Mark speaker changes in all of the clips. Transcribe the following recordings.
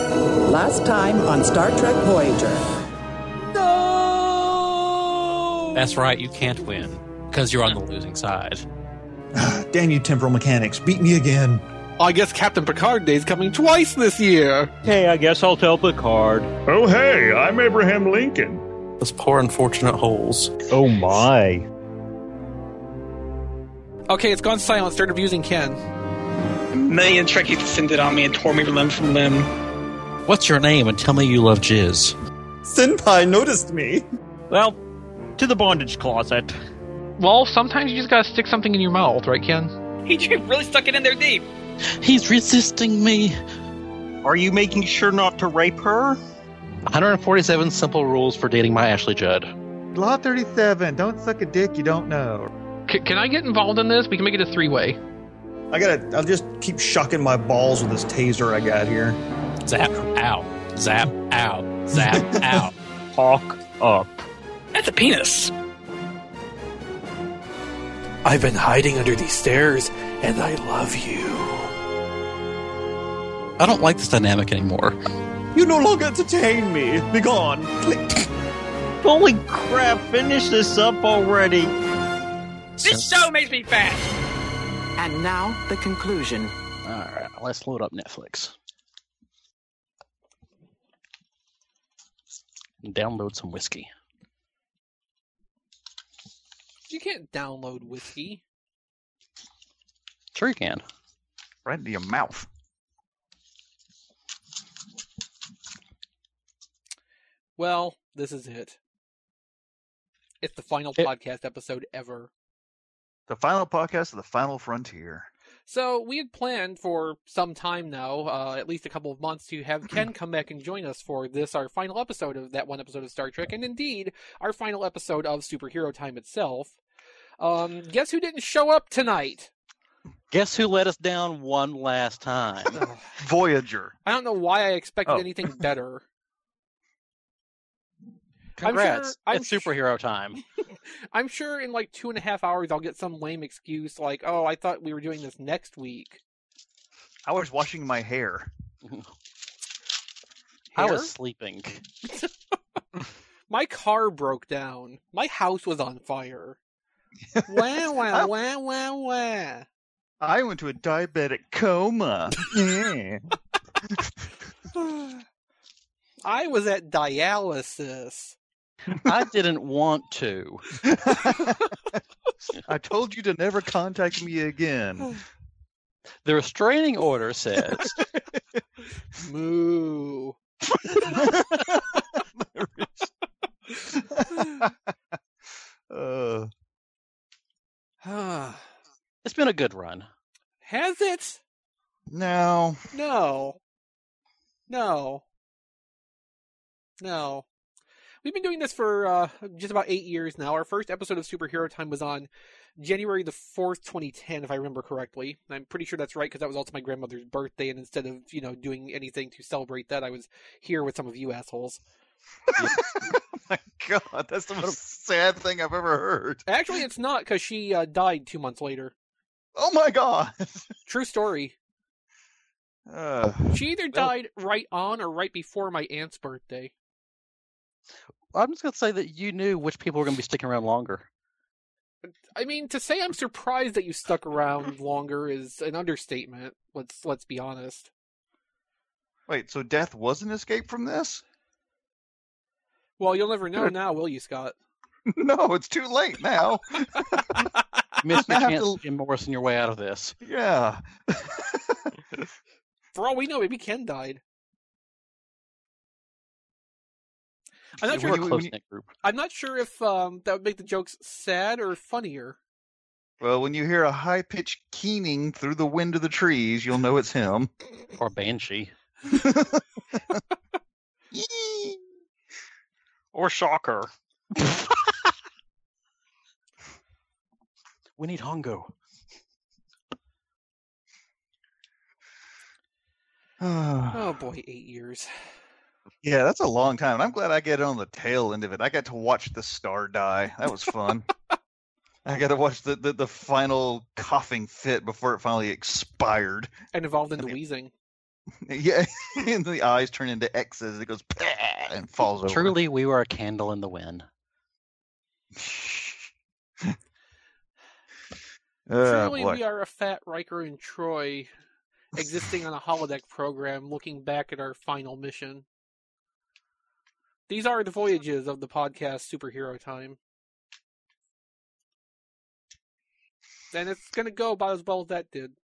Speaker 1: last time on Star Trek Voyager.
Speaker 2: That's right, you can't win because you're on the losing side.
Speaker 3: Damn you, temporal mechanics. Beat me again.
Speaker 4: I guess Captain Picard Day's coming twice this year.
Speaker 5: Hey, I guess I'll tell Picard.
Speaker 6: Oh, hey, I'm Abraham Lincoln.
Speaker 2: Those poor unfortunate holes.
Speaker 7: Oh my.
Speaker 4: Okay, it's gone silent. Start abusing Ken.
Speaker 8: A million Trekkies descended on me and tore me limb from limb.
Speaker 9: What's your name and tell me you love jizz?
Speaker 3: Senpai noticed me.
Speaker 5: Well, to the bondage closet.
Speaker 10: Well, sometimes you just gotta stick something in your mouth, right, Ken?
Speaker 8: He really stuck it in there deep.
Speaker 9: He's resisting me.
Speaker 7: Are you making sure not to rape her?
Speaker 9: 147 simple rules for dating my Ashley Judd.
Speaker 11: Law 37. Don't suck a dick you don't know.
Speaker 10: C- can I get involved in this? We can make it a three way.
Speaker 3: I gotta, I'll just keep shocking my balls with this taser I got here.
Speaker 2: Zap out. Zap out. Zap out.
Speaker 7: Hawk up.
Speaker 8: That's a penis.
Speaker 12: I've been hiding under these stairs, and I love you.
Speaker 9: I don't like this dynamic anymore.
Speaker 3: You no longer entertain me. Be gone. Click.
Speaker 5: Holy crap, finish this up already.
Speaker 8: This show makes me fat.
Speaker 1: And now the conclusion.
Speaker 9: All right, let's load up Netflix. And download some whiskey.
Speaker 4: You can't download whiskey.
Speaker 9: Sure you can.
Speaker 11: Right into your mouth.
Speaker 4: Well, this is it. It's the final
Speaker 9: It-
Speaker 4: podcast episode ever.
Speaker 11: The final podcast of the final frontier.
Speaker 4: So we had planned for some time now, uh, at least a couple of months, to have Ken come back and join us for this, our final episode of that one episode of Star Trek, and indeed our final episode of Superhero Time itself. Um, guess who didn't show up tonight?
Speaker 9: Guess who let us down one last time?
Speaker 4: Ugh,
Speaker 11: Voyager.
Speaker 4: I don't know why I expected
Speaker 11: Oh.
Speaker 4: anything better. I'm sure-
Speaker 9: Congrats.
Speaker 4: I'm
Speaker 9: it's superhero time.
Speaker 4: I'm sure in like two and a half hours I'll get some lame excuse like, "Oh, I thought we were doing this next week."
Speaker 11: I was washing my hair.
Speaker 9: I
Speaker 4: Hair?
Speaker 9: was sleeping.
Speaker 4: My car broke down. My house was on fire. wow, wow, wow, wow, wow.
Speaker 11: I went to a diabetic coma. yeah.
Speaker 4: I was at dialysis.
Speaker 9: I didn't want to.
Speaker 11: I told you to never contact me again.
Speaker 9: The restraining order says
Speaker 4: Moo.
Speaker 11: Uh,
Speaker 4: Has
Speaker 9: it's been a good run.
Speaker 4: it?
Speaker 11: now,
Speaker 4: No. No. No. We've been doing this for uh, just about eight years now. Our first episode of Superhero Time was on January the 4th, 2010, if I remember correctly. I'm pretty sure that's right because that was also my grandmother's birthday, and instead of, you know, doing anything to celebrate that, I was here with some of you assholes.
Speaker 11: my God, that's the most sad thing I've ever heard.
Speaker 4: Actually, it's not because she uh, died two months later.
Speaker 11: Oh my God.
Speaker 4: True story.
Speaker 11: Uh,
Speaker 4: She either died right on or right before my aunt's birthday.
Speaker 9: I'm just gonna say that you knew which people were gonna be sticking around longer.
Speaker 4: I mean, to say I'm surprised that you stuck around longer is an understatement. Let's let's be honest.
Speaker 11: wait, so death was an escape from this?
Speaker 4: Well, you'll never know now, will you, Scott?
Speaker 11: No, it's too late now.
Speaker 9: You missed your
Speaker 11: I have
Speaker 9: chance,
Speaker 11: to-
Speaker 9: Jim Morrison, your way out of this.
Speaker 11: Yeah.
Speaker 4: For all we know, maybe Ken died. I'm not
Speaker 9: We're
Speaker 4: sure.
Speaker 9: a close knit group.
Speaker 4: I'm not sure if um, that would make the jokes sad or funnier.
Speaker 11: Well, when you hear a high pitched keening through the wind of the trees, you'll know it's him.
Speaker 9: Or Banshee.
Speaker 7: Or Shocker.
Speaker 9: We need Hongo.
Speaker 11: yeah,
Speaker 4: Oh boy, eight years.
Speaker 11: that's a long time. and I'm glad I get on the tail end of it. I got to watch the star die. That was fun. I got to watch the, the, the final coughing fit before it finally expired.
Speaker 4: And involved in the
Speaker 11: Okay.
Speaker 4: wheezing.
Speaker 11: yeah, and the eyes turn into X's. It goes "Pah," and falls over.
Speaker 9: Truly, we were a candle in the wind.
Speaker 11: Uh,
Speaker 4: Truly, we are a fat Riker and Troy existing on a holodeck program looking back at our final mission. These are the voyages of the podcast Superhero Time. And it's going to go about as well as that did.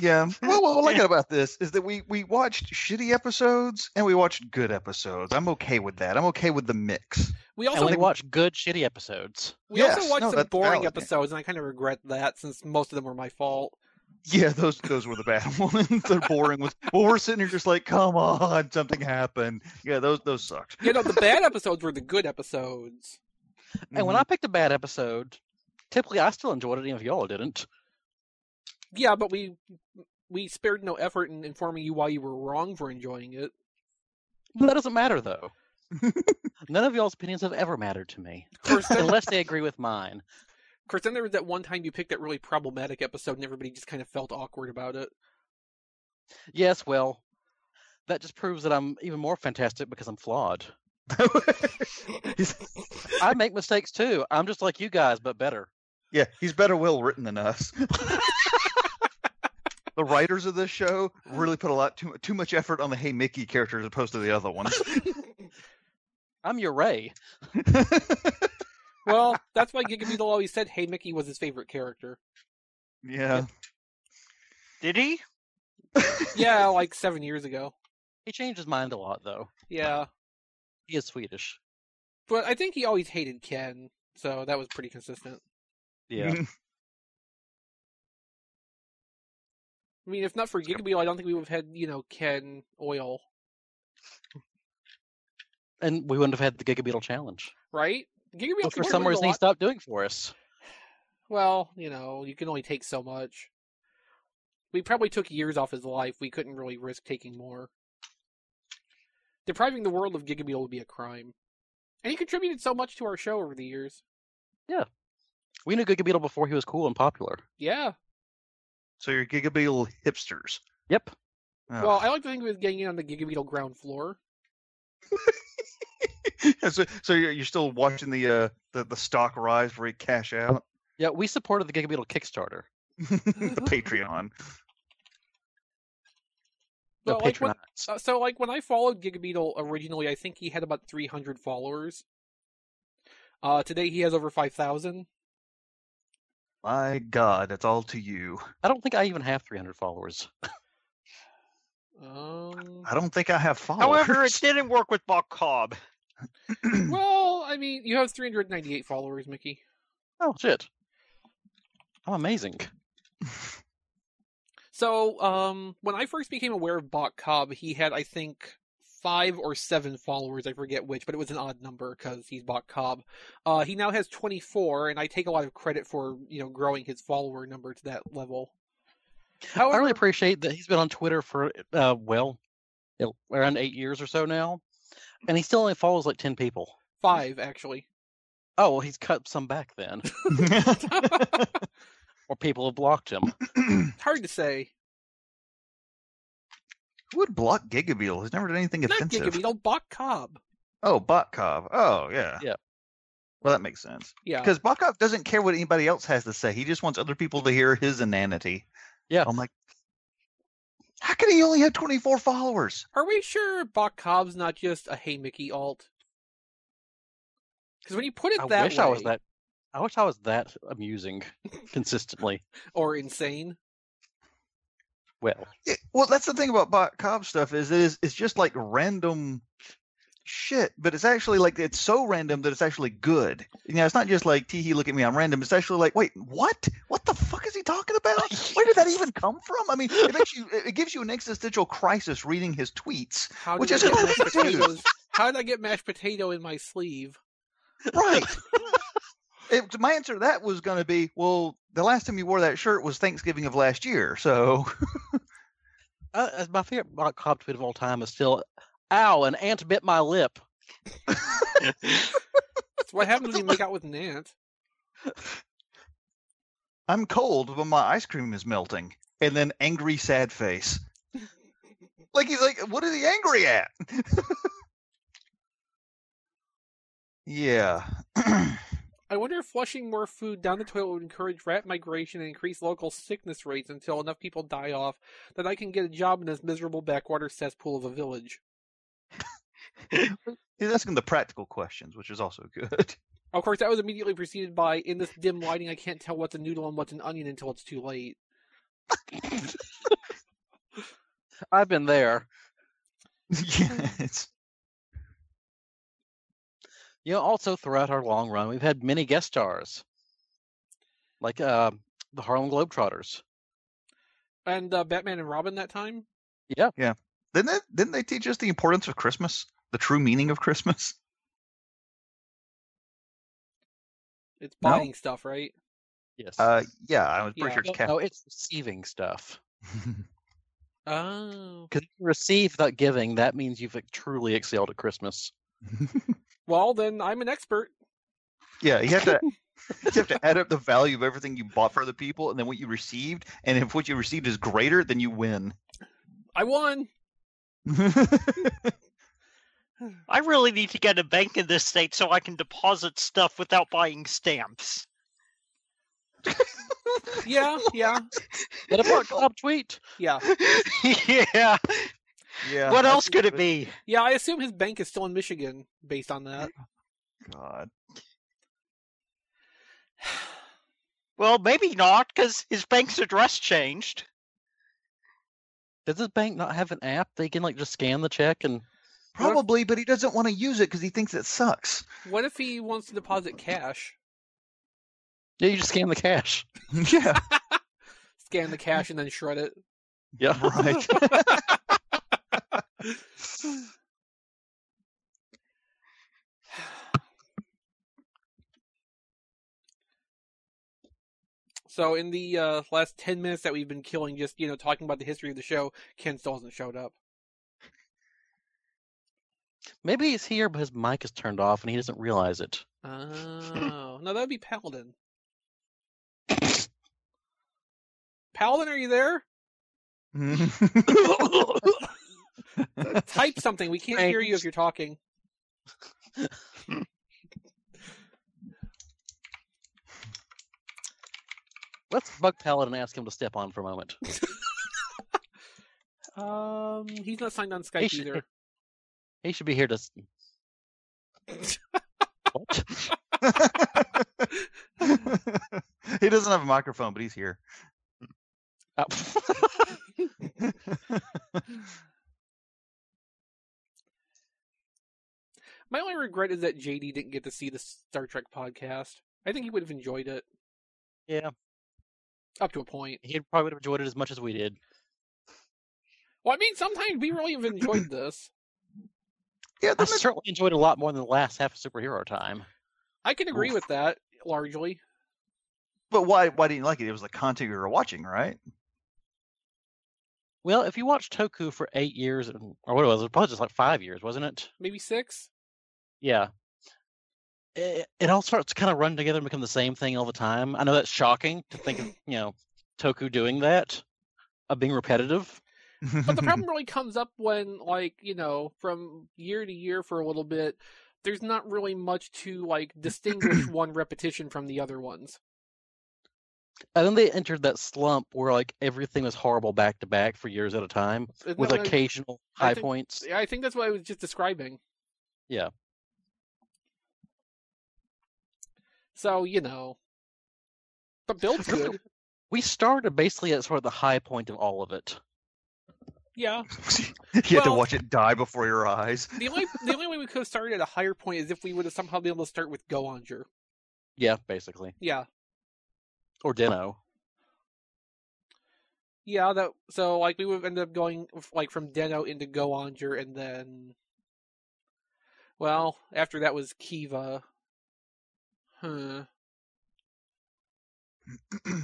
Speaker 11: Yeah. Well, what I like about this is that we we watched shitty episodes and we watched good episodes. I'm okay with that. I'm okay with the mix.
Speaker 4: We also
Speaker 9: we watched good shitty episodes.
Speaker 4: We also
Speaker 11: Yes,
Speaker 4: watched
Speaker 11: no,
Speaker 4: some
Speaker 11: that's
Speaker 4: boring
Speaker 11: valid, yeah.
Speaker 4: episodes, and I kind of regret that since most of them were my fault.
Speaker 11: Yeah, those those were the bad ones. the boring ones. Well, we're sitting here just like, come on, something happened. Yeah, those those sucked.
Speaker 4: You know, the bad episodes were the good episodes.
Speaker 9: And when I picked a bad episode, typically I still enjoyed it, even if y'all didn't.
Speaker 4: Yeah, but we we spared no effort in informing you why you were wrong for enjoying it.
Speaker 9: That doesn't matter though. None of y'all's opinions have ever mattered to me,
Speaker 4: then-
Speaker 9: unless they agree with mine.
Speaker 4: Of course, then there was that one time you picked that really problematic episode, and everybody just kind of felt awkward about it.
Speaker 9: Yes, well, that just proves that I'm even more fantastic because I'm flawed. I make mistakes too. I'm just like you guys, but better.
Speaker 11: Yeah, he's better well written than us. the writers of this show really put a lot too too much effort on the Hey Mickey character as opposed to the other ones.
Speaker 9: I'm your Ray.
Speaker 4: Well, that's why Gigabeetle always said, "Hey, Mickey was his favorite character."
Speaker 11: yeah.
Speaker 7: Did he?
Speaker 4: Yeah, like seven years ago.
Speaker 9: He changed his mind a lot though.
Speaker 4: Yeah,
Speaker 9: He is Swedish.
Speaker 4: but I think he always hated Ken, so that was pretty consistent.
Speaker 9: Yeah.
Speaker 4: I mean, if not for Gigabeetle, I don't think we would have had you know Ken Oil,
Speaker 9: and we wouldn't have had the Gigabeetle challenge.
Speaker 4: right? Gigabeetle
Speaker 9: Which for
Speaker 4: could
Speaker 9: some
Speaker 4: lose a
Speaker 9: reason he
Speaker 4: lot-
Speaker 9: stopped doing for us.
Speaker 4: Well, you know, you can only take so much. We probably took years off his life. We couldn't really risk taking more. Depriving the world of Gigabeetle would be a crime. And he contributed so much to our show over the years.
Speaker 9: We knew Gigabeetle before he was cool and popular.
Speaker 4: Yeah.
Speaker 11: So you're Gigabeetle hipsters. Oh.
Speaker 9: Yep.
Speaker 4: Well, I like to think he was getting in on the Gigabeetle ground floor.
Speaker 11: so so you're, you're still watching the uh the, the stock rise before you cash out
Speaker 9: Yeah, we supported the Gigabeetle Kickstarter.
Speaker 11: the Patreon.
Speaker 9: The
Speaker 4: Well, like when-
Speaker 9: Patreonites.
Speaker 4: Uh, so, like, when I followed Gigabeetle originally, I think he had about 300 followers. Uh, today he has over 5,000.
Speaker 11: My God, that's all to you.
Speaker 9: I don't think I even have 300 followers.
Speaker 4: Um,
Speaker 11: I don't think I have followers.
Speaker 7: However, it didn't work with Bob Cobb.
Speaker 4: well, I mean, you have 398 followers, Mickey.
Speaker 9: Oh shit! I'm amazing.
Speaker 4: So, um, when I first became aware of Bot Cobb, he had, I think, five or seven followers. I forget which, but it was an odd number because he's Bot Cobb. Uh, he now has 24, and I take a lot of credit for, you know, growing his follower number to that level.
Speaker 9: I really appreciate that he's been on Twitter for uh, well, you know, around eight years or so now, and he still only follows like 10 people.
Speaker 4: Five, actually.
Speaker 9: Oh, well, he's cut some back then, or people have blocked him. Hmm.
Speaker 4: Hard to say.
Speaker 11: Who would block Gigabeetle? He's never done anything
Speaker 4: Not
Speaker 11: offensive.
Speaker 4: Gigabeetle, Bot Cobb.
Speaker 11: Oh, Botkov. Oh, yeah.
Speaker 9: Yeah.
Speaker 11: Well, that makes sense.
Speaker 4: Yeah.
Speaker 11: Because Botkov doesn't care what anybody else has to say. He just wants other people to hear his inanity.
Speaker 9: Yeah.
Speaker 11: I'm like, how can he only have 24 followers?
Speaker 4: Are we sure Bot Cobb's not just a Hey Mickey alt? Because when you put it
Speaker 9: I
Speaker 4: that
Speaker 9: wish
Speaker 4: way,
Speaker 9: I was that. I wish I was that amusing consistently.
Speaker 4: or insane.
Speaker 9: Well,
Speaker 11: Yeah, well, that's the thing about Botkov stuff is it is it's just like random shit, but it's actually like it's so random that it's actually good. You know, it's not just like tee hee, look at me, I'm random. It's actually like, wait, what? What the fuck is he talking about? Where did that even come from? I mean, it makes you it it gives you an existential crisis reading his tweets,
Speaker 4: How did
Speaker 11: which
Speaker 4: I
Speaker 11: is
Speaker 4: get mashed
Speaker 11: hilarious.
Speaker 4: potatoes? How did I get mashed potato in my sleeve?
Speaker 11: Right. It, my answer to that was going to be, well, the last time you wore that shirt was Thanksgiving of last year. So,
Speaker 9: uh, as my favorite Bob Cobb tweet of all time is still, "Ow, an ant bit my lip."
Speaker 4: That's what happens when you make out with an ant.
Speaker 11: I'm cold, but my ice cream is melting. And then angry sad face. Like he's like, what is he angry at? yeah.
Speaker 4: I wonder if flushing more food down the toilet would encourage rat migration and increase local sickness rates until enough people die off that I can get a job in this miserable backwater cesspool of a village.
Speaker 11: He's asking the practical questions, which is also good.
Speaker 4: Of course, that was immediately preceded by "In this dim lighting, I can't tell what's a noodle and what's an onion until it's too late."
Speaker 9: I've been there.
Speaker 11: yeah, it's
Speaker 9: You know, also throughout our long run, we've had many guest stars, like uh, the Harlem Globetrotters.
Speaker 4: And uh, Batman and Robin that time.
Speaker 9: Yeah.
Speaker 11: Yeah. Didn't they, didn't they teach us the importance of Christmas? The true meaning of Christmas?
Speaker 4: It's
Speaker 11: No.
Speaker 4: buying stuff, right?
Speaker 9: Yes.
Speaker 11: Uh, yeah, I was pretty
Speaker 4: Yeah.
Speaker 11: sure it's
Speaker 4: No,
Speaker 11: Cap.
Speaker 9: no, it's receiving stuff.
Speaker 4: Oh.
Speaker 9: Because you receive without giving, that means you've like, truly excelled at Christmas.
Speaker 4: Well, then I'm an expert.
Speaker 11: Yeah, you have to you have to add up the value of everything you bought for other people and then what you received, and if what you received is greater, then you win.
Speaker 4: I won.
Speaker 7: I really need to get a bank in this state so I can deposit stuff without buying stamps.
Speaker 4: Yeah, yeah,
Speaker 9: Let a book club tweet.
Speaker 4: yeah,
Speaker 7: yeah.
Speaker 11: Yeah.
Speaker 7: What else could it be?
Speaker 4: yeah. I assume his bank is still in Michigan, based on that.
Speaker 11: God.
Speaker 7: Well, maybe not, because his bank's address changed.
Speaker 9: Does this bank not have an app they can like just scan the check and?
Speaker 11: Probably, but he doesn't want to use it because he thinks it sucks.
Speaker 4: What if he wants to deposit cash?
Speaker 9: Yeah, you just scan the cash.
Speaker 11: Yeah.
Speaker 4: Scan the cash and then shred it.
Speaker 9: Yeah.
Speaker 11: Right.
Speaker 4: So in the uh, last ten minutes that we've been killing, just you know, talking about the history of the show, Ken still hasn't showed up.
Speaker 9: Maybe he's here, but his mic is turned off and he doesn't realize it.
Speaker 4: Oh, no, that'd be Paladin. Paladin, are you there? Type something. We can't hear you if you're talking.
Speaker 9: Let's bug Paladin and ask him to step on for a moment.
Speaker 4: Um, he's not signed on
Speaker 9: He
Speaker 4: Skype
Speaker 9: should-
Speaker 4: either.
Speaker 9: He should be here to. s- what?
Speaker 11: he doesn't have a microphone, but he's here.
Speaker 9: Oh.
Speaker 4: My only regret is that JD didn't get to see the Star Trek podcast. I think he would have enjoyed it
Speaker 9: yeah,
Speaker 4: up to a point.
Speaker 9: he probably would have enjoyed it as much as we did.
Speaker 4: Well, I mean, sometimes we really have enjoyed this.
Speaker 11: Yeah,
Speaker 9: I
Speaker 11: the mis-
Speaker 9: certainly enjoyed it a lot more than the last half of superhero time.
Speaker 4: I can agree with that largely.
Speaker 11: but why why didn't you like it? It was the content you were watching, right?
Speaker 9: Well, if you watched Toku for eight years, and- or what it was, it was probably just like five years, wasn't it?
Speaker 4: Maybe six.
Speaker 9: Yeah. It, it all starts to kind of run together and become the same thing all the time. I know that's shocking to think of, you know, Toku doing that, of being repetitive.
Speaker 4: But the problem really comes up when, like, you know, from year to year for a little bit, there's not really much to like distinguish one repetition from the other ones.
Speaker 9: And then they entered that slump where like everything was horrible back to back for years at a time,
Speaker 4: Isn't that
Speaker 9: with
Speaker 4: what I-
Speaker 9: occasional
Speaker 4: I
Speaker 9: high
Speaker 4: think-
Speaker 9: points.
Speaker 4: Yeah, I think that's what I was just describing.
Speaker 9: Yeah.
Speaker 4: So you know, but build's good.
Speaker 9: We started basically at sort of the high point of all of it.
Speaker 4: Yeah.
Speaker 11: you had to
Speaker 4: Well-
Speaker 11: watch it die before your eyes.
Speaker 4: The only the only way we could have started at a higher point is if we would have somehow been able to start with Goanger.
Speaker 9: Yeah, basically,
Speaker 4: Yeah.
Speaker 9: or Deno.
Speaker 4: Yeah, that so like we would end up going like from Deno into Goanger and then well, after that was Kiva. Huh. I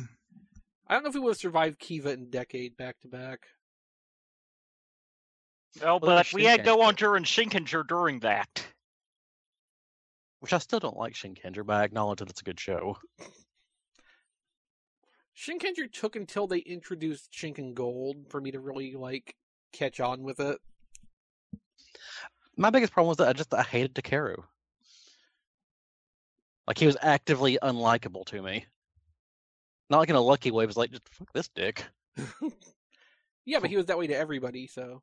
Speaker 4: don't know if we would have survived Kiva and Decade back to back.
Speaker 7: No,
Speaker 9: Well,
Speaker 7: but we had
Speaker 9: Shinkenger.
Speaker 7: Go on and Shinkinger during that.
Speaker 9: Which I still don't like Shinkenger, but I acknowledge that it's a good show.
Speaker 4: Shinkenger took until they introduced Shinken Gold for me to really like catch on with it.
Speaker 9: My biggest problem was that I just I hated Takeru. Like he was actively unlikable to me. Not like in a lucky way, it was like just fuck this dick.
Speaker 4: Yeah, but he was that way to everybody, so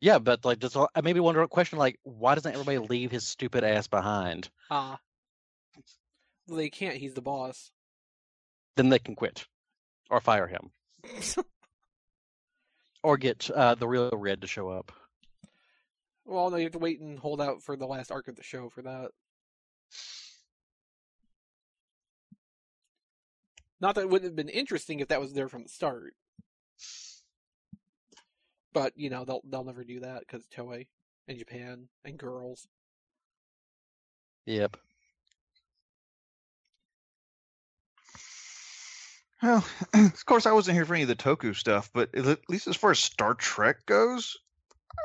Speaker 9: Yeah, but like just I maybe wonder a question like why doesn't everybody leave his stupid ass behind?
Speaker 4: ah. Well, they can't, he's the boss.
Speaker 9: Then they can quit. Or fire him. Or get uh, the real red to show up.
Speaker 4: well, no, you have to wait and hold out for the last arc of the show for that. Not that it wouldn't have been interesting if that was there from the start. But, you know, they'll they'll never do that because Toei and Japan and girls.
Speaker 9: Yep.
Speaker 11: Well, of course, I wasn't here for any of the Toku stuff, but at at least as far as Star Trek goes,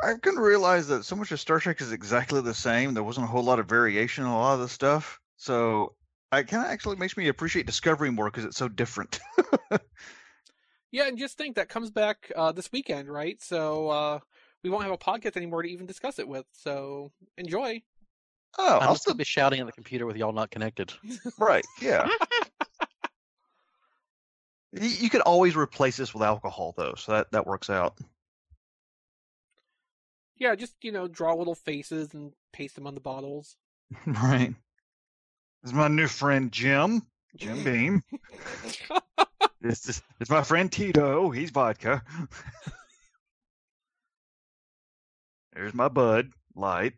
Speaker 11: I couldn't realize that so much of Star Trek is exactly the same. There wasn't a whole lot of variation in a lot of the stuff, so it kind of actually makes me appreciate Discovery more because it's so different.
Speaker 4: Yeah, and just think that comes back uh, this weekend, right? So uh, we won't have a podcast anymore to even discuss it with. So enjoy.
Speaker 11: Oh,
Speaker 9: I'll still be shouting at the computer with y'all not connected.
Speaker 11: right? Yeah. Y- you could always replace this with alcohol, though, so that that works out.
Speaker 4: Yeah, just you know, draw little faces and paste them on the bottles.
Speaker 11: Right. This is my new friend Jim. Jim Beam. this is it's my friend Tito. Oh, He's vodka. There's my bud, light.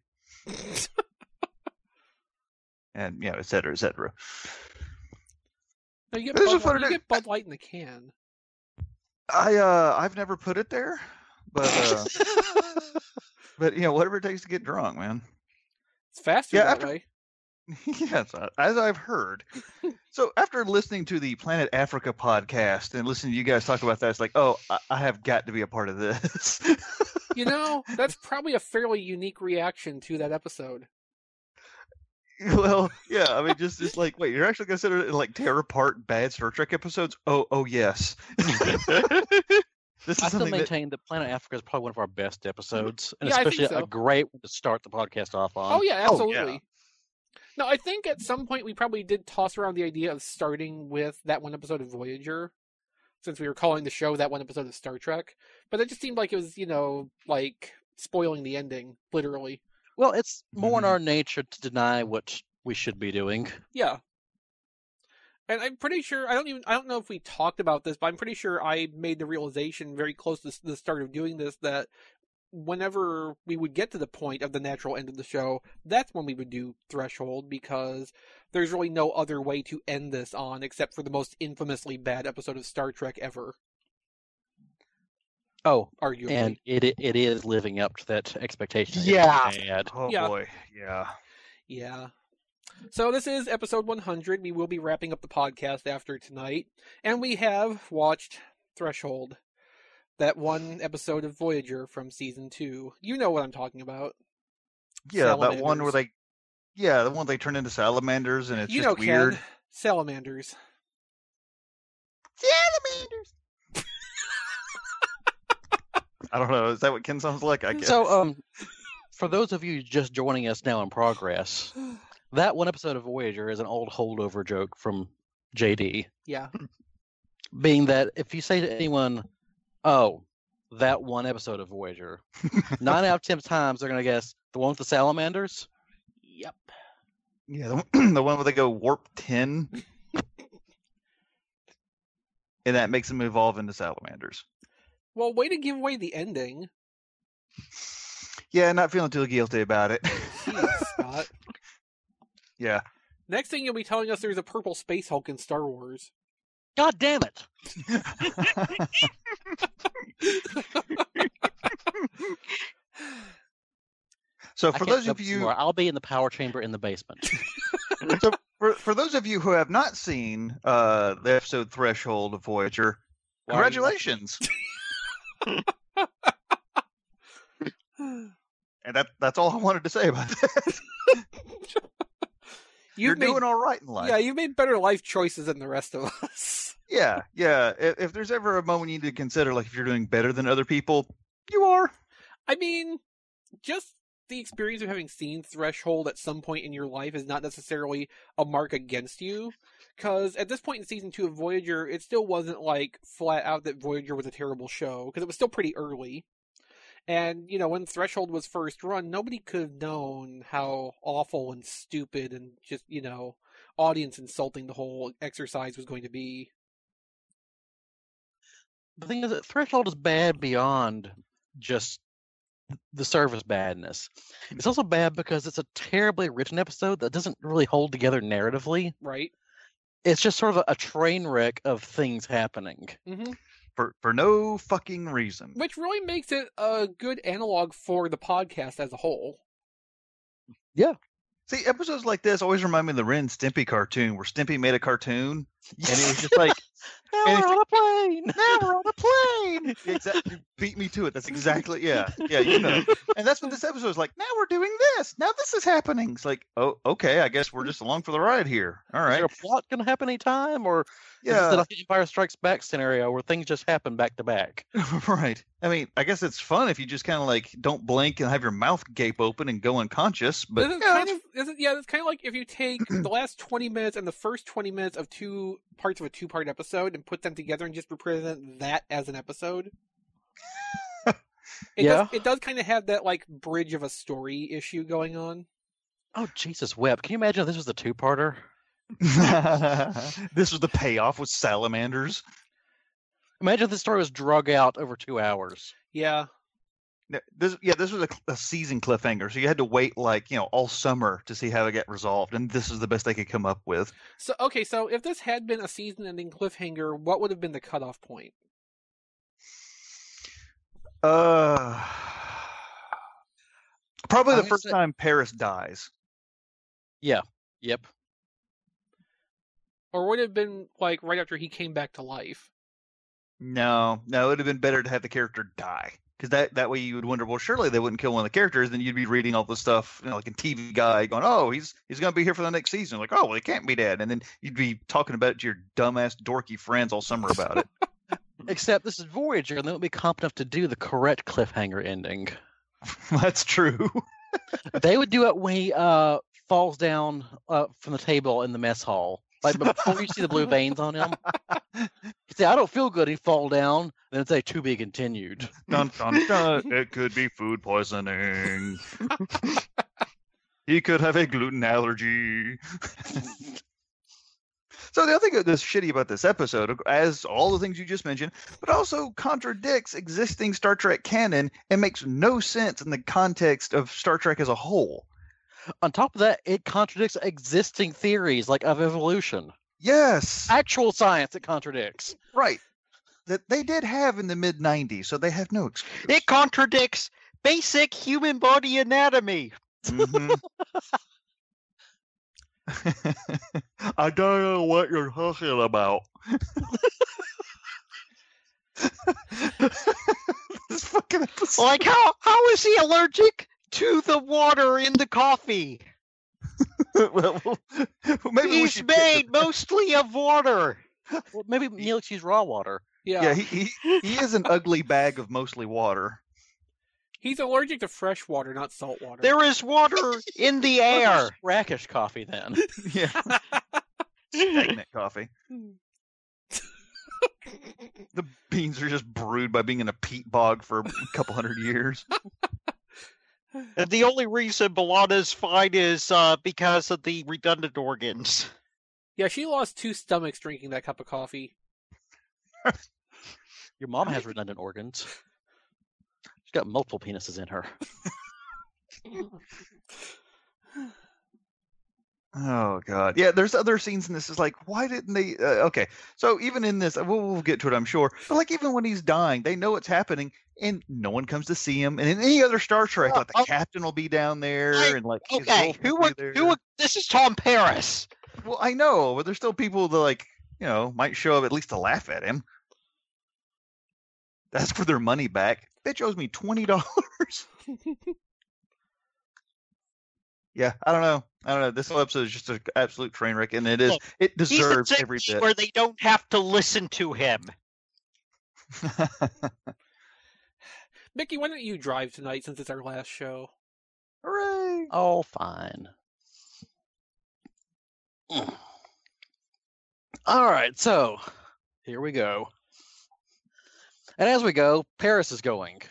Speaker 11: and you know, et cetera, et cetera.
Speaker 4: No, you get,
Speaker 11: This is
Speaker 4: Bud
Speaker 11: what
Speaker 4: Light,
Speaker 11: it
Speaker 4: you get Bud Light in the can.
Speaker 11: I uh I've never put it there, but uh but you know, whatever it takes to get drunk, man.
Speaker 4: It's faster
Speaker 11: Yeah,
Speaker 4: that
Speaker 11: after-
Speaker 4: way.
Speaker 11: yes, uh, as I've heard. So after listening to the Planet Africa podcast and listening to you guys talk about that, it's like, oh, I, I have got to be a part of this.
Speaker 4: You know, that's probably a fairly unique reaction to that episode.
Speaker 11: well, yeah, I mean, just just like, wait, you're actually gonna sit there and like tear apart bad Star Trek episodes? Oh, oh yes. this is
Speaker 9: I still
Speaker 11: something that-
Speaker 9: maintain that... Planet Africa is probably one of our best episodes, and
Speaker 4: Yeah, I think
Speaker 9: especially
Speaker 4: so.
Speaker 9: a great one to start the podcast off on.
Speaker 4: Oh yeah, absolutely. No, I think at some point we probably did toss around the idea of starting with that one episode of Voyager, since we were calling the show that one episode of Star Trek. But that just seemed like it was, you know, like spoiling the ending, literally.
Speaker 9: Well, it's more
Speaker 4: Mm-hmm.
Speaker 9: in our nature to deny what we should be doing.
Speaker 4: Yeah. And I'm pretty sure I don't even I don't know if we talked about this, but I'm pretty sure I made the realization very close to s- the start of doing this that whenever we would get to the point of the natural end of the show, that's when we would do threshold because there's really no other way to end this on except for the most infamously bad episode of Star Trek ever.
Speaker 9: Oh,
Speaker 4: arguably.
Speaker 9: and it i- it is living up to that expectation.
Speaker 4: Yeah.
Speaker 11: Oh
Speaker 4: Yeah.
Speaker 11: boy, yeah.
Speaker 4: Yeah. So this is episode 100. We will be wrapping up the podcast after tonight, and we have watched Threshold, that one episode of Voyager from season two. You know what I'm talking about.
Speaker 11: Yeah, that one where
Speaker 4: Salamanders.
Speaker 11: they Yeah, the one they turn into salamanders and it's
Speaker 4: you
Speaker 11: just
Speaker 4: know,
Speaker 11: weird.
Speaker 4: Ken, salamanders.
Speaker 11: I don't know. Is that what Ken sounds like? I guess.
Speaker 9: So,
Speaker 4: uh
Speaker 9: um, for those of you just joining us now in progress, that one episode of Voyager is an old holdover joke from JD,
Speaker 4: Yeah.
Speaker 9: being that if you say to anyone, "Oh, that one episode of Voyager," nine out of ten times they're gonna guess the one with the salamanders.
Speaker 4: Yep.
Speaker 11: Yeah, the, one- the one where they go warp 10. and that makes them evolve into salamanders.
Speaker 4: Well, way to give away the ending.
Speaker 11: Yeah, not feeling too guilty about it.
Speaker 4: Jeez, Scott.
Speaker 11: yeah.
Speaker 4: Next thing you'll be telling us there's a purple space Hulk in Star Wars.
Speaker 9: God damn it!
Speaker 11: So
Speaker 9: I
Speaker 11: for
Speaker 9: can't
Speaker 11: those
Speaker 9: help
Speaker 11: of
Speaker 9: some
Speaker 11: you
Speaker 9: more. I'll be in the power chamber in the basement.
Speaker 11: so for, for those of you who have not seen uh, the episode Threshold of Voyager,
Speaker 9: Why are you
Speaker 11: congratulations. and that that's all I wanted to say about that.
Speaker 4: You've
Speaker 11: You're
Speaker 4: made-
Speaker 11: doing all right in life.
Speaker 4: Yeah, you've made better life choices than the rest of us.
Speaker 11: Yeah, yeah. If, if there's ever a moment you need to consider, like if you're doing better than other people,
Speaker 4: You are. I mean, just the experience of having seen Threshold at some point in your life is not necessarily a mark against you. Because at this point in season two of Voyager, it still wasn't like flat out that Voyager was a terrible show, because it was still pretty early. And, you know, when Threshold was first run, nobody could have known how awful and stupid and just, you know, audience insulting the whole exercise was going to be.
Speaker 9: The thing is, that Threshold is bad beyond just the service badness. It's also bad because it's a terribly written episode that doesn't really hold together narratively.
Speaker 4: Right.
Speaker 9: It's just sort of a, a train wreck of things happening
Speaker 4: Mm-hmm.
Speaker 11: for for no fucking reason.
Speaker 4: Which really makes it a good analog for the podcast as a whole.
Speaker 9: Yeah.
Speaker 11: See, episodes like this always remind me of the Ren Stimpy cartoon where Stimpy made a cartoon and it was just like
Speaker 9: Now
Speaker 11: And
Speaker 9: we're
Speaker 11: it's
Speaker 9: on a plane.
Speaker 11: Now we're on a plane. exactly beat me to it. That's exactly yeah. Yeah, you know. And that's what this episode is like. Now we're doing this. Now this is happening. It's like, oh okay, I guess we're just along for the ride here. All
Speaker 9: Is
Speaker 11: right.
Speaker 9: there a plot going to happen anytime, or is
Speaker 11: Yeah.
Speaker 9: this the Empire Strikes Back scenario where things just happen back to back?
Speaker 11: right. I mean, I guess it's fun if you just kind of like don't blink and have your mouth gape open and go unconscious, but
Speaker 4: This is
Speaker 11: yeah,
Speaker 4: kind of, this is, yeah, it's kind of like if you take the last 20 minutes and the first 20 minutes of two parts of a two part episode and put them together and just represent that as an episode. It
Speaker 9: Yeah.
Speaker 4: Does, it does kind of have that, like, bridge of a story issue going on.
Speaker 9: Oh Jesus, Webb! Can you imagine if this was a two-parter?
Speaker 11: this was the payoff with salamanders.
Speaker 9: Imagine if this story was drug out over two hours.
Speaker 4: Yeah.
Speaker 11: No, This yeah, this was a, cl- a season cliffhanger, so you had to wait like you know all summer to see how it got resolved, and this is the best they could come up with.
Speaker 4: So, okay, so if this had been a season ending cliffhanger, what would have been the cutoff point?
Speaker 11: Uh, probably the
Speaker 9: I'm
Speaker 11: first
Speaker 9: sa-
Speaker 11: time Paris dies.
Speaker 9: Yeah. Yep.
Speaker 4: Or would it have been, like, right after he came back to life?
Speaker 11: No, no, it would have been better to have the character die because that that way you would wonder, well, surely they wouldn't kill one of the characters, then you'd be reading all the stuff, you know, like a TV guy going, oh, he's he's gonna be here for the next season, like, oh, well, he can't be dead, and then you'd be talking about it to your dumbass dorky friends all summer about it.
Speaker 9: Except this is Voyager, and they won't be competent enough to do the correct cliffhanger ending.
Speaker 11: That's true.
Speaker 9: they would do it when he uh, falls down uh, from the table in the mess hall. Like before you see the blue veins on him, he say, "I don't feel good." He fall down, then say, "To be continued."
Speaker 6: Dun, dun, dun. it could be food poisoning.
Speaker 11: he could have a gluten allergy. So the other thing that's shitty about this episode, as all the things you just mentioned, but also contradicts existing Star Trek canon and makes no sense in the context of Star Trek as a whole.
Speaker 9: On top of that, it contradicts existing theories like of evolution.
Speaker 11: Yes,
Speaker 9: actual science it contradicts.
Speaker 11: Right, that they did have in the mid '90s, so they have no excuse.
Speaker 7: It contradicts basic human body anatomy.
Speaker 6: Mm-hmm.
Speaker 11: Mhm.
Speaker 6: I don't know what you're talking about.
Speaker 11: this fucking episode.
Speaker 7: Like how how is he allergic to the water in the coffee?
Speaker 11: well, maybe we
Speaker 7: He's
Speaker 11: should get
Speaker 7: made mostly of water.
Speaker 9: Well, maybe Neelix used raw water.
Speaker 4: Yeah.
Speaker 11: yeah, he, he he is an ugly bag of mostly water.
Speaker 4: He's allergic to fresh water, not salt water.
Speaker 7: There is water in the air.
Speaker 9: Brackish coffee then.
Speaker 11: Yeah. Stagnant coffee. the beans are just brewed by being in a peat bog for a couple hundred years.
Speaker 7: And the only reason Balana's fine is uh, because of the redundant organs.
Speaker 4: Yeah, she lost two stomachs drinking that cup of coffee.
Speaker 9: Your mom has redundant organs. She's got multiple penises in her.
Speaker 11: Oh god. Yeah, there's other scenes in this is like why didn't they uh, okay. So even in this we'll, we'll get to it I'm sure. But like even when he's dying, they know it's happening and no one comes to see him. And in any other Star Trek, like the captain will be down there and like his
Speaker 7: Oh, Okay,
Speaker 11: wolf
Speaker 7: who
Speaker 11: will
Speaker 7: would
Speaker 11: be there.
Speaker 7: who would? This is Tom Paris.
Speaker 11: Well, I know, but there's still people that like, you know, might show up at least to laugh at him. That's for their money back. Bitch owes me twenty dollars. yeah, I don't know. I don't know. This whole episode is just an absolute train wreck, and it is.
Speaker 7: Look,
Speaker 11: it
Speaker 7: He's the
Speaker 11: deserves
Speaker 7: type
Speaker 11: every
Speaker 7: of
Speaker 11: bit.
Speaker 7: Where they don't have to listen to him.
Speaker 4: Mickey, why don't you drive tonight since it's our last show?
Speaker 11: Hooray!
Speaker 9: Oh, fine.
Speaker 11: Mm.
Speaker 9: All right, so here we go. And as we go, Paris is going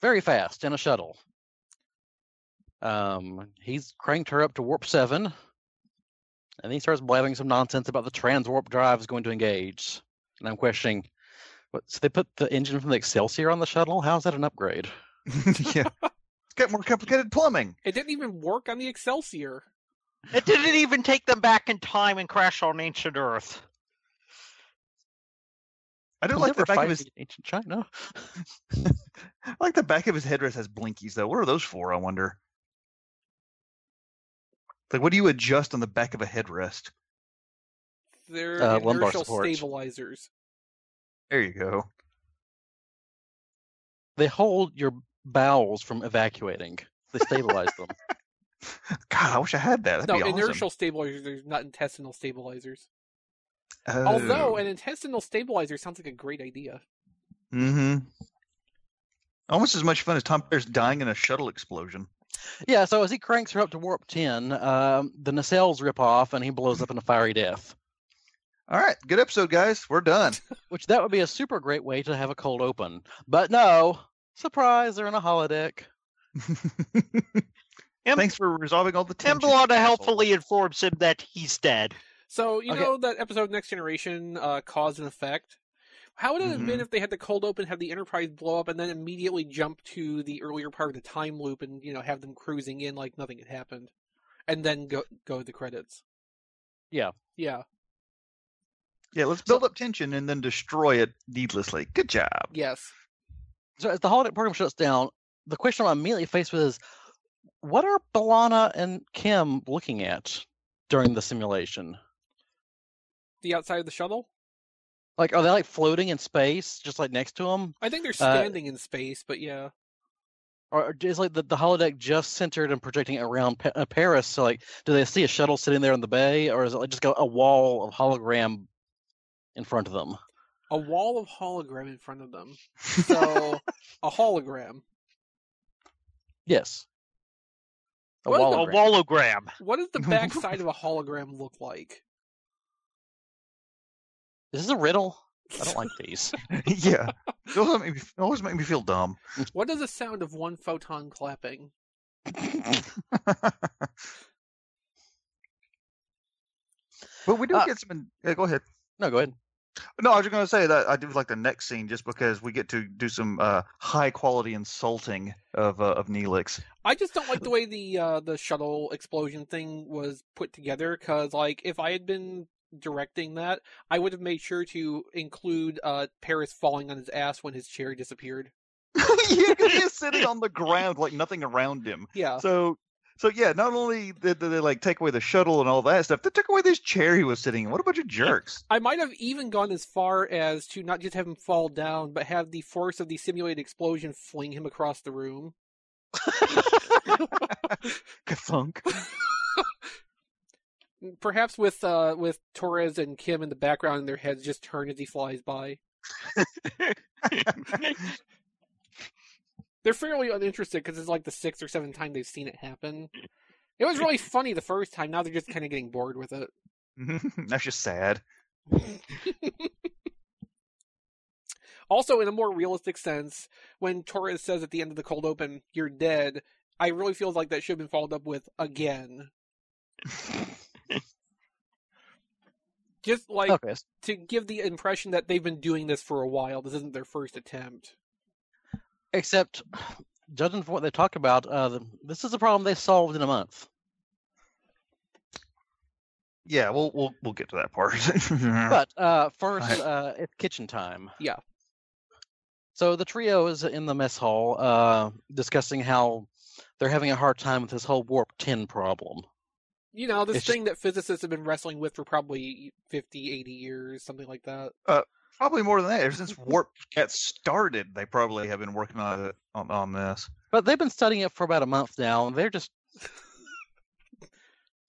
Speaker 9: very fast in a shuttle. Um, he's cranked her up to warp seven, and he starts blabbing some nonsense about the transwarp drive is going to engage. And I'm questioning, what, so they put the engine from the Excelsior on the shuttle? How is that an upgrade?
Speaker 11: yeah, it's got more complicated plumbing.
Speaker 4: It didn't even work on the Excelsior.
Speaker 7: It didn't even take them back in time and crash on ancient Earth.
Speaker 11: I do
Speaker 9: We'll
Speaker 11: like the
Speaker 9: never
Speaker 11: back
Speaker 9: find
Speaker 11: of his
Speaker 9: the ancient China.
Speaker 11: I like the back of his headrest has blinkies though. What are those for? I wonder. Like, what do you adjust on the back of a headrest?
Speaker 4: They're
Speaker 11: Uh, lumbar
Speaker 4: inertial
Speaker 11: support.
Speaker 4: stabilizers.
Speaker 11: There you go.
Speaker 9: They hold your bowels from evacuating. They stabilize them.
Speaker 11: God, I wish I had that. That'd
Speaker 4: no,
Speaker 11: be awesome.
Speaker 4: inertial stabilizers. They're not intestinal stabilizers.
Speaker 11: Oh.
Speaker 4: Although an intestinal stabilizer sounds like a great idea.
Speaker 11: hmm Almost as much fun as Tom Paris dying in a shuttle explosion.
Speaker 9: Yeah, so as he cranks her up to warp 10, um, the nacelles rip off and he blows up in a fiery death.
Speaker 11: All right, good episode, guys. We're done.
Speaker 9: Which that would be a super great way to have a cold open. But no, surprise, they're in a holodeck.
Speaker 11: Thanks for resolving all the
Speaker 7: tension. Emblada helpfully informs him that he's dead.
Speaker 4: So you
Speaker 7: Okay.
Speaker 4: know that episode of Next Generation, uh, cause and effect. How would it have
Speaker 11: Mm-hmm.
Speaker 4: been
Speaker 7: Mhm.
Speaker 4: if they had the cold open, have the Enterprise blow up, and then immediately jump to the earlier part of the time loop, and you know have them cruising in like nothing had happened, and then go go to the credits.
Speaker 9: Yeah.
Speaker 4: Yeah,
Speaker 11: Yeah, let's build up tension and then destroy it needlessly. Good job.
Speaker 4: yes.
Speaker 9: So as the holodeck program shuts down, the question I'm immediately faced with is what are Balana and Kim looking at during the simulation?
Speaker 4: The outside of the shuttle.
Speaker 9: Like, are they like floating in space, just like next to them?
Speaker 4: I think they're
Speaker 9: Uh,
Speaker 4: standing in space, but yeah.
Speaker 9: or is like the, the holodeck just centered and projecting around pa- uh, Paris? So like, do they see a shuttle sitting there in the bay, or is it like just got a wall of hologram in front of them?
Speaker 4: A wall of hologram in front of them. So a hologram.
Speaker 9: Yes, a
Speaker 4: What is
Speaker 9: wall.
Speaker 4: the-
Speaker 7: Wallogram.
Speaker 4: What does the backside of a hologram look like?
Speaker 9: Is this a riddle? I don't like these.
Speaker 11: yeah, it always make me, it always make me feel dumb.
Speaker 4: What is the sound of one photon clapping?
Speaker 11: But we do get some. in- Yeah, go ahead.
Speaker 9: No, go ahead.
Speaker 11: No, I was just going to say that I do like the next scene just because we get to do some uh, high quality insulting of uh, of Neelix.
Speaker 4: I just don't like the way the uh, the shuttle explosion thing was put together. Because like, if I had been directing that, I would have made sure to include uh, Paris falling on his ass when his chair disappeared.
Speaker 11: yeah, 'cause he is sitting on the ground like nothing around him.
Speaker 4: Yeah.
Speaker 11: So so yeah, not only did did they like take away the shuttle and all that stuff, they took away this chair he was sitting in. What a bunch of jerks!
Speaker 4: I might have even gone as far as to not just have him fall down, but have the force of the simulated explosion fling him across the room.
Speaker 11: Funk.
Speaker 4: Perhaps with uh, with Torres and Kim in the background, and their heads just turn as he flies by. They're fairly uninterested because it's like the sixth or seventh time they've seen it happen. It was really funny the first time. Now they're just kind of getting bored with it.
Speaker 11: That's just sad.
Speaker 4: Also, in a more realistic sense, when Torres says at the end of the cold open, "You're dead," I really feel like that should have been followed up with again. Just like
Speaker 9: Okay.
Speaker 4: to give the impression that they've been doing this for a while. This isn't their first attempt.
Speaker 9: Except, judging from what they talk about, uh, the, this is a problem they solved in a month.
Speaker 11: Yeah, we'll we'll we'll get to that part.
Speaker 9: But uh, first,
Speaker 11: Right.
Speaker 9: uh, it's kitchen time.
Speaker 4: Yeah.
Speaker 9: So the trio is in the mess hall uh, discussing how they're having a hard time with this whole warp 10 problem.
Speaker 4: You know, this
Speaker 9: It's just-
Speaker 4: thing that physicists have been wrestling with for probably 50, 80 years, something like that.
Speaker 11: uh, probably more than that. Ever since Warp got started, they probably have been working on it on, on this.
Speaker 9: But they've been studying it for about a month now, and they're just a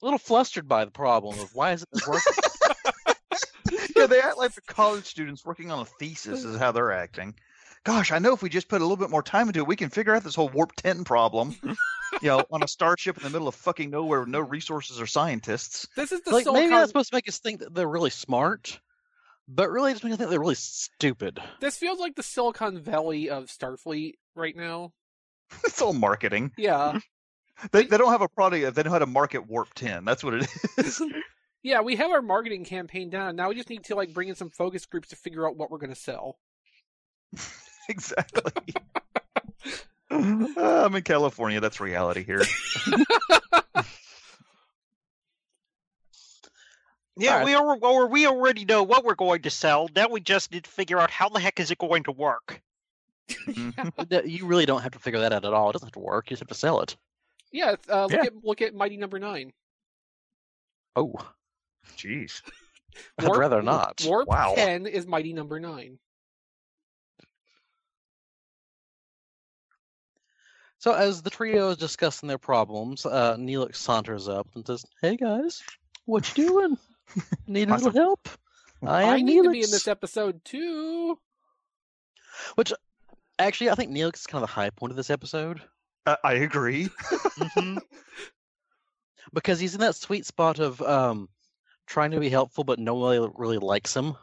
Speaker 9: little flustered by the problem of why isn't this working?
Speaker 11: yeah, they act like the college students working on a thesis is how they're acting. gosh, I know if we just put a little bit more time into it, we can figure out this whole warp 10 problem, you know, on a starship in the middle of fucking nowhere with no resources or scientists.
Speaker 4: This is
Speaker 9: like maybe that's supposed to make us think that they're really smart, but really it's making us think they're really stupid.
Speaker 4: This feels like the Silicon Valley of Starfleet right now.
Speaker 11: it's all marketing.
Speaker 4: Yeah.
Speaker 11: They, they don't have a product. They know how to market Warp 10. That's what it is.
Speaker 4: Yeah, we have our marketing campaign down. Now we just need to like bring in some focus groups to figure out what we're going to sell.
Speaker 11: exactly. Uh, I'm in California. That's reality here.
Speaker 7: Yeah, we are, or we already know what we're going to sell. Now we just need to figure out how the heck is it going to work.
Speaker 11: Mm-hmm.
Speaker 9: That- you really don't have to figure that out at all. It doesn't have to work. You just have to sell it.
Speaker 4: Yeah, it's, uh, look
Speaker 9: Yeah.
Speaker 4: at look at Mighty Number Nine.
Speaker 9: Oh,
Speaker 11: jeez.
Speaker 9: I'd rather not.
Speaker 4: Warp
Speaker 9: wow.
Speaker 4: Ten is Mighty Number Nine.
Speaker 9: So as the trio is discussing their problems, uh, Neelix saunters up and says, "Hey guys, what you doing? Need a little help? I am
Speaker 4: need
Speaker 9: Neelix."
Speaker 4: to be in this episode too.
Speaker 9: Which,
Speaker 4: e-,
Speaker 9: actually, I think Neelix is kind of the high point of this episode.
Speaker 11: Uh, I agree.
Speaker 9: Because he's in that sweet spot of um, trying to be helpful, but no one really- really likes him.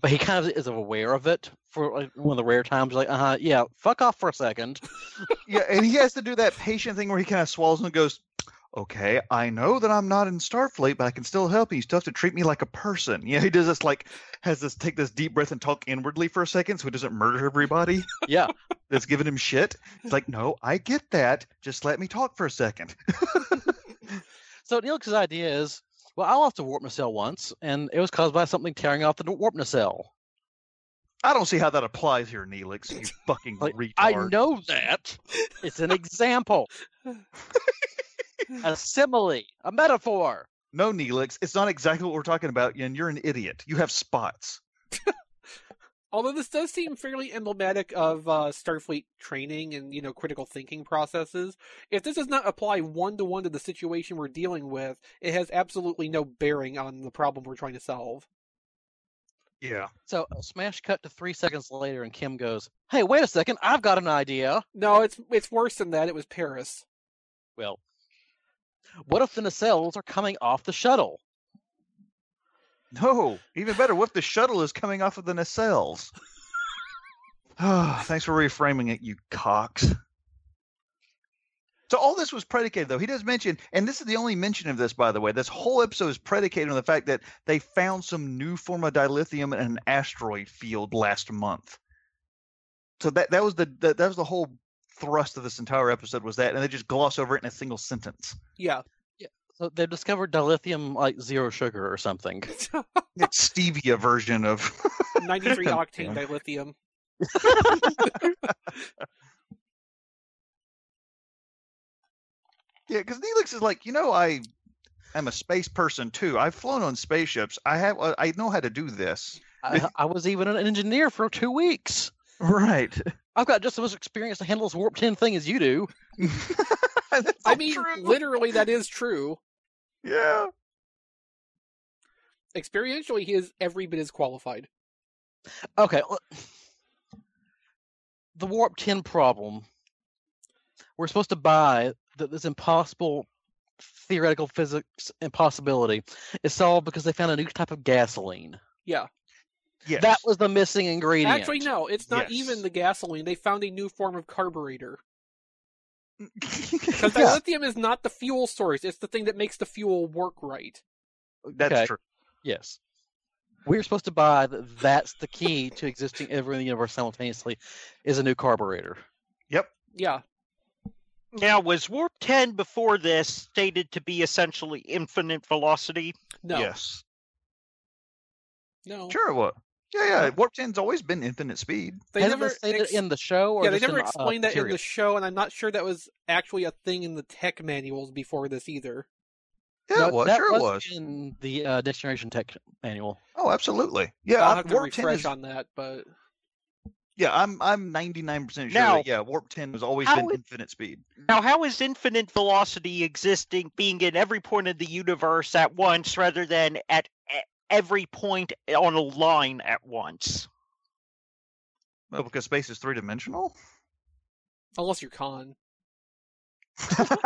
Speaker 9: but he kind of is aware of it for like, one of the rare times, like, uh huh, yeah, fuck off for a second.
Speaker 11: yeah, and he has to do that patient thing where he kind of swallows and goes, "Okay, I know that I'm not in Starfleet, but I can still help you. You still have to treat me like a person." Yeah, he does this like has this take this deep breath and talk inwardly for a second, so he doesn't murder everybody.
Speaker 9: Yeah,
Speaker 11: that's giving him shit. He's like, "No, I get that. Just let me talk for a second.
Speaker 9: So Neelix's idea is, well, I lost a warp nacelle once, and it was caused by something tearing off the warp nacelle.
Speaker 11: I don't see how that applies here, Neelix. You fucking retard.
Speaker 9: I know that. It's an example, a simile, a metaphor.
Speaker 11: No, Neelix, it's not exactly what we're talking about, and you're an idiot. You have spots.
Speaker 4: Although this does seem fairly emblematic of uh, Starfleet training and you know critical thinking processes, if this does not apply one to one to the situation we're dealing with, it has absolutely no bearing on the problem we're trying to solve.
Speaker 11: Yeah.
Speaker 9: So a smash cut to three seconds later, and Kim goes, "Hey, wait a second! I've got an idea."
Speaker 4: No, it's it's worse than that. It was Paris.
Speaker 9: Well, what if the nacelles are coming off the shuttle?
Speaker 11: No, even better. What if the shuttle is coming off of the nacelles? Thanks for reframing it, you cocks. So all this was predicated, though. He does mention, and this is the only mention of this, by the way. This whole episode is predicated on the fact that they found some new form of dilithium in an asteroid field last month. So that that was the that, that was the whole thrust of this entire episode was that, and they just gloss over it in a single sentence.
Speaker 4: Yeah.
Speaker 9: Yeah. So they've discovered dilithium, like zero sugar or something.
Speaker 11: It's stevia version of
Speaker 4: Ninety three octane dilithium.
Speaker 11: Yeah, because Neelix is like, you know, I am a space person too. I've flown on spaceships. I have. uh, I know how to do this.
Speaker 9: I, I was even an engineer for two weeks.
Speaker 11: Right.
Speaker 9: I've got just as much experience to handle this warp ten thing as you do. Oh,
Speaker 4: I mean, literally, that is true.
Speaker 11: Yeah.
Speaker 4: Experientially, he is every bit as qualified.
Speaker 9: Okay. l- The warp 10 problem. We're supposed to buy that this impossible theoretical physics impossibility is solved because they found a new type of gasoline.
Speaker 4: Yeah.
Speaker 9: That was the missing ingredient.
Speaker 4: Actually, no, it's not even the gasoline. They found a new form of carburetor. Because
Speaker 9: Yeah.
Speaker 4: dilithium is not the fuel source; it's the thing that makes the fuel work right.
Speaker 11: That's
Speaker 9: true. Yes. We're supposed to buy that that's the key to existing everywhere in the universe simultaneously is a new carburetor.
Speaker 4: Yeah.
Speaker 7: Now, was warp ten before this stated to be essentially infinite velocity?
Speaker 4: No.
Speaker 11: Yes.
Speaker 4: No.
Speaker 11: Sure. What? Yeah, yeah. Warp 10's always been infinite speed.
Speaker 4: They Hasn't never it stated ex-
Speaker 9: in uh, the show?
Speaker 4: yeah, they never explained that in the show, and I'm not sure that was actually a thing in the tech manuals before this either.
Speaker 11: Yeah, it was.
Speaker 9: that
Speaker 11: Sure, it was.
Speaker 9: in the uh, Next Generation Tech Manual.
Speaker 11: Oh, absolutely. Yeah,
Speaker 4: I'll
Speaker 11: I-
Speaker 4: have to
Speaker 11: warp 10
Speaker 4: refresh
Speaker 11: is-
Speaker 4: on that, but
Speaker 11: Yeah, I'm I'm 99% sure.
Speaker 7: Now-
Speaker 11: that, yeah, warp 10 has always
Speaker 7: How
Speaker 11: been
Speaker 7: would-
Speaker 11: infinite speed.
Speaker 7: Now, how is infinite velocity existing, being in every point of the universe at once, rather than at e- every point on a line at once?
Speaker 11: Well, Oh, because space is three dimensional.
Speaker 4: Unless you're Khan.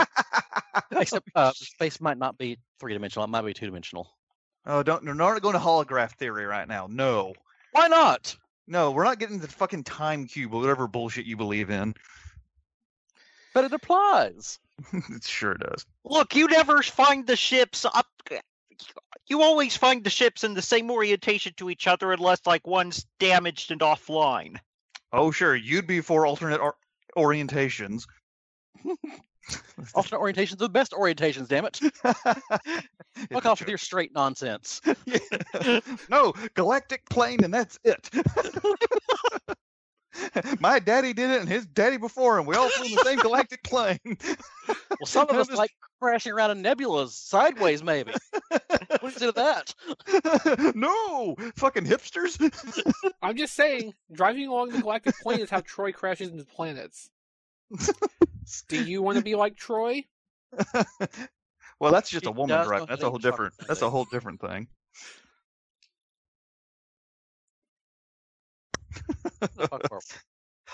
Speaker 9: Except uh, space might not be three dimensional. It might be two dimensional.
Speaker 11: Oh, don't we're not going to holograph theory right now. No.
Speaker 9: Why not?
Speaker 11: No, we're not getting the fucking time cube or whatever bullshit you believe in.
Speaker 9: But it applies.
Speaker 11: it sure does.
Speaker 7: Look, you never find the ships up. You always find the ships in the same orientation to each other, unless like one's damaged and offline.
Speaker 11: Oh, sure. You'd be for alternate or- orientations.
Speaker 9: Alternate orientations are the best orientations. Damn it! Fuck off with your straight nonsense.
Speaker 11: no, galactic plane, and that's it. My daddy did it, and his daddy before him. We all flew in the same galactic plane.
Speaker 9: Well, some of us like crashing around in nebulas sideways, maybe. What's into that?
Speaker 11: no, fucking hipsters.
Speaker 4: I'm just saying, driving along the galactic plane is how Troy crashes into planets. Do you want to be like Troy?
Speaker 11: Well, that's just a
Speaker 4: She
Speaker 11: woman
Speaker 4: does
Speaker 11: driving.
Speaker 4: look
Speaker 11: That's a
Speaker 4: like
Speaker 11: whole
Speaker 4: a fucking
Speaker 11: different. That's a whole different thing.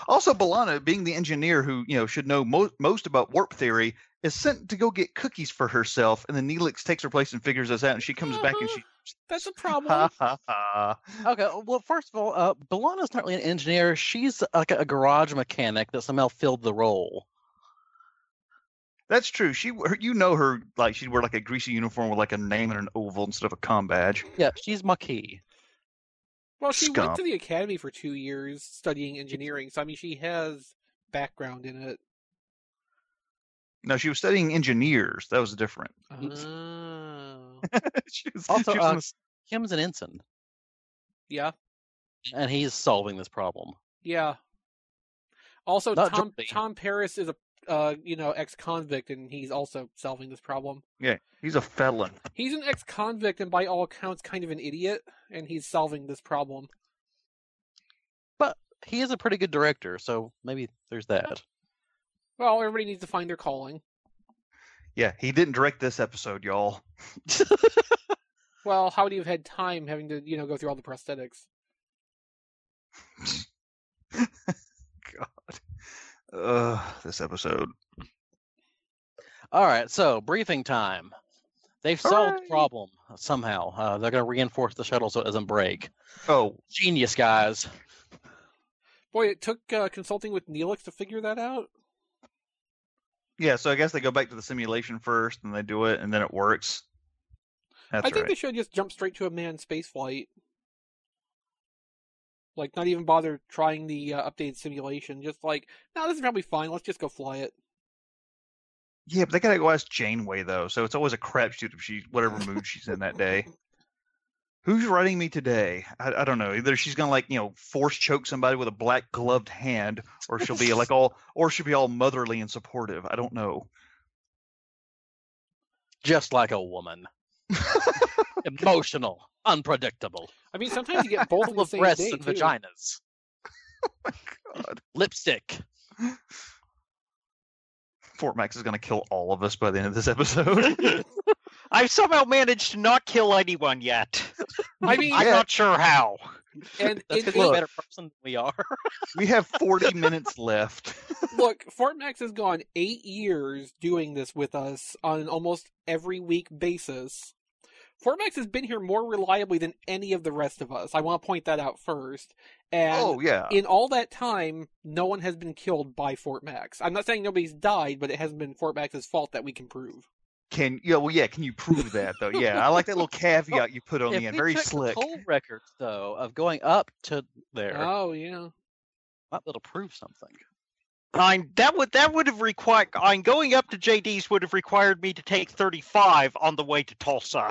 Speaker 11: Also, Balana, being the engineer who you know should know mo- most about warp theory, is sent to go get cookies for herself, and then Neelix takes her place and figures this out, and she comes back and she
Speaker 4: That's a
Speaker 11: ha
Speaker 4: problem.
Speaker 11: ha ha.
Speaker 9: Okay. Well, first of all, uh, Belana's not really an engineer. She's like a garage mechanic that somehow filled the role.
Speaker 11: That's true. She, her, you know her like she'd wear like a greasy uniform with like a name and an oval instead of a com badge.
Speaker 9: Yeah, she's Maquis.
Speaker 4: Well, she
Speaker 11: Scum.
Speaker 4: went to the academy for two years studying engineering, so I mean, she has background in it.
Speaker 11: No, she was studying engineers. That was different.
Speaker 4: Oh.
Speaker 11: she was,
Speaker 9: Also,
Speaker 11: she was
Speaker 9: uh,
Speaker 11: on the s-
Speaker 9: Kim's an ensign,
Speaker 4: yeah,
Speaker 9: and he's solving this problem.
Speaker 4: yeah. Also,
Speaker 9: Not
Speaker 4: Tom Tom Paris is a uh, you know ex-convict, and he's also solving this problem.
Speaker 11: yeah, he's a felon.
Speaker 4: He's an ex-convict, and by all accounts, kind of an idiot, and he's solving this problem.
Speaker 9: But he is a pretty good director, so maybe there's that.
Speaker 4: Well, everybody needs to find their calling.
Speaker 11: Yeah, he didn't direct this episode, y'all.
Speaker 4: Well, how would you have had time having to you know go through all the prosthetics?
Speaker 11: Ugh, this episode.
Speaker 9: All right, so briefing time. They've solved the problem somehow. Uh, they're going to reinforce the shuttle so it doesn't break.
Speaker 11: Oh,
Speaker 9: genius guys!
Speaker 4: Boy, it took uh, consulting with Neelix to figure that out.
Speaker 11: Yeah, so I guess they go back to the simulation first, and they do it, and then it works. That's
Speaker 4: I think
Speaker 11: right.
Speaker 4: they should just jump straight to a manned space flight. Like, not even bother trying the uh, updated simulation. Just like, no, this is probably fine. Let's just go fly it.
Speaker 11: Yeah, but they gotta go ask Janeway though, so it's always a crapshoot if she whatever mood she's in that day. Who's writing me today? I, I don't know. Either she's gonna like you know force choke somebody with a black gloved hand, or she'll be like all, or she'll be all motherly and supportive. I don't know.
Speaker 9: Just like a woman. Emotional, unpredictable.
Speaker 4: I mean, sometimes you get both on
Speaker 9: Full
Speaker 4: the
Speaker 9: of
Speaker 4: same
Speaker 9: breasts
Speaker 4: day,
Speaker 9: and
Speaker 4: too. Oh
Speaker 9: vaginas. Lipstick.
Speaker 11: Fort Max is gonna kill all of us by the end of this episode.
Speaker 7: I've somehow managed to not kill anyone yet.
Speaker 4: I mean,
Speaker 7: I'm not sure how.
Speaker 4: and
Speaker 9: That's
Speaker 4: it,
Speaker 9: because you're a
Speaker 4: look,
Speaker 9: better person than we are.
Speaker 11: we have forty minutes left.
Speaker 4: look, Fort Max has gone eight years doing this with us on an almost every week basis. Fort Max has been here more reliably than any of the rest of us. I want to point that out first. And
Speaker 11: oh yeah.
Speaker 4: in all that time, no one has been killed by Fort Max. I'm not saying nobody's died, but it hasn't been Fort Max's fault that we can prove.
Speaker 11: Can yeah, well yeah, can you prove that though? Yeah, I like that little caveat you put on
Speaker 9: if
Speaker 11: the end.
Speaker 9: we
Speaker 11: Very
Speaker 9: check
Speaker 11: slick.
Speaker 9: The toll records, though, of going up to there,
Speaker 4: Oh yeah.
Speaker 9: might be able to prove something.
Speaker 7: I'm that would that would have required. I'm going up to JD's would have required me to take 35 on the way to Tulsa,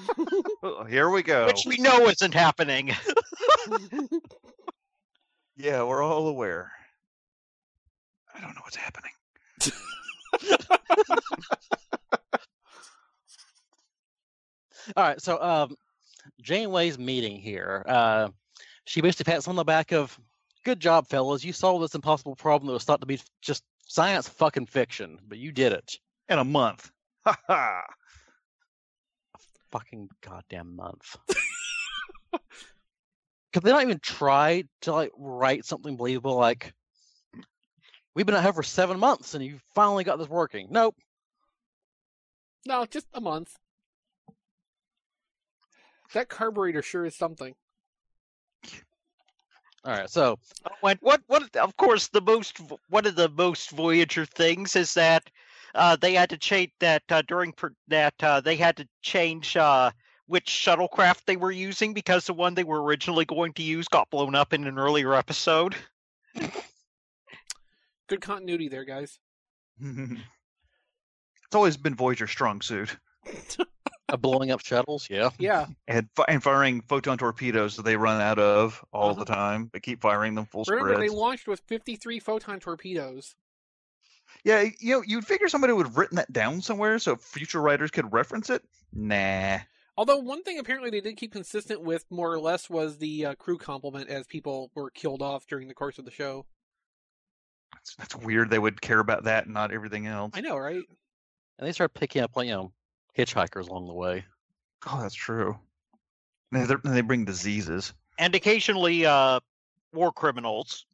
Speaker 11: Uh, Here we go.
Speaker 7: which we know isn't happening.
Speaker 11: Yeah, we're all aware. I don't know what's happening.
Speaker 9: All right, so um, Janeway's meeting here. Uh, she basically pats on the back of, "Good job, fellas! You solved this impossible problem that was thought to be just science fucking fiction, but you did it."
Speaker 11: In a month. Ha ha.
Speaker 9: Fucking goddamn month. because they don't even try to like write something believable. Like we've been at her for seven months, and you finally got this working. Nope.
Speaker 4: No, just a month. That carburetor sure is something.
Speaker 9: All right, so
Speaker 7: what? What? What? Of course, the most one of the most Voyager things is that uh, they had to change that uh, during pr- that uh, they had to change uh, which shuttlecraft they were using because the one they were originally going to use got blown up in an earlier episode.
Speaker 4: Good continuity there, guys.
Speaker 11: it's always been Voyager strong suit.
Speaker 9: Uh, blowing up shuttles, yeah.
Speaker 4: Yeah.
Speaker 11: And, fi- and firing photon torpedoes that they run out of all the time. They keep firing them full
Speaker 4: Remember,
Speaker 11: spread.
Speaker 4: they launched with 53 photon torpedoes.
Speaker 11: Yeah, you know, you'd figure somebody would have written that down somewhere so future writers could reference it. Nah.
Speaker 4: Although one thing apparently they did keep consistent with more or less was the uh, crew complement as people were killed off during the course of the show.
Speaker 11: It's, that's weird they would care about that and not everything else.
Speaker 4: I know, right?
Speaker 9: And they start picking up like you know hitchhikers along the way.
Speaker 11: Oh, that's true. And they're- and they bring diseases.
Speaker 7: and occasionally uh, war criminals,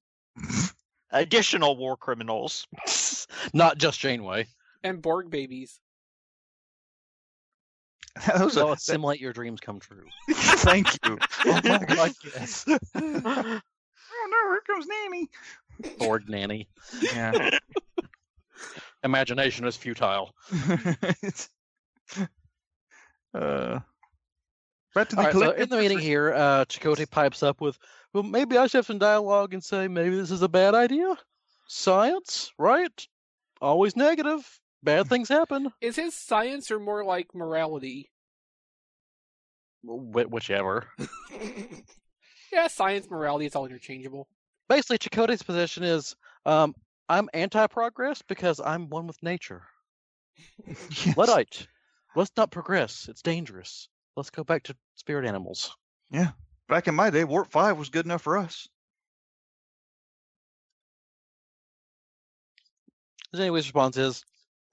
Speaker 7: additional war criminals.
Speaker 9: Not just Janeway.
Speaker 4: And Borg babies.
Speaker 11: Those
Speaker 9: They'll assimilate your dreams come true.
Speaker 11: Thank you. Oh my god,
Speaker 9: yes.
Speaker 11: oh no, here comes Nanny.
Speaker 9: Borg nanny.
Speaker 11: Yeah.
Speaker 9: Imagination is futile.
Speaker 11: It's- uh, back to the
Speaker 9: All right, so
Speaker 11: collective
Speaker 9: in the meeting here, uh, Chakotay pipes up with, "Well, maybe I should have some dialogue and say maybe this is a bad idea. Science, right? Always negative. Bad things happen.
Speaker 4: Is his science or more like morality?
Speaker 9: Wh- whichever."
Speaker 4: yeah, science, morality, it's all interchangeable.
Speaker 9: Basically, Chakotay's position is, um, "I'm anti-progress because I'm one with nature. Luddite. Let's not progress. It's dangerous. Let's go back to spirit animals."
Speaker 11: Yeah. Back in my day, Warp 5 was good enough for us.
Speaker 9: Janeway's response is,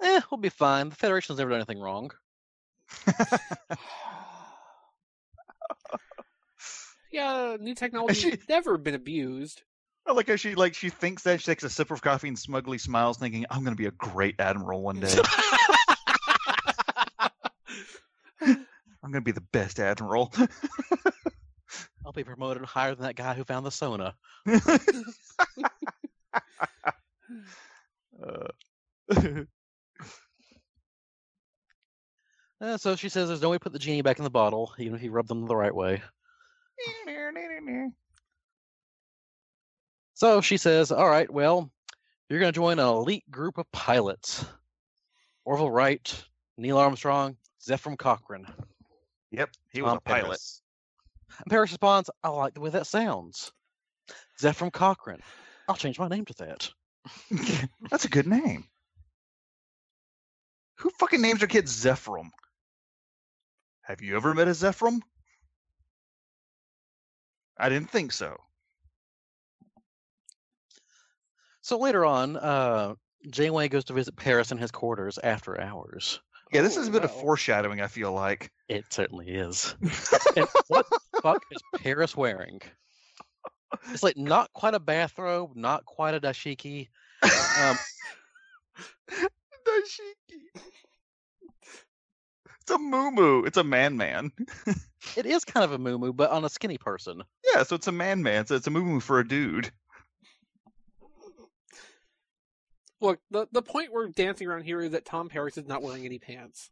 Speaker 9: "Eh, we'll be fine. The Federation's never done anything wrong."
Speaker 4: Yeah, new technology has never been abused.
Speaker 11: I like how she like she thinks that she takes a sip of coffee and smugly smiles, thinking, "I'm going to be a great admiral one day. I'm going to be the best admiral."
Speaker 9: I'll be promoted higher than that guy who found the Sona. Uh, so she says there's no way to put the genie back in the bottle, even if you rub them the right way. So she says, All right, well, you're going to join an elite group of pilots Orville Wright, Neil Armstrong, Zephram Cochrane.
Speaker 11: Yep, he was
Speaker 9: Tom
Speaker 11: a pilot.
Speaker 9: Paris. And Paris responds, I like the way that sounds. Zephram Cochrane. I'll change my name to that.
Speaker 11: That's a good name. Who fucking names their kid Zephram? Have you ever met a Zephram? I didn't think so.
Speaker 9: So later on, uh, Janeway goes to visit Paris in his quarters after hours.
Speaker 11: Yeah, this is
Speaker 9: Oh,
Speaker 11: a bit of foreshadowing. I feel like
Speaker 9: it certainly is. and what the fuck is Paris wearing? It's like not quite a bathrobe, not quite a dashiki. Um,
Speaker 11: It's a moo It's a man man.
Speaker 9: it is kind of a moo but on a skinny person.
Speaker 11: Yeah, so it's a man man. So it's a moo for a dude.
Speaker 4: Look, the, the point we're dancing around here is that Tom Paris is not wearing any pants.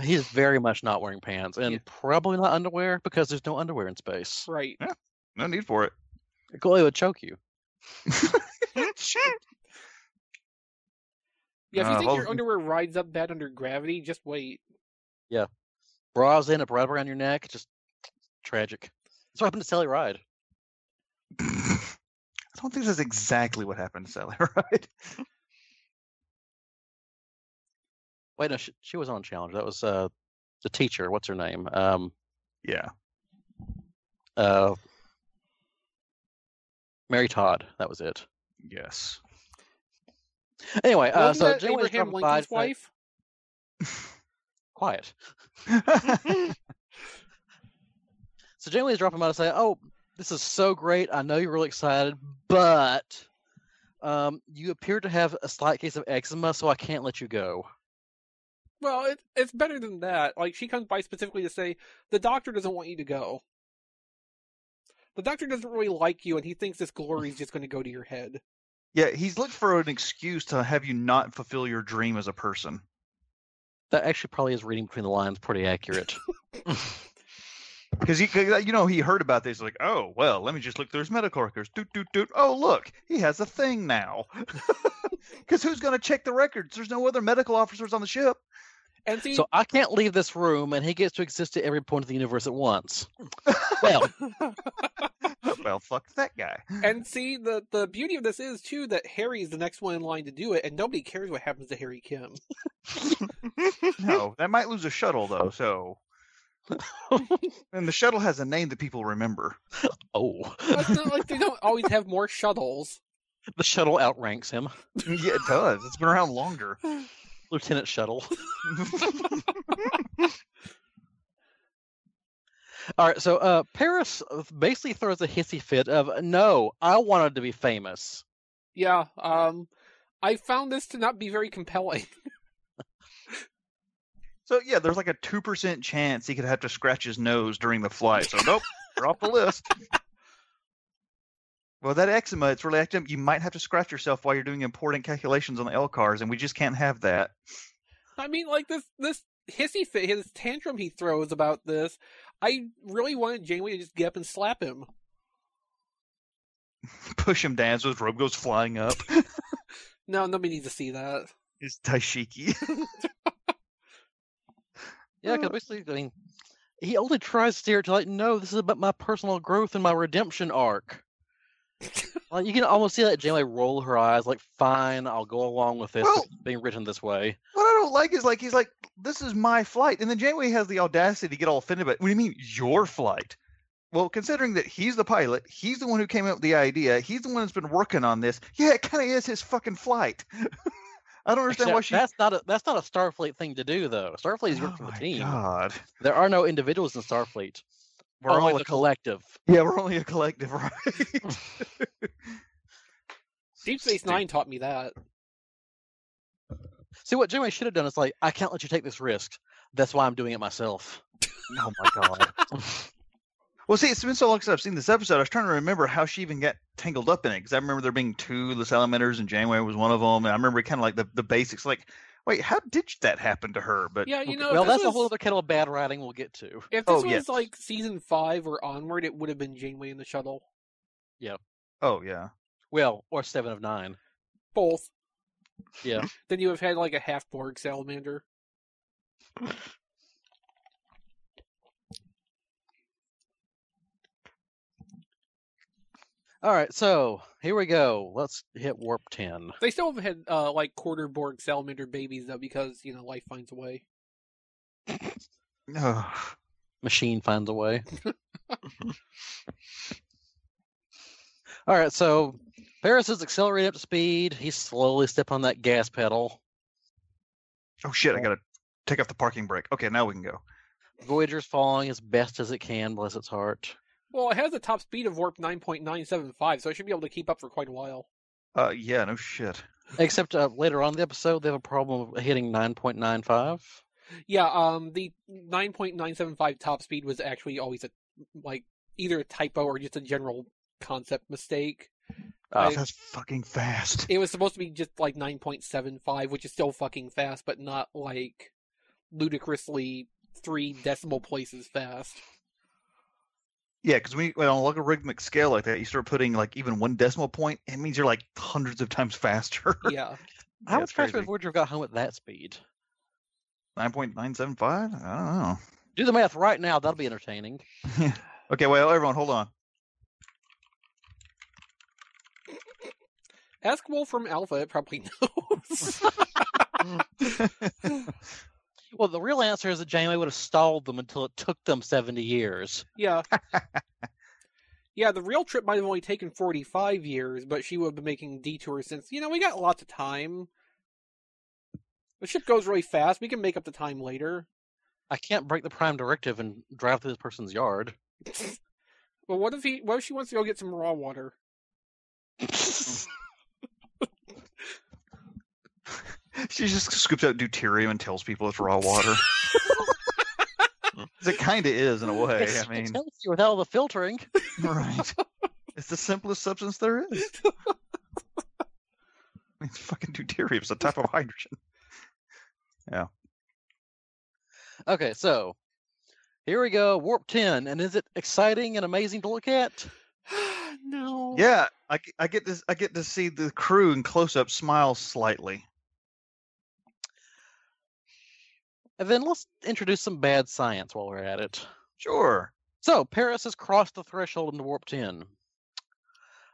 Speaker 9: He's very much not wearing pants and probably not underwear because there's no underwear in space.
Speaker 4: Right.
Speaker 11: Yeah, no need for it.
Speaker 9: Goalie would choke you.
Speaker 4: Yeah, if you
Speaker 9: Uh,
Speaker 4: think
Speaker 9: well-
Speaker 4: your underwear rides up bad under gravity, just wait.
Speaker 9: Yeah. Bras in up right around your neck. Just tragic. That's what happened to Sally Ride.
Speaker 11: I don't think that's exactly what happened to Sally, right?
Speaker 9: Wait, no, she, she was on Challenger. That was uh, the teacher. What's her name? Um,
Speaker 11: yeah.
Speaker 9: Uh, Mary Todd. That was it.
Speaker 11: Yes.
Speaker 9: Anyway, uh,
Speaker 4: Wasn't
Speaker 9: so
Speaker 4: that
Speaker 9: Janeway's
Speaker 4: Abraham
Speaker 9: driving by,
Speaker 4: Lincoln's
Speaker 9: it's like,
Speaker 4: wife?
Speaker 9: quiet. so Janeway's dropping by to say, "Oh, This is so great. I know you're really excited, but um, you appear to have a slight case of eczema, so I can't let you go.
Speaker 4: Well, it, it's better than that. Like, she comes by specifically to say, the doctor doesn't want you to go. The doctor doesn't really like you, and he thinks this glory is just going to go to your head.
Speaker 11: Yeah, he's looked for an excuse to have you not fulfill your dream as a person.
Speaker 9: That actually probably is reading between the lines pretty accurate.
Speaker 11: Because he, 'cause, uh, you know, he heard about this, like, oh well, let me just look through his medical records. Doot doot doot. Oh look, he has a thing now. Because who's going to check the records? There's no other medical officers on the ship.
Speaker 4: And see,
Speaker 9: So I can't leave this room, and he gets to exist at every point of the universe at once. well,
Speaker 11: well, fuck that guy.
Speaker 4: and see, the, the beauty of this is, too, that Harry is the next one in line to do it, and nobody cares what happens to Harry Kim.
Speaker 11: no, that might lose a shuttle though. So, and the shuttle has a name that people remember.
Speaker 9: Oh,
Speaker 4: It's not like they don't always have more shuttles.
Speaker 9: the shuttle outranks him.
Speaker 11: yeah, it does. It's been around longer.
Speaker 9: Lieutenant Shuttle. All right, so uh, Paris basically throws a hissy fit of, "No, I wanted to be famous."
Speaker 4: Yeah, um, I found this to not be very compelling.
Speaker 11: So yeah, there's like a two percent chance he could have to scratch his nose during the flight. So nope, you're off the list. Well, that eczema, it's really active. You might have to scratch yourself while you're doing important calculations on the L cars, and we just can't have that.
Speaker 4: I mean, like this this hissy fit, his tantrum he throws about this. I really wanted Janeway to just get up and slap him.
Speaker 11: Push him down so his robe goes flying up.
Speaker 4: No, nobody needs to see that.
Speaker 11: His Taishiki.
Speaker 9: Yeah, because basically, I mean, he only tries to steer it to like, "No, this is about my personal growth and my redemption arc." like you can almost see that Janeway roll her eyes, like, "Fine, I'll go along with this
Speaker 11: Well-
Speaker 9: being written this way."
Speaker 11: What I don't like is like he's like, this is my flight, and then Janeway has the audacity to get all offended. But what do you mean your flight? Well, considering that he's the pilot, he's the one who came up with the idea, he's the one that's been working on this. Yeah, it kind of is his fucking flight. I don't understand why
Speaker 9: Except
Speaker 11: she.
Speaker 9: That's
Speaker 11: Oh
Speaker 9: not a that's not a Starfleet thing to do, though. Starfleet is working for the team.
Speaker 11: God, Oh,
Speaker 9: There are no individuals in Starfleet.
Speaker 11: We're
Speaker 9: Only
Speaker 11: all
Speaker 9: the
Speaker 11: a
Speaker 9: collective.
Speaker 11: yeah, we're only a collective, right?
Speaker 4: Deep Space Nine taught me that.
Speaker 9: See what Janeway should have done is like, I can't let you take this risk. That's why I'm doing it myself.
Speaker 11: oh my god. Well, see, it's been so long since I've seen this episode. I was trying to remember how she even got tangled up in it because I remember there being two the Salamanders and Janeway was one of them, and I remember kind of like the, the basics. Like, wait, how did that happen to her? But
Speaker 4: Yeah, you know,
Speaker 9: well,
Speaker 4: if this
Speaker 9: that's a
Speaker 4: was-
Speaker 9: whole other kettle of bad writing we'll get to.
Speaker 4: If this
Speaker 11: Oh,
Speaker 4: was
Speaker 11: yes.
Speaker 4: like season five or onward, it would have been Janeway in the shuttle.
Speaker 11: oh yeah,
Speaker 9: Well, or seven of nine.
Speaker 4: Both.
Speaker 9: Yeah.
Speaker 4: Then you have had like a half Borg salamander.
Speaker 9: All right, so here we go. Let's hit warp ten.
Speaker 4: They still have had uh, like quarter Borg salamander babies though, because you know life finds a way.
Speaker 11: no,
Speaker 9: Machine finds a way. All right, so Paris is accelerating up to speed. He's slowly stepping on that gas pedal.
Speaker 11: oh shit, I gotta take off the parking brake. Okay, now we can go.
Speaker 9: Voyager's falling as best as it can, bless its heart.
Speaker 4: Well, it has a top speed of warp nine point nine seven five, so it should be able to keep up for quite a while.
Speaker 11: Uh, yeah, no shit.
Speaker 9: Except uh, later on in the episode, they have a problem of hitting 9.95.
Speaker 4: Yeah, um, the 9.975 top speed was actually always a like either a typo or just a general concept mistake.
Speaker 11: Oh,
Speaker 4: Like,
Speaker 11: that's fucking fast.
Speaker 4: it was supposed to be just like 9.75, which is still fucking fast, but not like ludicrously three decimal places fast.
Speaker 11: Yeah, because when, you- when on a logarithmic scale like that, you start putting like even one decimal point, it means you're like hundreds of times faster.
Speaker 4: Yeah,
Speaker 9: How
Speaker 11: Yeah,
Speaker 9: much
Speaker 11: it's
Speaker 9: faster would
Speaker 11: crazy.
Speaker 9: Voyager have got home at that speed?
Speaker 11: Nine point nine seven five. I don't know.
Speaker 9: Do the math right now. That'll be entertaining.
Speaker 11: Okay, well, everyone, hold on.
Speaker 4: ask Wolf from Alpha; it probably knows.
Speaker 9: Well, the real answer is that Janeway would have stalled them until it took them 70 years.
Speaker 4: yeah, yeah. The real trip might have only taken 45 years, but she would have been making detours since you know we got lots of time. The ship goes really fast. We can make up the time later.
Speaker 9: I can't break the prime directive and drive through this person's yard.
Speaker 4: Well, what if he? What if she wants to go get some raw water?
Speaker 11: She just scoops out deuterium and tells people it's raw water. 'Cause it kind of is in a way.
Speaker 9: It's-
Speaker 11: I mean,
Speaker 9: Tells you without all the filtering.
Speaker 11: right? It's the simplest substance there is. I mean, fucking deuterium's a type of hydrogen. Yeah.
Speaker 9: Okay, so here we go, warp ten, and is it exciting and amazing to look at?
Speaker 4: no.
Speaker 11: Yeah, I, g- I get this. I get to see the crew in close up smile slightly.
Speaker 9: And then let's introduce some bad science while we're at it.
Speaker 11: Sure.
Speaker 9: So Paris has crossed the threshold into warp ten.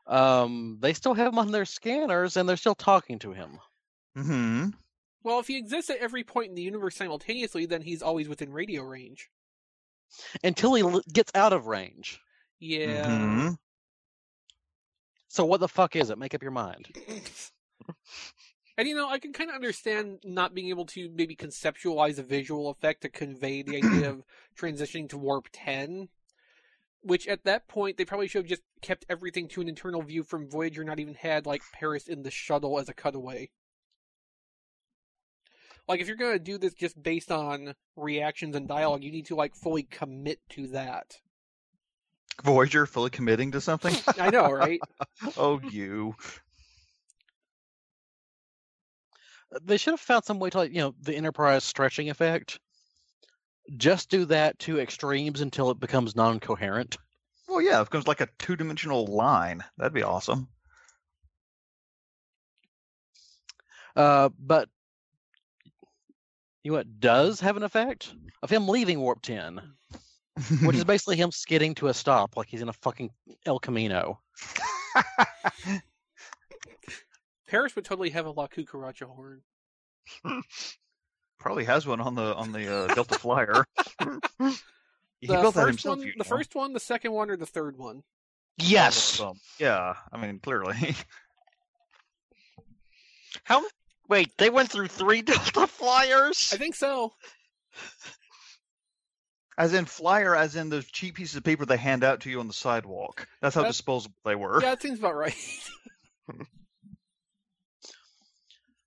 Speaker 9: Um, they still have him on their scanners, and they're still talking to him.
Speaker 11: Hmm.
Speaker 4: Well, if he exists at every point in the universe simultaneously, then he's always within radio range.
Speaker 9: Until he l- gets out of range.
Speaker 4: Yeah.
Speaker 11: Mm-hmm.
Speaker 9: So what the fuck is it? Make up your mind.
Speaker 4: And you know, I can kind of understand not being able to maybe conceptualize a visual effect to convey the idea of transitioning to warp 10, which at that point they probably should have just kept everything to an internal view from Voyager, not even had like Paris in the shuttle as a cutaway. Like if you're going to do this just based on reactions and dialogue, you need to like fully commit to that.
Speaker 11: Voyager fully committing to something.
Speaker 4: I know, right?
Speaker 11: oh, you.
Speaker 9: Uh, They should have found some way to, like, you know, the Enterprise stretching effect. Just do that to extremes until it becomes non-coherent.
Speaker 11: Well, yeah, it becomes like a two dimensional line. That'd be awesome.
Speaker 9: Uh, but you know what does have an effect of him leaving warp 10 which is basically him skidding to a stop like he's in a fucking el camino
Speaker 4: Paris would totally have a La Cucaracha horn.
Speaker 11: Probably has one on the on the uh, Delta Flyer. he
Speaker 4: The
Speaker 11: built that
Speaker 4: first
Speaker 11: himself.
Speaker 4: one-
Speaker 11: you
Speaker 4: the
Speaker 11: know.
Speaker 4: first one, the second one, or the third one?
Speaker 7: Yes.
Speaker 11: Yeah, I mean clearly.
Speaker 7: How? Wait, they went through three Delta Flyers. I
Speaker 4: think so.
Speaker 11: As in flyer, as in those cheap pieces of paper they hand out to you on the sidewalk. That's how
Speaker 4: That's-
Speaker 11: disposable they were.
Speaker 4: Yeah, that seems about right.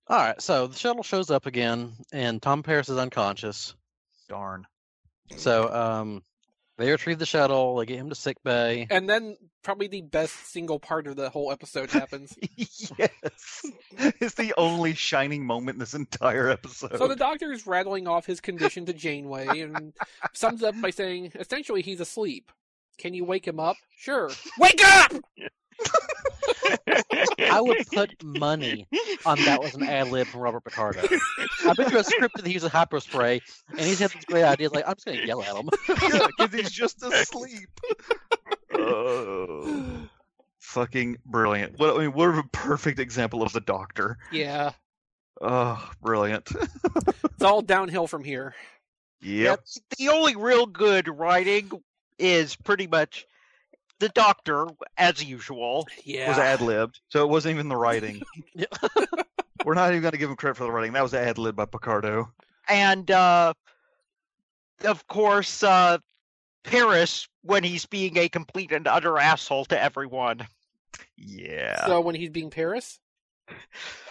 Speaker 9: all right so the shuttle shows up again and tom paris is unconscious
Speaker 11: darn
Speaker 9: so um they retrieve the shuttle they get him to sick bay
Speaker 4: And then probably the best single part of the whole episode happens.
Speaker 11: yes. it's the only shining moment in this entire episode.
Speaker 4: So the doctor is rattling off his condition to Janeway and sums up by saying, essentially, he's asleep. Can you wake him up? Sure. Wake up!
Speaker 9: i would put money on Um, that was an ad lib from robert picardo i bet you a script that he used a hyperspray and he's had this great idea like i'm just gonna yell at him
Speaker 11: yeah, because he's just asleep. Oh. Fucking brilliant. What I mean, what a perfect example of the doctor.
Speaker 4: Yeah.
Speaker 11: Oh, brilliant.
Speaker 4: It's all downhill from here.
Speaker 11: Yep.
Speaker 7: The only real good writing is pretty much the Doctor, as usual.
Speaker 11: It was ad libbed. So it wasn't even the writing. We're not even gonna give him credit for the writing. That was ad lib by Picardo.
Speaker 7: and uh, of course uh, Paris when he's being a complete and utter asshole to everyone.
Speaker 11: Yeah.
Speaker 4: So when he's being Paris?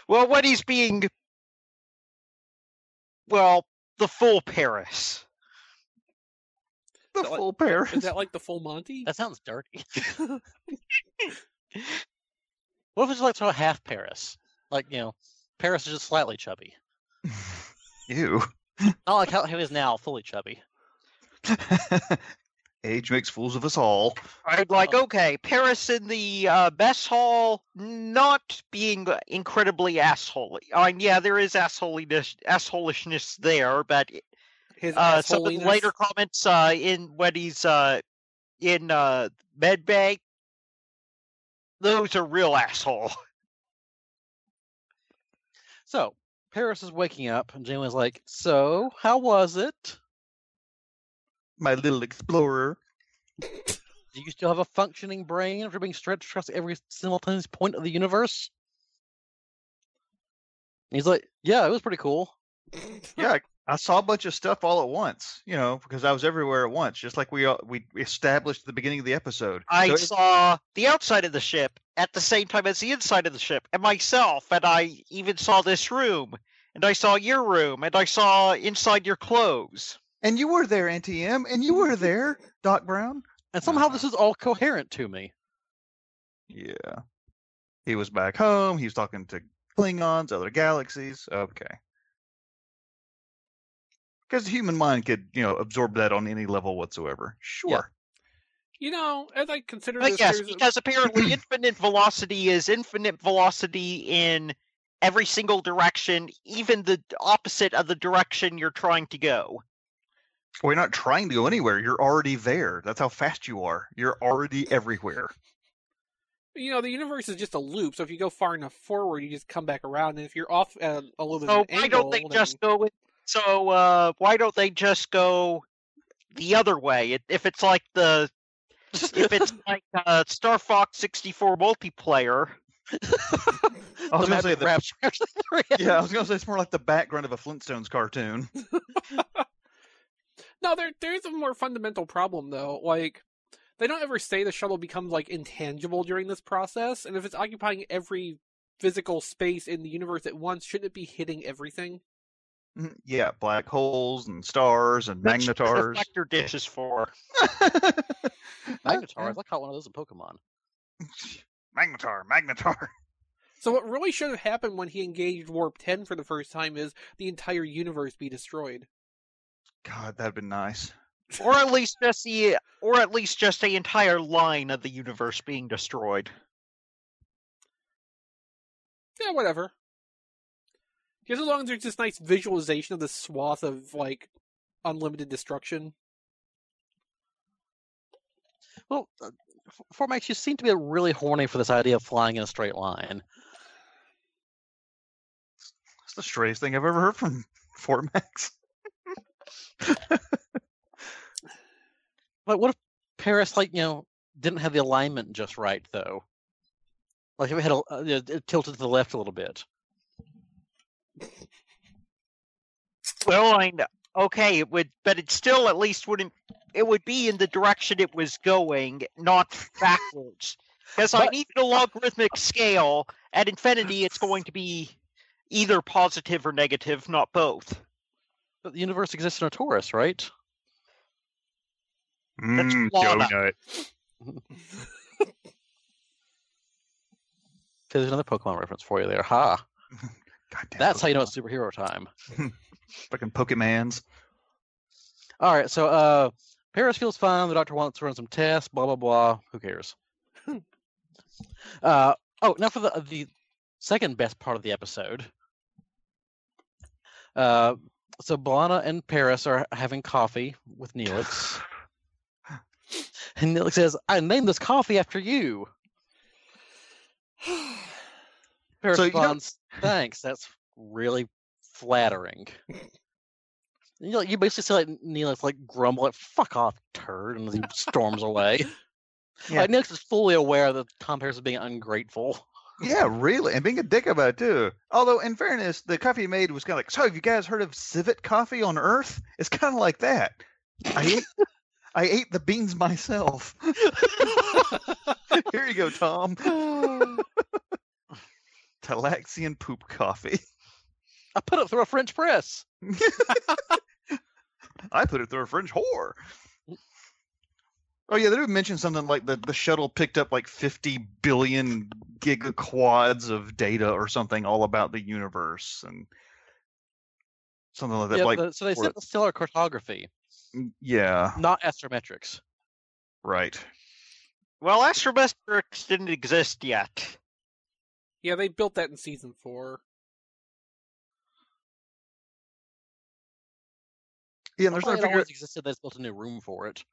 Speaker 7: Well, when he's being well the full Paris.
Speaker 11: The
Speaker 4: full
Speaker 11: Paris.
Speaker 4: Is that like the full Monty?
Speaker 9: That sounds dirty. What if it's like sort of half Paris? Like, you know, Paris is just slightly chubby.
Speaker 11: Ew.
Speaker 9: Not like how he is now, fully chubby.
Speaker 11: Age makes fools of us all.
Speaker 7: Right, like okay, Paris in the uh, mess hall, not being incredibly asshole. I mean, yeah, there is assholiness, assholishness there, but
Speaker 4: His
Speaker 7: uh, some of the
Speaker 4: assholiness?
Speaker 7: later comments uh, in when he's uh, in uh, medbay, those are real asshole.
Speaker 9: So, Paris is waking up, and Janeway's like, So, how was it?
Speaker 11: My little explorer.
Speaker 9: Do you still have a functioning brain after being stretched across every simultaneous point of the universe? And he's like, Yeah, it was pretty cool.
Speaker 11: Yeah, I, I saw a bunch of stuff all at once, you know, because I was everywhere at once, just like we all- we established at the beginning of the episode.
Speaker 7: I
Speaker 11: So it-
Speaker 7: saw the outside of the ship at the same time as the inside of the ship, and myself, and I even saw this room, and I saw your room, and I saw inside your clothes.
Speaker 11: And you were there, Auntie M, and you were there, Doc Brown.
Speaker 9: And somehow this is all coherent to me.
Speaker 11: Yeah. He was back home. He was talking to Klingons, other galaxies. Okay. Because the human mind could, you know, absorb that on any level whatsoever. Sure.
Speaker 4: You know, as I consider
Speaker 7: But
Speaker 4: this,
Speaker 7: yes,
Speaker 4: there's a-
Speaker 7: because apparently infinite velocity is infinite velocity in every single direction, even the opposite of the direction you're trying to go.
Speaker 11: We're not trying to go anywhere. You're already there. That's how fast you are. You're already everywhere.
Speaker 4: you know, the universe is just a loop. So if you go far enough forward, you just come back around. And if you're off at a little bit of
Speaker 7: So
Speaker 4: an
Speaker 7: why don't
Speaker 4: angle,
Speaker 7: they
Speaker 4: then-
Speaker 7: just go? in- So uh, why don't they just go the other way? If- If it's like the if it's like uh, Star Fox 64 multiplayer,
Speaker 11: I was gonna say
Speaker 7: Magic
Speaker 11: the- yeah, I was gonna say it's more like the background of a Flintstones cartoon.
Speaker 4: No, there there's a more fundamental problem though. Like they don't ever say the shuttle becomes like intangible during this process, and if it's occupying every physical space in the universe at once, shouldn't it be hitting everything?
Speaker 11: Mhm. yeah, black holes and stars and magnetars.
Speaker 7: Reflector dishes for
Speaker 9: Magnetars. I caught one of those in Pokemon.
Speaker 11: Magnetar, Magnetar.
Speaker 4: So what really should have happened when he engaged warp 10 for the first time is the entire universe be destroyed.
Speaker 11: God, that'd been nice.
Speaker 7: or at least just the or at least just the entire line of the universe being destroyed.
Speaker 4: Yeah, whatever. Just as long as there's this nice visualization of this swath of like unlimited destruction.
Speaker 9: Well, uh, F- Formax, you seem to be really horny for this idea of flying in a straight line.
Speaker 11: That's the strangest thing I've ever heard from Formax.
Speaker 9: Like, what if Paris, like, you know, didn't have the alignment just right, though? Like, if it had a, uh, you know, it tilted to the left a little bit.
Speaker 7: Well, I know. Okay, it would, but it still at least wouldn't. It would be in the direction it was going, not backwards. Because I need a logarithmic scale. At infinity, it's going to be either positive or negative, not both.
Speaker 9: But the universe exists in a torus, right?
Speaker 7: Mm, lava. donut.
Speaker 9: There's another Pokemon reference for you there. Ha! That's how you know it's superhero time.
Speaker 11: Fucking Pokemans.
Speaker 9: All right, so uh, Paris feels fine. The doctor wants to run some tests. Blah blah blah. Who cares? uh, oh, now for the the second best part of the episode. Uh, so Blana and Paris are having coffee with Neelix, and Neelix says, "I named this coffee after you." Paris
Speaker 11: So you don't-
Speaker 9: responds, "Thanks. That's really flattering." You know, you basically see like Neelix like grumble like "fuck off, turd," and he storms away.
Speaker 11: Yeah.
Speaker 9: Like Neelix is fully aware that Tom Paris is being ungrateful.
Speaker 11: Yeah, really, and being a dick about it too. Although, in fairness, the coffee he made was kind of like, so have you guys heard of civet coffee on Earth? It's kind of like that. I ate, I ate the beans myself. Here you go, Tom. Talaxian poop coffee.
Speaker 9: I put it through a French press.
Speaker 11: I put it through a French whore. Oh yeah, they did mention something like the the shuttle picked up like fifty billion gigaquads of data or something all about the universe and something like that.
Speaker 9: Yeah,
Speaker 11: like
Speaker 9: the- so they
Speaker 11: for-
Speaker 9: said the stellar cartography,
Speaker 11: yeah,
Speaker 9: not astrometrics.
Speaker 11: right.
Speaker 7: Well, astrometrics didn't exist yet.
Speaker 4: Yeah, they built that in season 4.
Speaker 11: Yeah, and there's
Speaker 9: Probably
Speaker 11: no
Speaker 9: it
Speaker 11: figure.
Speaker 9: always existed. They just built a new room for it.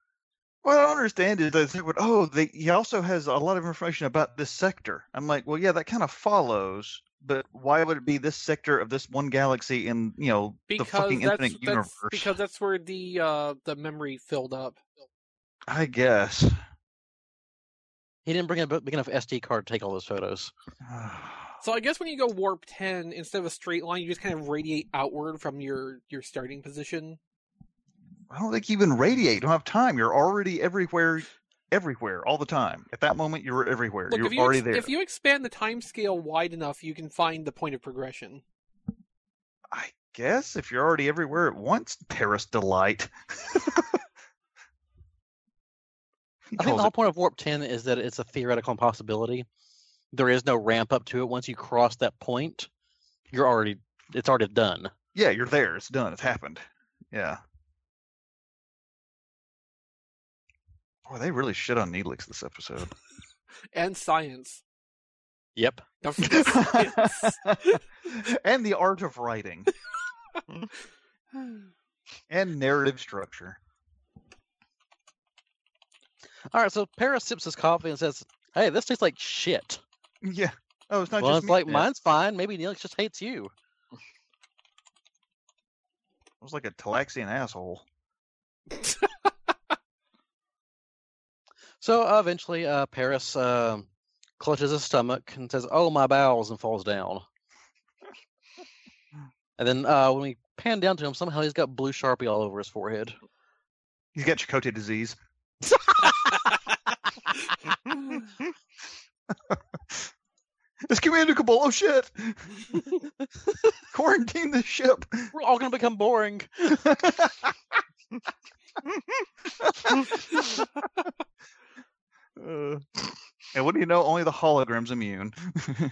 Speaker 11: What I don't understand is they said, "Oh, they, he also has a lot of information about this sector." I'm like, "Well, yeah, that kind of follows." But why would it be this sector of this one galaxy in you know
Speaker 4: Because
Speaker 11: the fucking
Speaker 4: that's,
Speaker 11: infinite
Speaker 4: that's-
Speaker 11: universe?
Speaker 4: because that's where the uh the memory filled up.
Speaker 11: I guess.
Speaker 9: He didn't bring a b- big enough SD card to take all those photos.
Speaker 4: So I guess when you go warp ten, instead of a straight line, you just kind of radiate outward from your your starting position.
Speaker 11: I don't think you even radiate. You don't have time. You're already everywhere, everywhere, all the time. At that moment, you're everywhere.
Speaker 4: Look,
Speaker 11: you're
Speaker 4: if you
Speaker 11: already
Speaker 4: ex-
Speaker 11: there.
Speaker 4: if you expand the time scale wide enough, you can find the point of progression.
Speaker 11: Guess if you're already everywhere at once, Paris delight.
Speaker 9: I think the whole point of Warp 10 is that it's a theoretical impossibility. There is no ramp up to it. Once you cross that point, you're already it's already done.
Speaker 11: Yeah, you're there. It's done. It's happened. Yeah. Boy, they really shit on Neelix this episode.
Speaker 4: And science.
Speaker 9: Yep.
Speaker 4: Don't forget science.
Speaker 11: and the art of writing. and narrative structure.
Speaker 9: All right, so Paris sips his coffee and says, "Hey, this tastes like shit."
Speaker 11: Yeah. Oh, it's not
Speaker 9: well,
Speaker 11: just
Speaker 9: it's
Speaker 11: me.
Speaker 9: like
Speaker 11: Yeah.
Speaker 9: mine's fine. Maybe Neelix just hates you.
Speaker 11: I was like a Talaxian asshole.
Speaker 9: So uh, eventually, uh, Paris um clutches his stomach and says, "Oh, my bowels!" and falls down. and then uh, when we pan down to him, somehow he's got blue sharpie all over his forehead.
Speaker 11: He's got Chakotay disease. It's communicable. Oh shit! Quarantine the ship.
Speaker 9: We're all gonna become boring.
Speaker 11: Uh, and what do you know? Only the hologram's immune.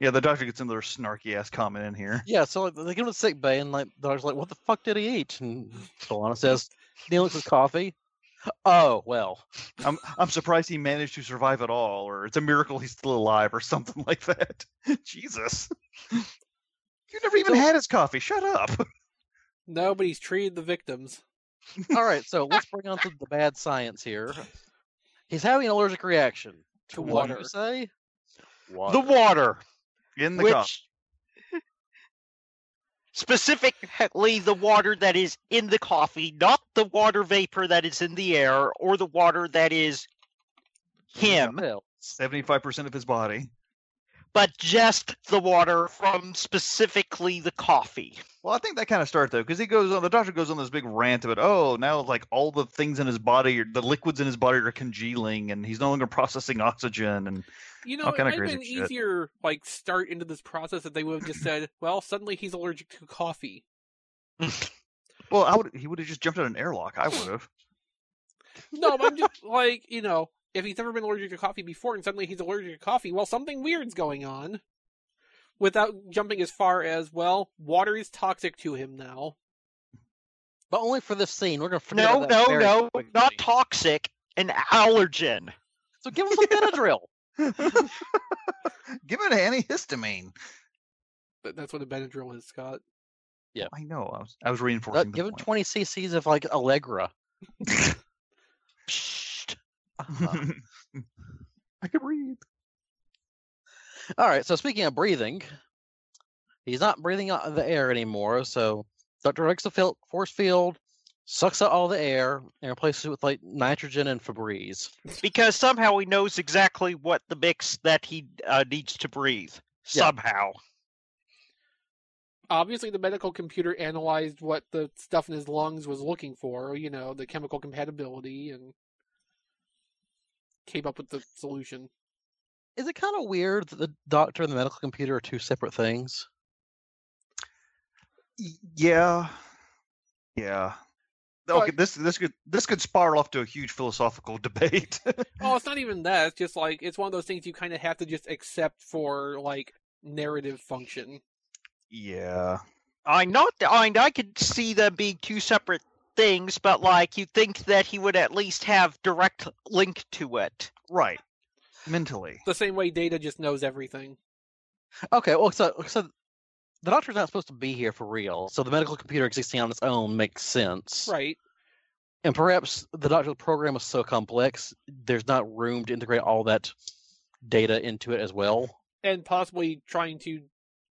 Speaker 11: yeah, the doctor gets another snarky ass comment in here.
Speaker 9: Yeah, so like, they get him to sick bay, and like the doctor's like, "What the fuck did he eat?" And Solana says, "Neelix's coffee." Oh well.
Speaker 11: I'm I'm surprised he managed to survive at all, or it's a miracle he's still alive, or something like that. Jesus, you never even had his coffee. Shut up.
Speaker 4: No, but he's treated the victims.
Speaker 9: All right, so let's bring on to the bad science here. He's having an allergic reaction to,
Speaker 4: To
Speaker 9: what do
Speaker 4: water.
Speaker 9: You say
Speaker 7: The water.
Speaker 11: In
Speaker 9: the
Speaker 7: which,
Speaker 9: cup.
Speaker 7: Specifically, the water that is in the coffee, not the water vapor that is in the air or the water that is him,
Speaker 11: Seventy-five percent of his body.
Speaker 7: but just the water from specifically the coffee.
Speaker 11: Well, I think that kind of starts though, because he goes on. The doctor goes on this big rant about, oh, now like all the things in his body, the liquids in his body are congealing, and he's no longer processing oxygen, and
Speaker 4: You know,
Speaker 11: all
Speaker 4: it
Speaker 11: kind
Speaker 4: might
Speaker 11: of
Speaker 4: have
Speaker 11: crazy
Speaker 4: been
Speaker 11: shit.
Speaker 4: easier like start into this process if they would have just said, "Well, suddenly he's allergic to coffee."
Speaker 11: Well, I would. He would have just jumped out an airlock. I would have.
Speaker 4: No, but I'm just like you know, if he's never been allergic to coffee before and suddenly he's allergic to coffee, well, something weird's going on. Without jumping as far as well, water is toxic to him now.
Speaker 9: But only for this scene. We're gonna forget
Speaker 7: No,
Speaker 9: about
Speaker 7: no,
Speaker 9: that very
Speaker 7: no,
Speaker 9: quick.
Speaker 7: not toxic, an allergen.
Speaker 9: So give him some Benadryl.
Speaker 11: Give it an antihistamine.
Speaker 4: But that's what a Benadryl is, Scott.
Speaker 9: Yeah,
Speaker 11: I know. I was, I was reinforcing. the
Speaker 9: give him twenty cc's of like Allegra.
Speaker 11: Uh-huh. I can breathe.
Speaker 9: All right. So speaking of breathing, he's not breathing out of the air anymore. So Doctor makes a fil- force field, sucks out all the air, and replaces it with like nitrogen and Febreze.
Speaker 7: because somehow he knows exactly what the mix that he uh, needs to breathe.
Speaker 9: Yeah.
Speaker 7: Somehow,
Speaker 4: Obviously, the medical computer analyzed what the stuff in his lungs was looking for, you know, the chemical compatibility, and came up with the solution.
Speaker 9: Is it kind of weird that the doctor and the medical computer are two separate things?
Speaker 11: Yeah, yeah. Okay,
Speaker 4: But-
Speaker 11: this this could this could spiral off to a huge philosophical debate.
Speaker 4: Oh, it's not even that. It's just like it's one of those things you kind of have to just accept for like narrative function.
Speaker 11: yeah,
Speaker 7: I'm not. I I could see them being two separate things, but like you think that he would at least have direct link to it.
Speaker 11: right. Mentally,
Speaker 4: The same way Data just knows everything.
Speaker 9: Okay, well, so so the doctor's not supposed to be here for real, so the medical computer existing on its own makes sense.
Speaker 4: Right.
Speaker 9: And perhaps the doctor's program is so complex, there's not room to integrate all that data into it as well.
Speaker 4: And possibly trying to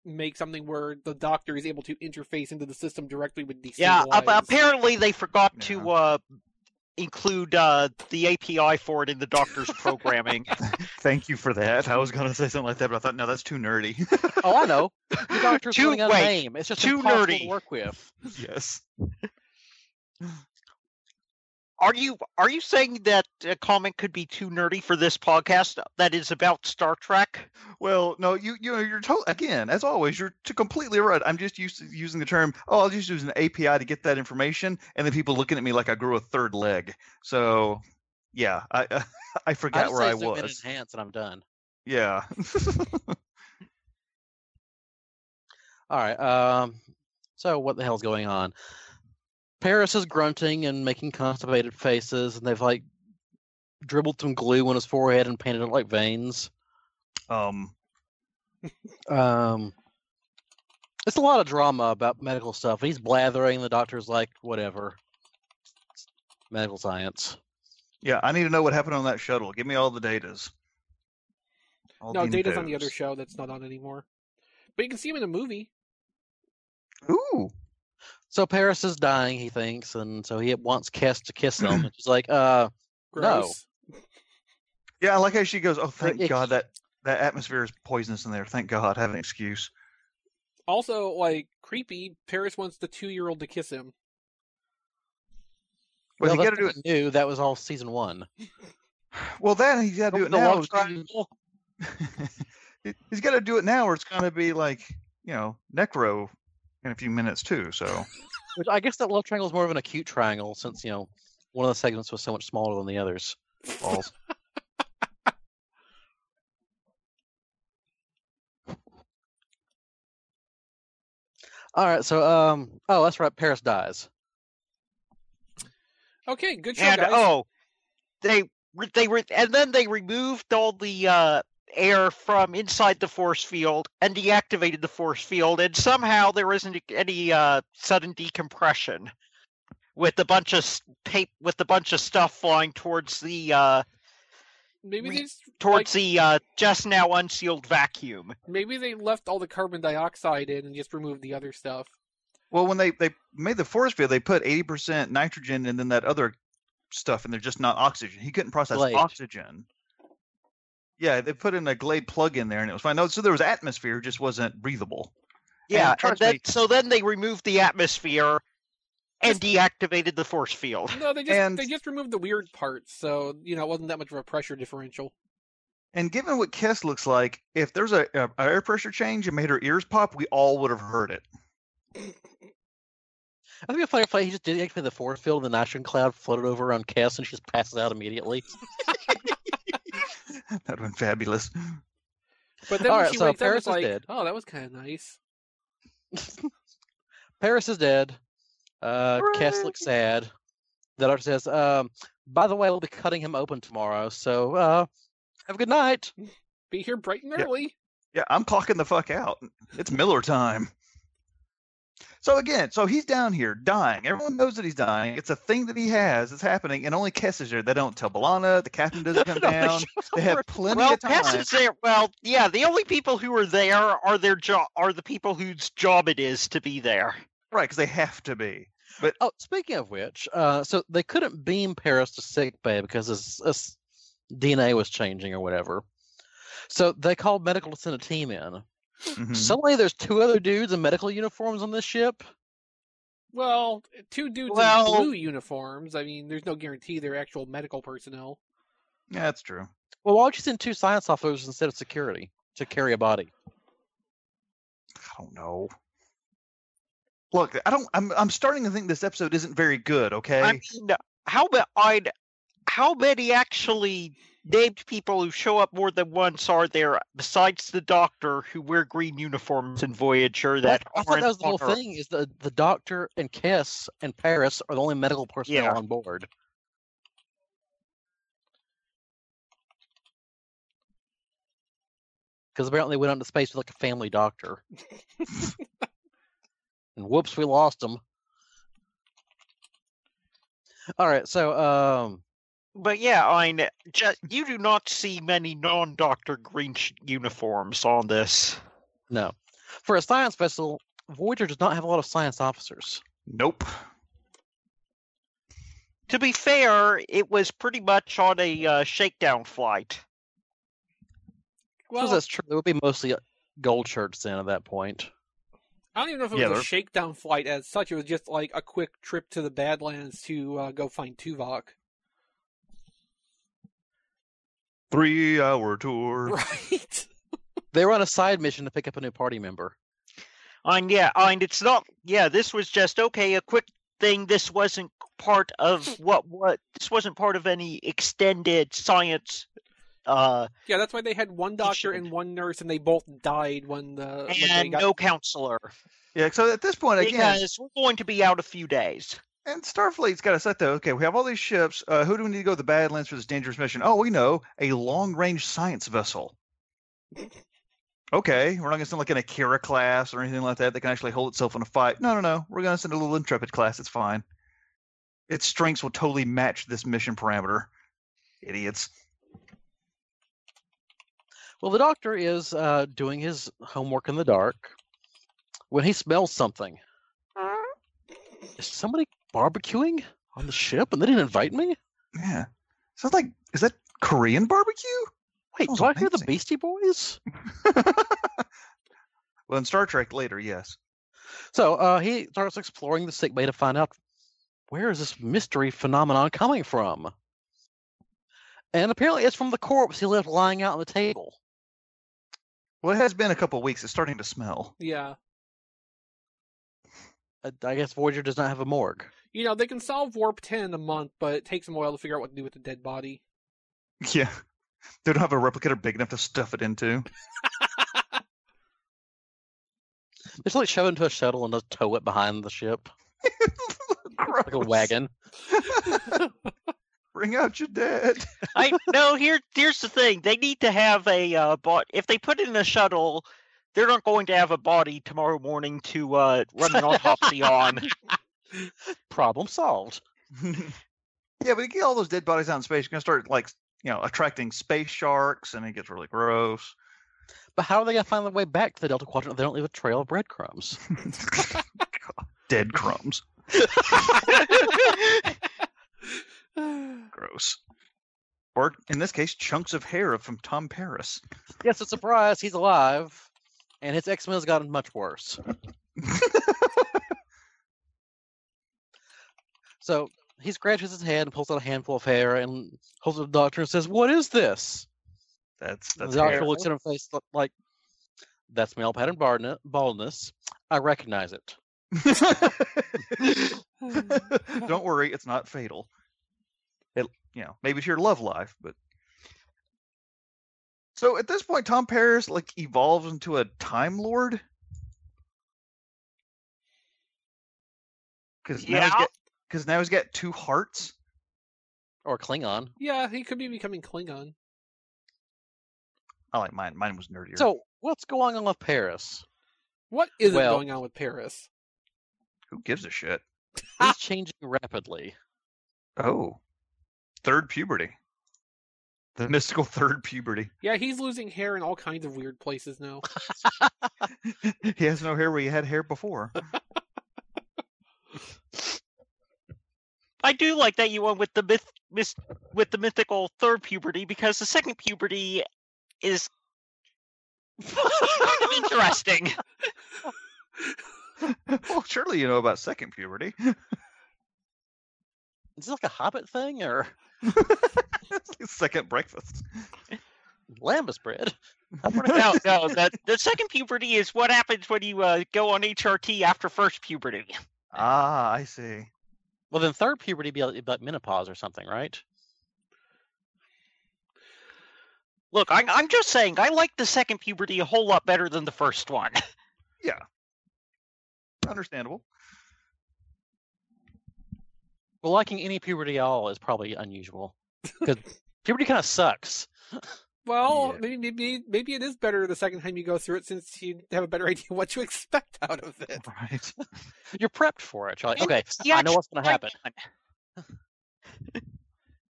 Speaker 4: make something where the doctor is able to interface into the system directly with DC.
Speaker 7: Yeah. ap- apparently, they forgot to uh, include uh, the API for it in the doctor's programming.
Speaker 11: Thank you for that. I was gonna say something like that, but I thought no, that's too nerdy.
Speaker 9: Oh, I know. The doctor's
Speaker 7: Too-
Speaker 9: putting out a
Speaker 7: wait,
Speaker 9: name. It's just
Speaker 7: too
Speaker 9: impossible
Speaker 7: nerdy.
Speaker 9: to work with.
Speaker 11: yes.
Speaker 7: Are you are you saying that a comment could be too nerdy for this podcast that is about Star Trek?
Speaker 11: Well, no, you you know, you're to- again as always you're t- completely right. I'm just used to using the term. Oh, I'll just use an API to get that information, and then people looking at me like I grew a third leg. So, yeah, I I
Speaker 9: I
Speaker 11: forgot
Speaker 9: just
Speaker 11: where
Speaker 9: say
Speaker 11: I
Speaker 9: zoom in
Speaker 11: was.
Speaker 9: and enhance, and I'm done.
Speaker 11: Yeah.
Speaker 9: All right. Um, so what the hell's going on? Paris is grunting and making constipated faces, and they've like dribbled some glue on his forehead and painted it like veins.
Speaker 11: Um.
Speaker 9: um. It's a lot of drama about medical stuff. He's blathering. The doctor's like, whatever. It's medical science.
Speaker 11: Yeah, I need to know what happened on that shuttle. Give me all the datas. All
Speaker 4: no,
Speaker 11: the
Speaker 4: Data's on the
Speaker 11: notos.
Speaker 4: other show that's not on anymore. But you can see him in the movie.
Speaker 11: Ooh.
Speaker 9: So Paris is dying, he thinks, and so he wants Kes to kiss him. and she's like, uh, no.
Speaker 4: Gross.
Speaker 11: Yeah, I like how she goes. Oh,
Speaker 9: it-
Speaker 11: thank God that that atmosphere is poisonous in there. Thank God, I have an excuse.
Speaker 4: Also, like creepy. Paris wants the two-year-old to kiss him.
Speaker 9: no,
Speaker 11: Well, you
Speaker 9: that's
Speaker 11: got to do it.
Speaker 9: nothing new. That was all season one.
Speaker 11: Well, then he's got to do it
Speaker 9: The
Speaker 11: now.
Speaker 9: Lost
Speaker 11: It's gotta- He- he's got to do it now, or it's going to be like you know necro in a few minutes too. So
Speaker 9: Which I guess that love triangle is more of an acute triangle since, you know, one of the segments was so much smaller than the others.
Speaker 11: balls.
Speaker 9: All right, so um oh, that's right, Paris dies.
Speaker 4: Okay, good show,
Speaker 7: and
Speaker 4: guys.
Speaker 7: oh, they re- they were and then they removed all the uh, air from inside the force field and deactivated the force field, and somehow there isn't any uh, sudden decompression with a bunch of s- tape with a bunch of stuff flying towards the uh,
Speaker 4: maybe they just,
Speaker 7: towards the uh, just now unsealed vacuum.
Speaker 4: maybe they left all the carbon dioxide in and just removed the other stuff.
Speaker 11: well, when they they made the force field, they put eighty percent nitrogen and then that other stuff, and they're just not oxygen. He couldn't process
Speaker 9: Glade.
Speaker 11: oxygen. Yeah, they put in a Glade plug in there, and it was fine. No, so there was atmosphere, it just wasn't breathable. And
Speaker 7: Yeah, and
Speaker 11: trust
Speaker 7: then,
Speaker 11: me-
Speaker 7: so then they removed the atmosphere and deactivated the force field.
Speaker 4: No, they just
Speaker 11: And-
Speaker 4: they just removed the weird parts, so you know it wasn't that much of a pressure differential.
Speaker 11: And given what Kiss looks like, if there's a, a a air pressure change and made her ears pop, we all would have heard it.
Speaker 9: I think a funny fight, he just did actually the force field and the nitrogen cloud floated over around Cass and she just passes out immediately.
Speaker 11: that would have been fabulous.
Speaker 4: But then
Speaker 9: All
Speaker 4: when
Speaker 9: right,
Speaker 4: she
Speaker 9: so
Speaker 4: wakes
Speaker 9: Paris is
Speaker 4: up, it's like,
Speaker 9: dead.
Speaker 4: oh, that was kind of nice.
Speaker 9: Paris is dead. Uh Cass looks sad. The doctor says, um, by the way, we'll be cutting him open tomorrow, so uh have a good night.
Speaker 4: Be here bright and
Speaker 11: Yeah.
Speaker 4: early.
Speaker 11: Yeah, I'm clocking the fuck out. It's Miller time. So again, so he's down here dying. Everyone knows that he's dying. It's a thing that he has. It's happening, and only Kess is there. They don't tell Balana. The captain doesn't come down. They have plenty
Speaker 7: well,
Speaker 11: of time.
Speaker 7: Cass is there. Well, yeah, the only people who are there are their job are the people whose job it is to be there.
Speaker 11: Right, because they have to be.
Speaker 9: Oh, speaking of which, uh, so they couldn't beam Paris to sick bay because his, his DNA was changing or whatever. So they called medical to send a team in.
Speaker 11: Mhm.
Speaker 9: Suddenly, there's two other dudes in medical uniforms on this ship.
Speaker 4: Well, two dudes
Speaker 7: Well-
Speaker 4: in blue uniforms. I mean, there's no guarantee they're actual medical personnel.
Speaker 11: Yeah, that's true.
Speaker 9: Well, why would you send two science officers instead of security to carry a body?
Speaker 11: I don't know. Look, I don't. I'm. I'm starting to think this episode isn't very good. Okay.
Speaker 7: I mean, how ma- I'd, how many actually named people who show up more than once are there besides the doctor who wear green uniforms in Voyager that
Speaker 9: I thought
Speaker 7: aren't
Speaker 9: that was the whole
Speaker 7: on Earth?
Speaker 9: thing: is the the doctor and Kess and Paris are the only medical personnel
Speaker 7: Yeah.
Speaker 9: on board. Because apparently went out into space with like a family doctor, and whoops, we lost him. All right, so um,
Speaker 7: But yeah, I kn- ju- you do not see many non-doctor green sh- uniforms on this.
Speaker 9: no, for a science vessel, Voyager does not have a lot of science officers.
Speaker 11: Nope.
Speaker 7: to be fair, it was pretty much on a uh, shakedown flight.
Speaker 9: Well, that's true. It would be mostly gold shirts then at that point.
Speaker 4: I don't even know if it
Speaker 9: Yeah,
Speaker 4: was a
Speaker 9: they're-
Speaker 4: shakedown flight as such. It was just like a quick trip to the Badlands to uh, go find Tuvok.
Speaker 11: Three hour tour.
Speaker 4: Right.
Speaker 9: they were on a side mission to pick up a new party member.
Speaker 7: And yeah, and it's not. Yeah, this was just okay. A quick thing. This wasn't part of what what. This wasn't part of any extended science. Uh,
Speaker 4: Yeah, that's why they had one doctor and one nurse, and they both died when the when they
Speaker 7: and
Speaker 4: got
Speaker 7: no counselor.
Speaker 11: Yeah, so at this point, again,
Speaker 7: because we're going to be out a few days.
Speaker 11: and Starfleet's got us set though. Okay, we have all these ships. Uh, who do we need to go to the Badlands for this dangerous mission? Oh, we know a long range science vessel. Okay, we're not going to send like an Akira class or anything like that that can actually hold itself in a fight. No, no, no. We're going to send a little Intrepid class. It's fine. Its strengths will totally match this mission parameter. Idiots.
Speaker 9: Well, the doctor is uh, doing his homework in the dark when he smells something. Is somebody barbecuing on the ship and they didn't invite me?
Speaker 11: Yeah. Sounds like, is that Korean barbecue?
Speaker 9: Wait, do I hear the Beastie Boys?
Speaker 11: Well, in Star Trek later, yes.
Speaker 9: So uh, he starts exploring the sick bay to find out where is this mystery phenomenon coming from. And apparently, it's from the corpse he left lying out on the table.
Speaker 11: Well, it has been a couple of weeks. It's starting to smell.
Speaker 4: yeah.
Speaker 9: I- I guess Voyager does not have a morgue.
Speaker 4: You know they can solve warp ten in a month, but it takes them a while to figure out what to do with the dead body.
Speaker 11: Yeah. They don't have a replicator big enough to stuff it into.
Speaker 9: They just like shove it into a shuttle and just tow it behind the ship, like a wagon.
Speaker 11: Bring out your dead.
Speaker 7: I no. Here, here's the thing. They need to have a uh, bot. If they put it in a shuttle, they're not going to have a body tomorrow morning to uh, run an autopsy on.
Speaker 9: Problem solved.
Speaker 11: Yeah, but you get all those dead bodies out in space, you're gonna start like you know attracting space sharks, and it gets really gross.
Speaker 9: But how are they gonna find their way back to the Delta Quadrant if they don't leave a trail of breadcrumbs?
Speaker 11: Dead crumbs. Gross. Or in this case, chunks of hair from Tom Paris.
Speaker 9: yes, a surprise, he's alive, and his X Men has gotten much worse. so he scratches his head and pulls out a handful of hair and holds it to the doctor and says, "What is this?"
Speaker 11: That's
Speaker 9: the
Speaker 11: that's
Speaker 9: doctor
Speaker 11: hair.
Speaker 9: looks at him face lo- like, "That's male pattern baldne- baldness. I recognize it."
Speaker 11: Don't worry, it's not fatal. It you know maybe to your love life, but so at this point, Tom Paris like evolves into a Time Lord. Because now
Speaker 4: Yeah.
Speaker 11: he's got because now he's got two hearts.
Speaker 9: Or Klingon.
Speaker 4: Yeah, he could be becoming Klingon.
Speaker 11: I like mine. Mine was nerdier.
Speaker 9: So what's going on with Paris?
Speaker 4: What is
Speaker 9: Well-
Speaker 4: going on with Paris?
Speaker 11: who gives a shit?
Speaker 9: He's changing rapidly.
Speaker 11: Oh, third puberty. The mystical third puberty.
Speaker 4: Yeah, he's losing hair in all kinds of weird places now.
Speaker 11: He has no hair where he had hair before.
Speaker 7: I do like that you went with the myth, mis, with the mythical third puberty because the second puberty is kind of interesting.
Speaker 11: well, surely you know about second puberty.
Speaker 9: Is this like a Hobbit thing or
Speaker 11: second breakfast?
Speaker 9: Lambus bread?
Speaker 7: no, no. The, the second puberty is what happens when you uh, go on HRT after first puberty.
Speaker 11: Ah, I see.
Speaker 9: Well, then third puberty be about menopause or something, right?
Speaker 7: Look, I, I'm just saying, I like the second puberty a whole lot better than the first one.
Speaker 11: Yeah. Understandable.
Speaker 9: Well, liking any puberty at all is probably unusual because puberty kind of sucks.
Speaker 4: Well, maybe, maybe maybe it is better the second time you go through it since you have a better idea what to expect out of it.
Speaker 11: Right.
Speaker 9: You're prepped for it. You're like, okay,
Speaker 4: yeah,
Speaker 9: I know what's going to happen.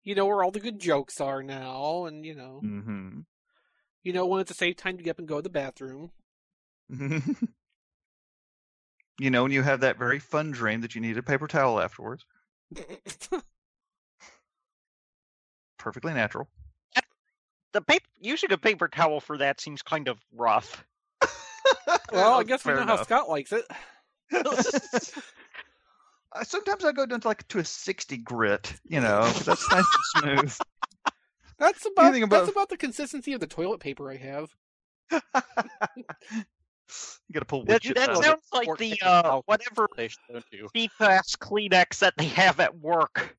Speaker 4: You know where all the good jokes are now, and you know,
Speaker 11: Mm-hmm.
Speaker 4: you know when it's a safe time to get up and go to the bathroom.
Speaker 11: you know, and you have that very fun dream that you need a paper towel afterwards. perfectly natural.
Speaker 7: The paper using a paper towel for that seems kind of rough.
Speaker 4: Well, I guess we
Speaker 11: Fair
Speaker 4: know how
Speaker 11: enough.
Speaker 4: Scott likes it.
Speaker 11: Uh, Sometimes I go down to like to a sixty grit, you know, 'cause that's nice and smooth.
Speaker 4: That's about,
Speaker 11: Anything
Speaker 4: that's
Speaker 11: above-
Speaker 4: about the consistency of the toilet paper I have.
Speaker 11: You gotta pull
Speaker 7: That,
Speaker 11: wood chips
Speaker 7: that
Speaker 11: out of it.
Speaker 7: sounds like the uh, whatever
Speaker 9: don't you?
Speaker 7: cheap ass Kleenex that they have at work.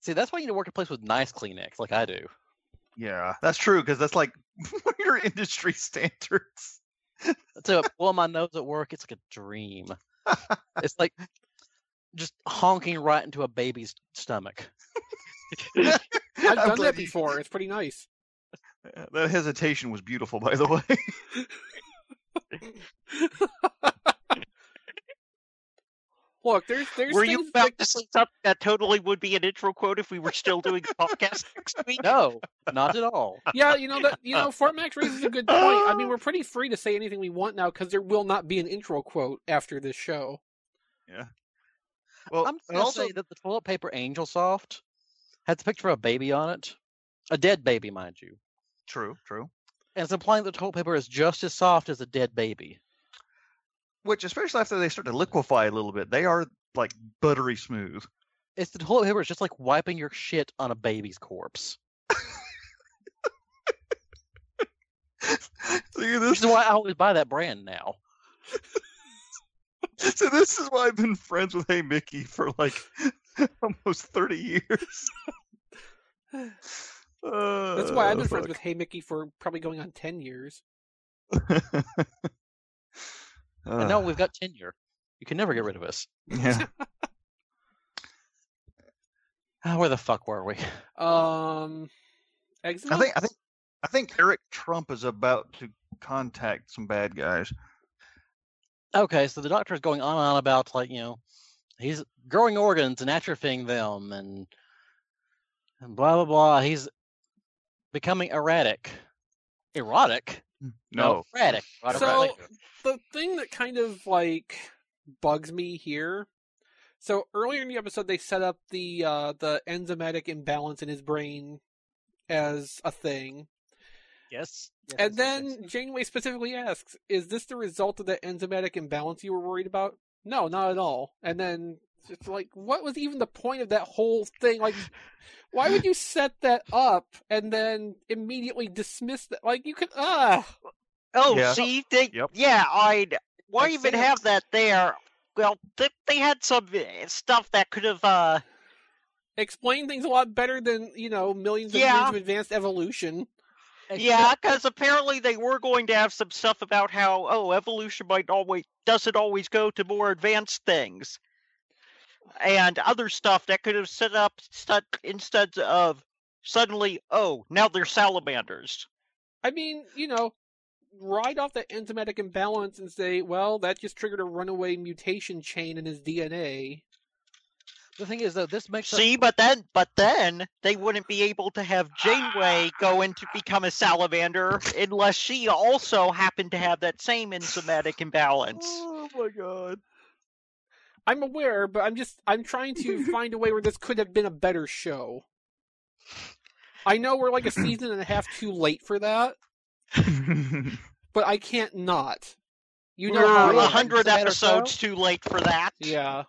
Speaker 9: See, that's why you need to work at a place with nice Kleenex, like I do.
Speaker 11: Yeah, that's true because that's like your industry standards.
Speaker 9: So, well, my nose at work, it's like a dream. it's like just honking right into a baby's stomach.
Speaker 4: I've
Speaker 11: I'm
Speaker 4: done
Speaker 11: glad
Speaker 4: that
Speaker 11: you-
Speaker 4: before. It's pretty nice.
Speaker 11: Uh, That hesitation was beautiful, by the way.
Speaker 4: Look, there's there's
Speaker 7: Were
Speaker 4: things
Speaker 7: you about to say something that totally would be an intro quote if we were still doing the podcast next week?
Speaker 9: No, not at all.
Speaker 4: yeah, you know that you know Fort Max raises a good point. I mean, we're pretty free to say anything we want now because there will not be an intro quote after this show.
Speaker 11: Yeah. Well,
Speaker 9: I'm just
Speaker 11: and
Speaker 9: gonna
Speaker 11: also-
Speaker 9: say that the toilet paper Angel Soft has a picture of a baby on it, a dead baby, mind you,
Speaker 11: True, true.
Speaker 9: and it's implying that the toilet paper is just as soft as a dead baby.
Speaker 11: Which, especially after they start to liquefy a little bit, they are like buttery smooth.
Speaker 9: It's the toilet paper is just like wiping your shit on a baby's corpse. Which is why I always buy that brand now.
Speaker 11: So this is why I've been friends with Hey Mickey for like almost thirty years.
Speaker 4: That's why
Speaker 11: Uh,
Speaker 4: I've been friends with Hey Mickey for probably going on ten years.
Speaker 9: and now we've got tenure. You can never get rid of us.
Speaker 11: Uh, Yeah.
Speaker 9: Ah, where the fuck were we?
Speaker 4: Um, exit.
Speaker 11: I think I think I think Eric Trump is about to contact some bad guys.
Speaker 9: Okay, so the doctor is going on and on about like you know, he's growing organs and atrophying them and and blah blah blah. He's becoming erratic, erotic.
Speaker 11: No.
Speaker 9: erratic. Erotic,
Speaker 4: so
Speaker 9: erratic.
Speaker 4: the thing that kind of like bugs me here. So earlier in the episode, they set up the uh, the enzymatic imbalance in his brain as a thing.
Speaker 9: Yes.
Speaker 4: and then Janeway specifically asks, "Is this the result of the enzymatic imbalance you were worried about?" No, not at all. And then it's like, what was even the point of that whole thing? Like, why would you set that up and then immediately dismiss that? Like, you could ah.
Speaker 7: Oh,
Speaker 4: Yeah.
Speaker 7: see, they, yeah, I. Why
Speaker 4: Makes
Speaker 7: even have that there? Well, they, they had some uh, stuff that could have. uh
Speaker 4: Explain things a lot better than you know millions of years
Speaker 7: Yeah.
Speaker 4: of advanced evolution.
Speaker 7: Yeah, because apparently they were going to have some stuff about how oh evolution might always doesn't always go to more advanced things, and other stuff that could have set up stud, instead of suddenly oh now they're salamanders.
Speaker 4: I mean, you know, ride off that enzymatic imbalance and say, well, that just triggered a runaway mutation chain in his DNA.
Speaker 9: The thing is, though, this makes
Speaker 7: See, but then but then they wouldn't be able to have Janeway go in to become a salamander unless she also happened to have that same enzymatic imbalance.
Speaker 11: Oh my god.
Speaker 4: I'm aware, but I'm just I'm trying to find a way where this could have been a better show. I know we're like a season and a half too late for that, but I can't not. You know, how I
Speaker 7: we're a
Speaker 4: am.
Speaker 7: hundred episodes too late for that.
Speaker 4: Yeah.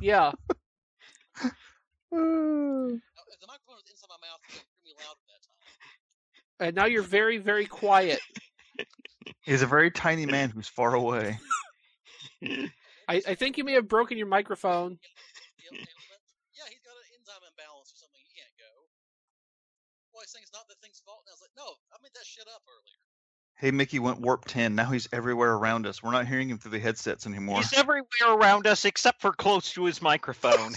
Speaker 4: Yeah. And now you're very, very quiet.
Speaker 11: He's a very tiny man who's far away.
Speaker 4: I, I think you may have broken your microphone.
Speaker 9: Well, he's saying it's not that thing's fault. And I was like, no, I made that shit up earlier.
Speaker 11: Hey Mickey went warp ten. Now he's everywhere around us. We're not hearing him through the headsets anymore.
Speaker 7: He's everywhere around us except for close to his microphone.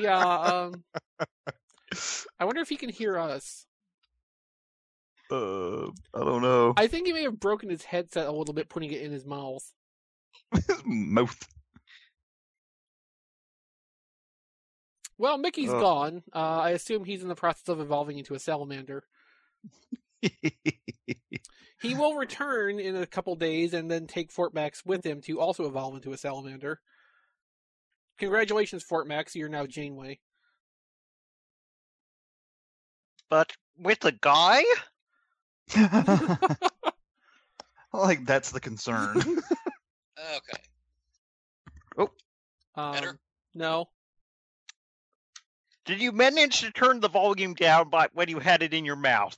Speaker 4: Yeah. Um, I wonder if he can hear us.
Speaker 11: Uh, I don't know.
Speaker 4: I think he may have broken his headset a little bit, putting it in his mouth.
Speaker 11: Mouth.
Speaker 4: Well, Mickey's
Speaker 11: Ugh.
Speaker 4: gone. Uh, I assume he's in the process of evolving into a salamander. He will return in a couple days and then take Fort Max with him to also evolve into a salamander. Congratulations, Fort Max. You're now Janeway.
Speaker 7: But with a guy?
Speaker 11: like that's the concern.
Speaker 13: Okay.
Speaker 4: Um, No.
Speaker 7: Did you manage to turn the volume down by when you had it in your mouth?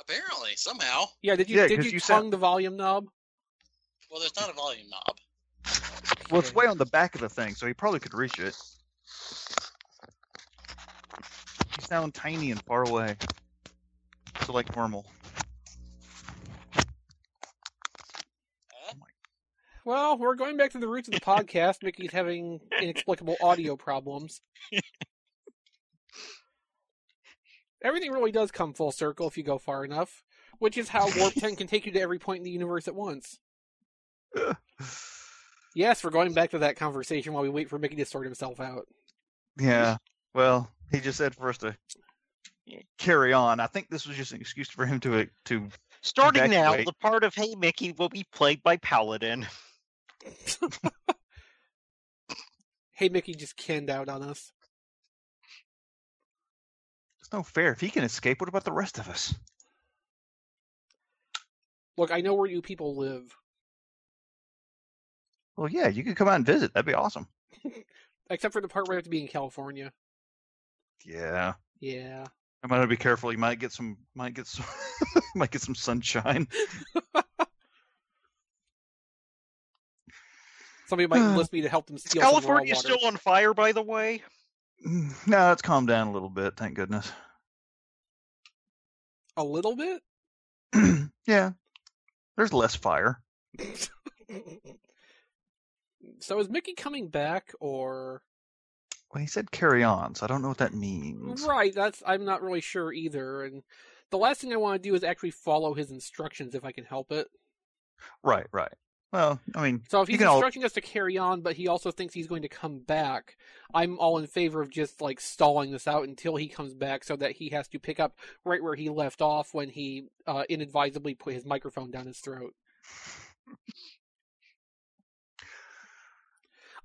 Speaker 13: Apparently, somehow.
Speaker 4: Yeah, did you did you, tongue the volume knob?
Speaker 13: Well, there's not a volume knob.
Speaker 11: well, it's way on the back of the thing, so he probably could reach it. You sound tiny and far away, so like normal.
Speaker 4: Well, we're going back to the roots of the podcast. Mickey's having inexplicable audio problems. Everything really does come full circle if you go far enough, which is how Warp 10 can take you to every point in the universe at once. yes, we're going back to that conversation while we wait for Mickey to sort himself out.
Speaker 11: Yeah. Well, he just said for us to carry on. I think this was just an excuse for him to uh, to
Speaker 7: Starting now,
Speaker 11: evacuate.
Speaker 7: the part of Hey Mickey will be played by Paladin.
Speaker 4: Hey, Mickey just canned out on us.
Speaker 11: It's no fair. If he can escape, what about the rest of us?
Speaker 4: Look, I know where you people live.
Speaker 11: Well, yeah, you could come out and visit. That'd be awesome.
Speaker 4: Except for the part where I have to be in California.
Speaker 11: Yeah.
Speaker 4: Yeah.
Speaker 11: I might be careful. You might get some. Might get some. might get some sunshine.
Speaker 4: Somebody might enlist me to help them steal some raw
Speaker 7: California
Speaker 4: water.
Speaker 7: still on fire, by the way.
Speaker 11: Mm, No, it's calmed down a little bit. Thank goodness.
Speaker 4: A little bit?
Speaker 11: Yeah. There's less fire.
Speaker 4: so is Mickey coming back or
Speaker 11: Well, he said carry on, so I don't know what that means.
Speaker 4: right, that's I'm not really sure either and the last thing I want to do is actually follow his instructions if I can help it.
Speaker 11: Right. Right. Well, I mean,
Speaker 4: So if
Speaker 11: you
Speaker 4: he's
Speaker 11: can all-
Speaker 4: instructing us to carry on but he also thinks he's going to come back, I'm all in favor of just like stalling this out until he comes back so that he has to pick up right where he left off when he uh inadvisably put his microphone down his throat.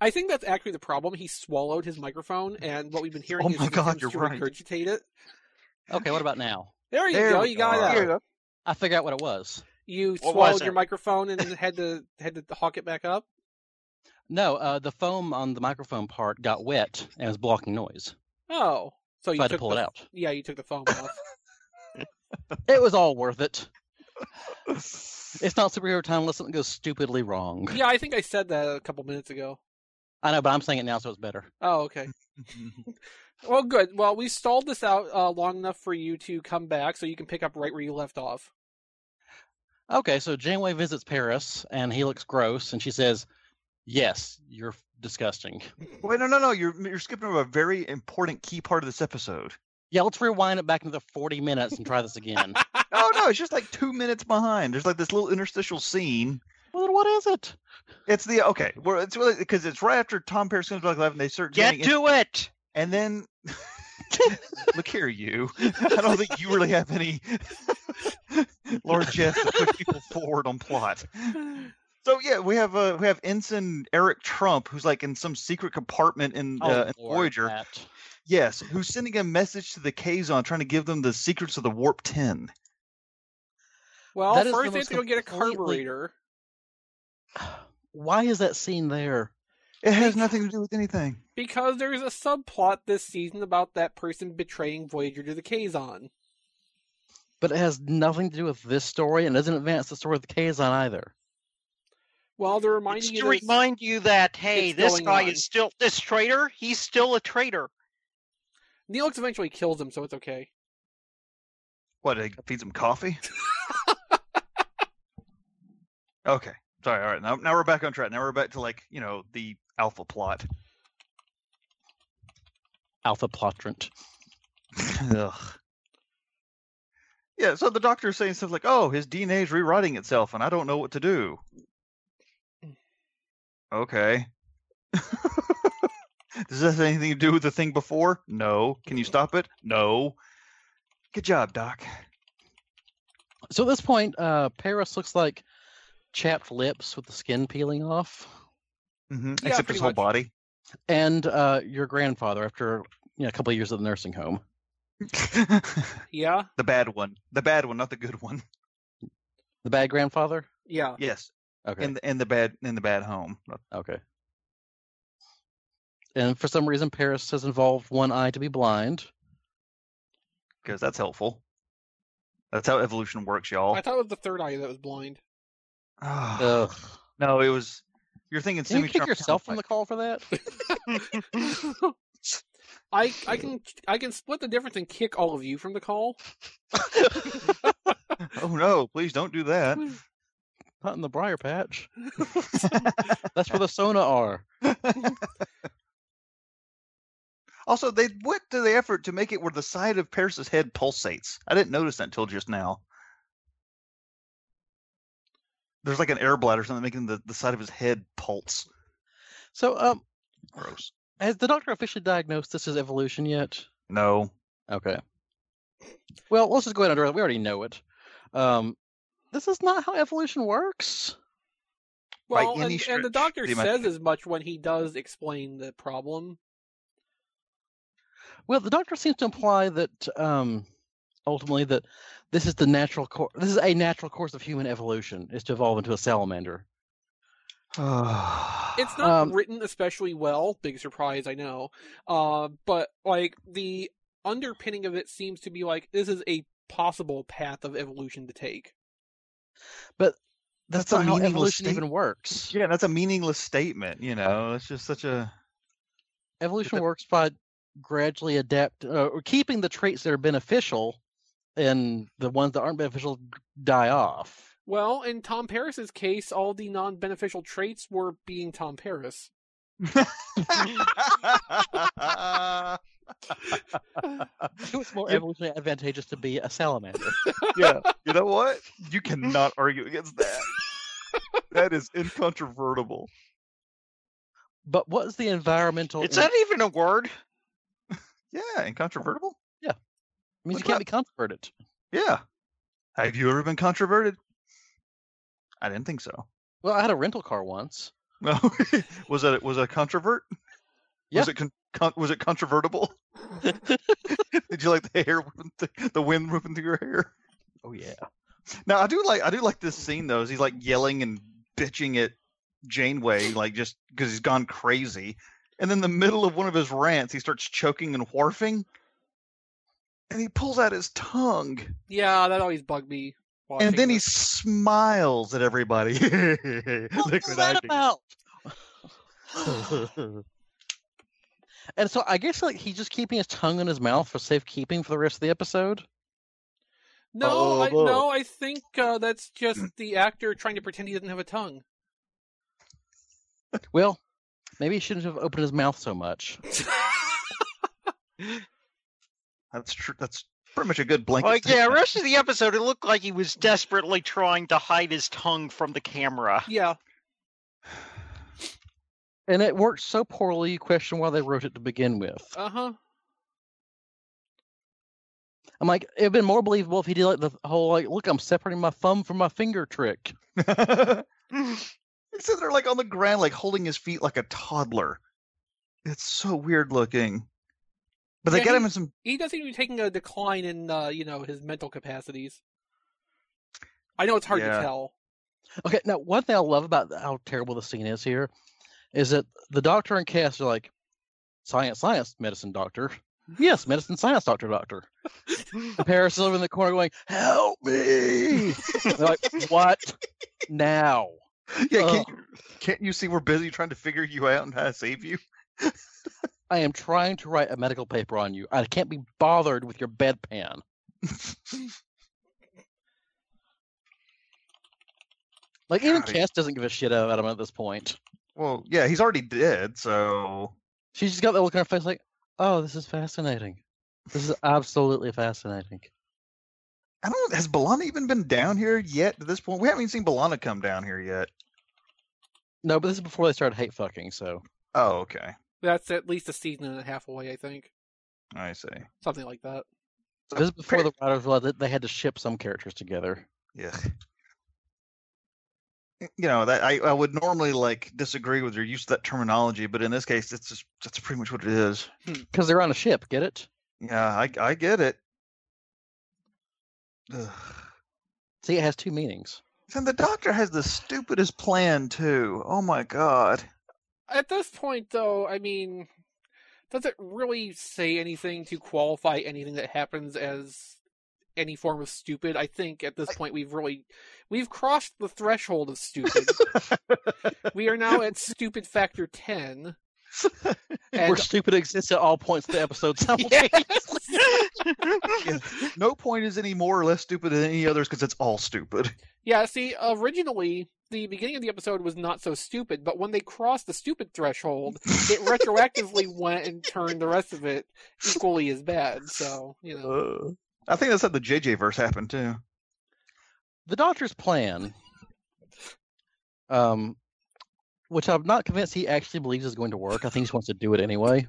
Speaker 4: I think that's actually the problem. He swallowed his microphone, and what we've been hearing
Speaker 9: Oh
Speaker 4: is
Speaker 9: my
Speaker 4: he
Speaker 9: God,
Speaker 4: attempts
Speaker 9: you're
Speaker 4: to
Speaker 9: right.
Speaker 4: regurgitate it.
Speaker 9: Okay, what about now?
Speaker 4: There you go. You got it out.
Speaker 9: I figured out what it was.
Speaker 4: You
Speaker 9: What was
Speaker 4: swallowed
Speaker 9: it?
Speaker 4: your microphone and then had to had to hawk it back up.
Speaker 9: No, uh, the foam on the microphone part got wet and was blocking noise.
Speaker 4: Oh, so you
Speaker 9: Tried to
Speaker 4: took
Speaker 9: pull
Speaker 4: the,
Speaker 9: it out.
Speaker 4: Yeah, you took the foam off.
Speaker 9: It was all worth it. It's not superhero time unless something goes stupidly wrong.
Speaker 4: yeah, I think I said that a couple minutes ago.
Speaker 9: I know, but I'm saying it now, so it's better.
Speaker 4: Oh, okay. well, good. Well, we stalled this out uh, long enough for you to come back, so you can pick up right where you left off.
Speaker 9: Okay, so Janeway visits Paris, and he looks gross, and she says, "Yes, you're disgusting."
Speaker 11: Wait, no, no, no. You're you're skipping over a very important key part of this episode.
Speaker 9: Yeah, let's rewind it back into the 40 minutes and try this again.
Speaker 11: Oh no, it's just like two minutes behind. There's like this little interstitial scene.
Speaker 9: Well, then what is it?
Speaker 11: It's the okay. Well, it's really because it's right after Tom Paris comes back live, and they start
Speaker 7: Get
Speaker 11: getting in-
Speaker 7: to it.
Speaker 11: And then look here, you. I don't think you really have any largesse to push people forward on plot. So yeah, we have uh, we have ensign Eric Trump, who's like in some secret compartment in,
Speaker 9: Oh,
Speaker 11: uh, in
Speaker 9: Lord,
Speaker 11: Voyager.
Speaker 9: Matt.
Speaker 11: Yes, who's sending a message to the Kazon, trying to give them the secrets of the warp ten.
Speaker 4: Well,
Speaker 9: That is the
Speaker 4: first they have
Speaker 9: most
Speaker 4: to go get a
Speaker 9: completely-
Speaker 4: carburetor.
Speaker 9: Why is that scene there?
Speaker 11: It has nothing to do with anything.
Speaker 4: Because there's a subplot this season about that person betraying Voyager to the Kazon.
Speaker 9: But it has nothing to do with this story, and doesn't advance the story of the Kazon either.
Speaker 4: Well, they're reminding
Speaker 7: It's
Speaker 4: you
Speaker 7: to
Speaker 4: that it's-
Speaker 7: remind you that hey,
Speaker 4: it's
Speaker 7: this
Speaker 4: going
Speaker 7: guy
Speaker 4: on.
Speaker 7: is still this traitor. He's still a traitor.
Speaker 4: Neelix eventually kills him, so it's okay.
Speaker 11: What? It feeds them coffee. okay. Sorry. All right. Now, now we're back on track. Now we're back to like you know the alpha plot.
Speaker 9: Alpha Plotrant.
Speaker 11: Ugh. Yeah. So the doctor is saying stuff like, "Oh, his DNA is rewriting itself, and I don't know what to do." Okay. Does this have anything to do with the thing before? No. Can you stop it? No. Good job, Doc.
Speaker 9: so at this point, uh, Paris looks like chapped lips with the skin peeling off.
Speaker 11: Mm-hmm. Except his whole body.
Speaker 9: And uh, your grandfather, after you know, a couple of years at the nursing home.
Speaker 4: Yeah.
Speaker 11: The bad one. The bad one, not the good one.
Speaker 9: The bad grandfather?
Speaker 4: Yeah.
Speaker 11: Yes.
Speaker 9: Okay.
Speaker 11: In the in the bad in the bad home. uh,
Speaker 9: Okay. And for some reason, Paris has involved one eye to be blind.
Speaker 11: Because that's helpful. That's how evolution works, y'all. Ah.
Speaker 4: I thought it was the third eye that was blind.
Speaker 9: Ugh.
Speaker 11: No, it was. You're thinking.
Speaker 9: Uh, Can you kick
Speaker 11: semi-truck
Speaker 9: yourself from the
Speaker 11: soundbite.
Speaker 9: call for that?
Speaker 4: I I can I can split the difference and kick all of you from the call.
Speaker 11: Oh no! Please don't do that.
Speaker 9: Not in the briar patch. That's where the Sona are.
Speaker 11: Also, they went to the effort to make it where the side of Paris's head pulsates. I didn't notice that until just now. There's like an air bladder or something making the, the side of his head pulse.
Speaker 9: So, um,
Speaker 11: Gross.
Speaker 9: has the doctor officially diagnosed this as evolution yet?
Speaker 11: No.
Speaker 9: Okay. Well, let's just go ahead and address it. We already know it. Um, this is not how evolution works. By
Speaker 4: Well,
Speaker 9: any
Speaker 4: and, and the
Speaker 9: stretch,
Speaker 4: doctor
Speaker 9: the
Speaker 4: says
Speaker 9: imagination.
Speaker 4: as much when he does explain the problem.
Speaker 9: Well, the doctor seems to imply that um, ultimately that this is the natural course. This is a natural course of human evolution is to evolve into a salamander. Um,
Speaker 4: It's not
Speaker 11: Um,
Speaker 4: written especially well. Big surprise, I know. Uh, but like the underpinning of it seems to be like this is a possible path of evolution to take.
Speaker 9: But that's,
Speaker 11: a
Speaker 9: not how
Speaker 11: meaningless
Speaker 9: evolution
Speaker 11: state-
Speaker 9: even works.
Speaker 11: Yeah, that's a meaningless statement. You know, it's just such a.
Speaker 9: Evolution works by gradually adapt uh, or keeping the traits that are beneficial, and the ones that aren't beneficial die off.
Speaker 4: Well, in Tom Paris's case, all the non-beneficial traits were being Tom Paris.
Speaker 9: It was more
Speaker 11: You-
Speaker 9: evolutionarily advantageous to be a salamander.
Speaker 11: yeah, you know what? You cannot argue against that. that is incontrovertible.
Speaker 9: But what is the
Speaker 4: Oh,
Speaker 9: environmental?
Speaker 7: Is that even a word?
Speaker 11: Yeah, incontrovertible.
Speaker 9: Yeah, it means you can't be controverted.
Speaker 11: Yeah. Have you ever been controverted? I didn't think so.
Speaker 9: Well, I had a rental car once.
Speaker 11: No, was it was it a controvert?
Speaker 9: Yeah.
Speaker 11: Was it con- con- was it controvertible? Did you like the hair, whipping th- the wind whipping through your hair?
Speaker 9: Oh yeah.
Speaker 11: Now I do like I do like this scene though. Is he's like yelling and bitching at Janeway, like just because he's gone crazy. And then in the middle of one of his rants, he starts choking and wharfing, and he pulls out his tongue,
Speaker 4: Yeah, that always bugged me. watching
Speaker 11: and then
Speaker 4: it.
Speaker 11: he smiles at everybody. Look
Speaker 9: What's
Speaker 11: what
Speaker 9: that
Speaker 11: I
Speaker 9: about?
Speaker 11: did.
Speaker 9: And so I guess like he's just keeping his tongue in his mouth for safekeeping for the rest of the episode.
Speaker 11: Oh,
Speaker 4: No, I,
Speaker 9: Uh-oh.
Speaker 4: no, I think uh, that's
Speaker 11: Hmm.
Speaker 4: just the actor trying to pretend he doesn't have a tongue.
Speaker 9: Well, maybe he shouldn't have opened his mouth so much.
Speaker 11: That's true. That's pretty much a good blanket.
Speaker 7: Like, yeah,
Speaker 11: statement.
Speaker 7: rest of the episode, it looked like he was desperately trying to hide his tongue from the camera.
Speaker 4: Yeah.
Speaker 9: And it worked so poorly, you question why they wrote it to begin with.
Speaker 4: Uh huh.
Speaker 9: I'm like, it'd been more believable if he did like the whole like, look, I'm separating my thumb from my finger trick.
Speaker 11: He's sitting there like on the ground, like holding his feet like a toddler. It's so weird looking. But they
Speaker 4: Yeah,
Speaker 11: got
Speaker 4: he-
Speaker 11: him in some.
Speaker 4: He does seem to be taking a decline in, uh, you know, his mental capacities. I know it's hard to
Speaker 9: Yeah.
Speaker 4: tell.
Speaker 9: Okay, now one thing I love about how terrible the scene is here is that the doctor and Cass are like, science, science, medicine, doctor. Yes, medicine, science, doctor, doctor. And Paris is over in the corner going, help me. And they're like, what now?
Speaker 11: Yeah,
Speaker 7: Oh.
Speaker 11: can't, you, can't you see we're busy trying to figure you out and how to save you?
Speaker 9: I am trying to write a medical paper on you. I can't be bothered with your bedpan. like even
Speaker 11: God, he-
Speaker 9: Cass doesn't give a shit about him at this point.
Speaker 11: Well, yeah, he's already dead, so.
Speaker 9: She's just got that look on her face like, oh, this is fascinating. This is absolutely fascinating.
Speaker 11: I don't. Has Balana even been down here yet? At this point, we haven't even seen Balana come down here yet.
Speaker 9: No, but this is before they started hate fucking, so.
Speaker 11: Oh, okay.
Speaker 4: That's at least a season and a half away, I think.
Speaker 11: I see.
Speaker 4: Something like that.
Speaker 9: This is before the writers realized that they had to ship some characters together.
Speaker 11: Yeah. You know that I, I would normally like disagree with your use of that terminology, but in this case, it's just that's pretty much what it is.
Speaker 9: Because they're on a ship. Get it?
Speaker 11: Yeah, I I get it. Ugh.
Speaker 9: See, it has two meanings.
Speaker 11: And the doctor has the stupidest plan too. Oh my god.
Speaker 4: At this point, though, I mean, does it really say anything to qualify anything that happens as any form of stupid? I think at this point we've really we've crossed the threshold of stupid. we are now at stupid factor ten. And-
Speaker 9: Where stupid exists at all points of the episode simultaneously.
Speaker 11: Yeah. No point is any more or less stupid than any others because it's all stupid.
Speaker 4: Yeah, see, originally the beginning of the episode was not so stupid, but when they crossed the stupid threshold, it retroactively went and turned the rest of it equally as bad. So you know,
Speaker 11: Ugh. I think that's how the JJ verse happened too.
Speaker 9: the doctor's plan, um, which I'm not convinced he actually believes is going to work. I think he just wants to do it anyway.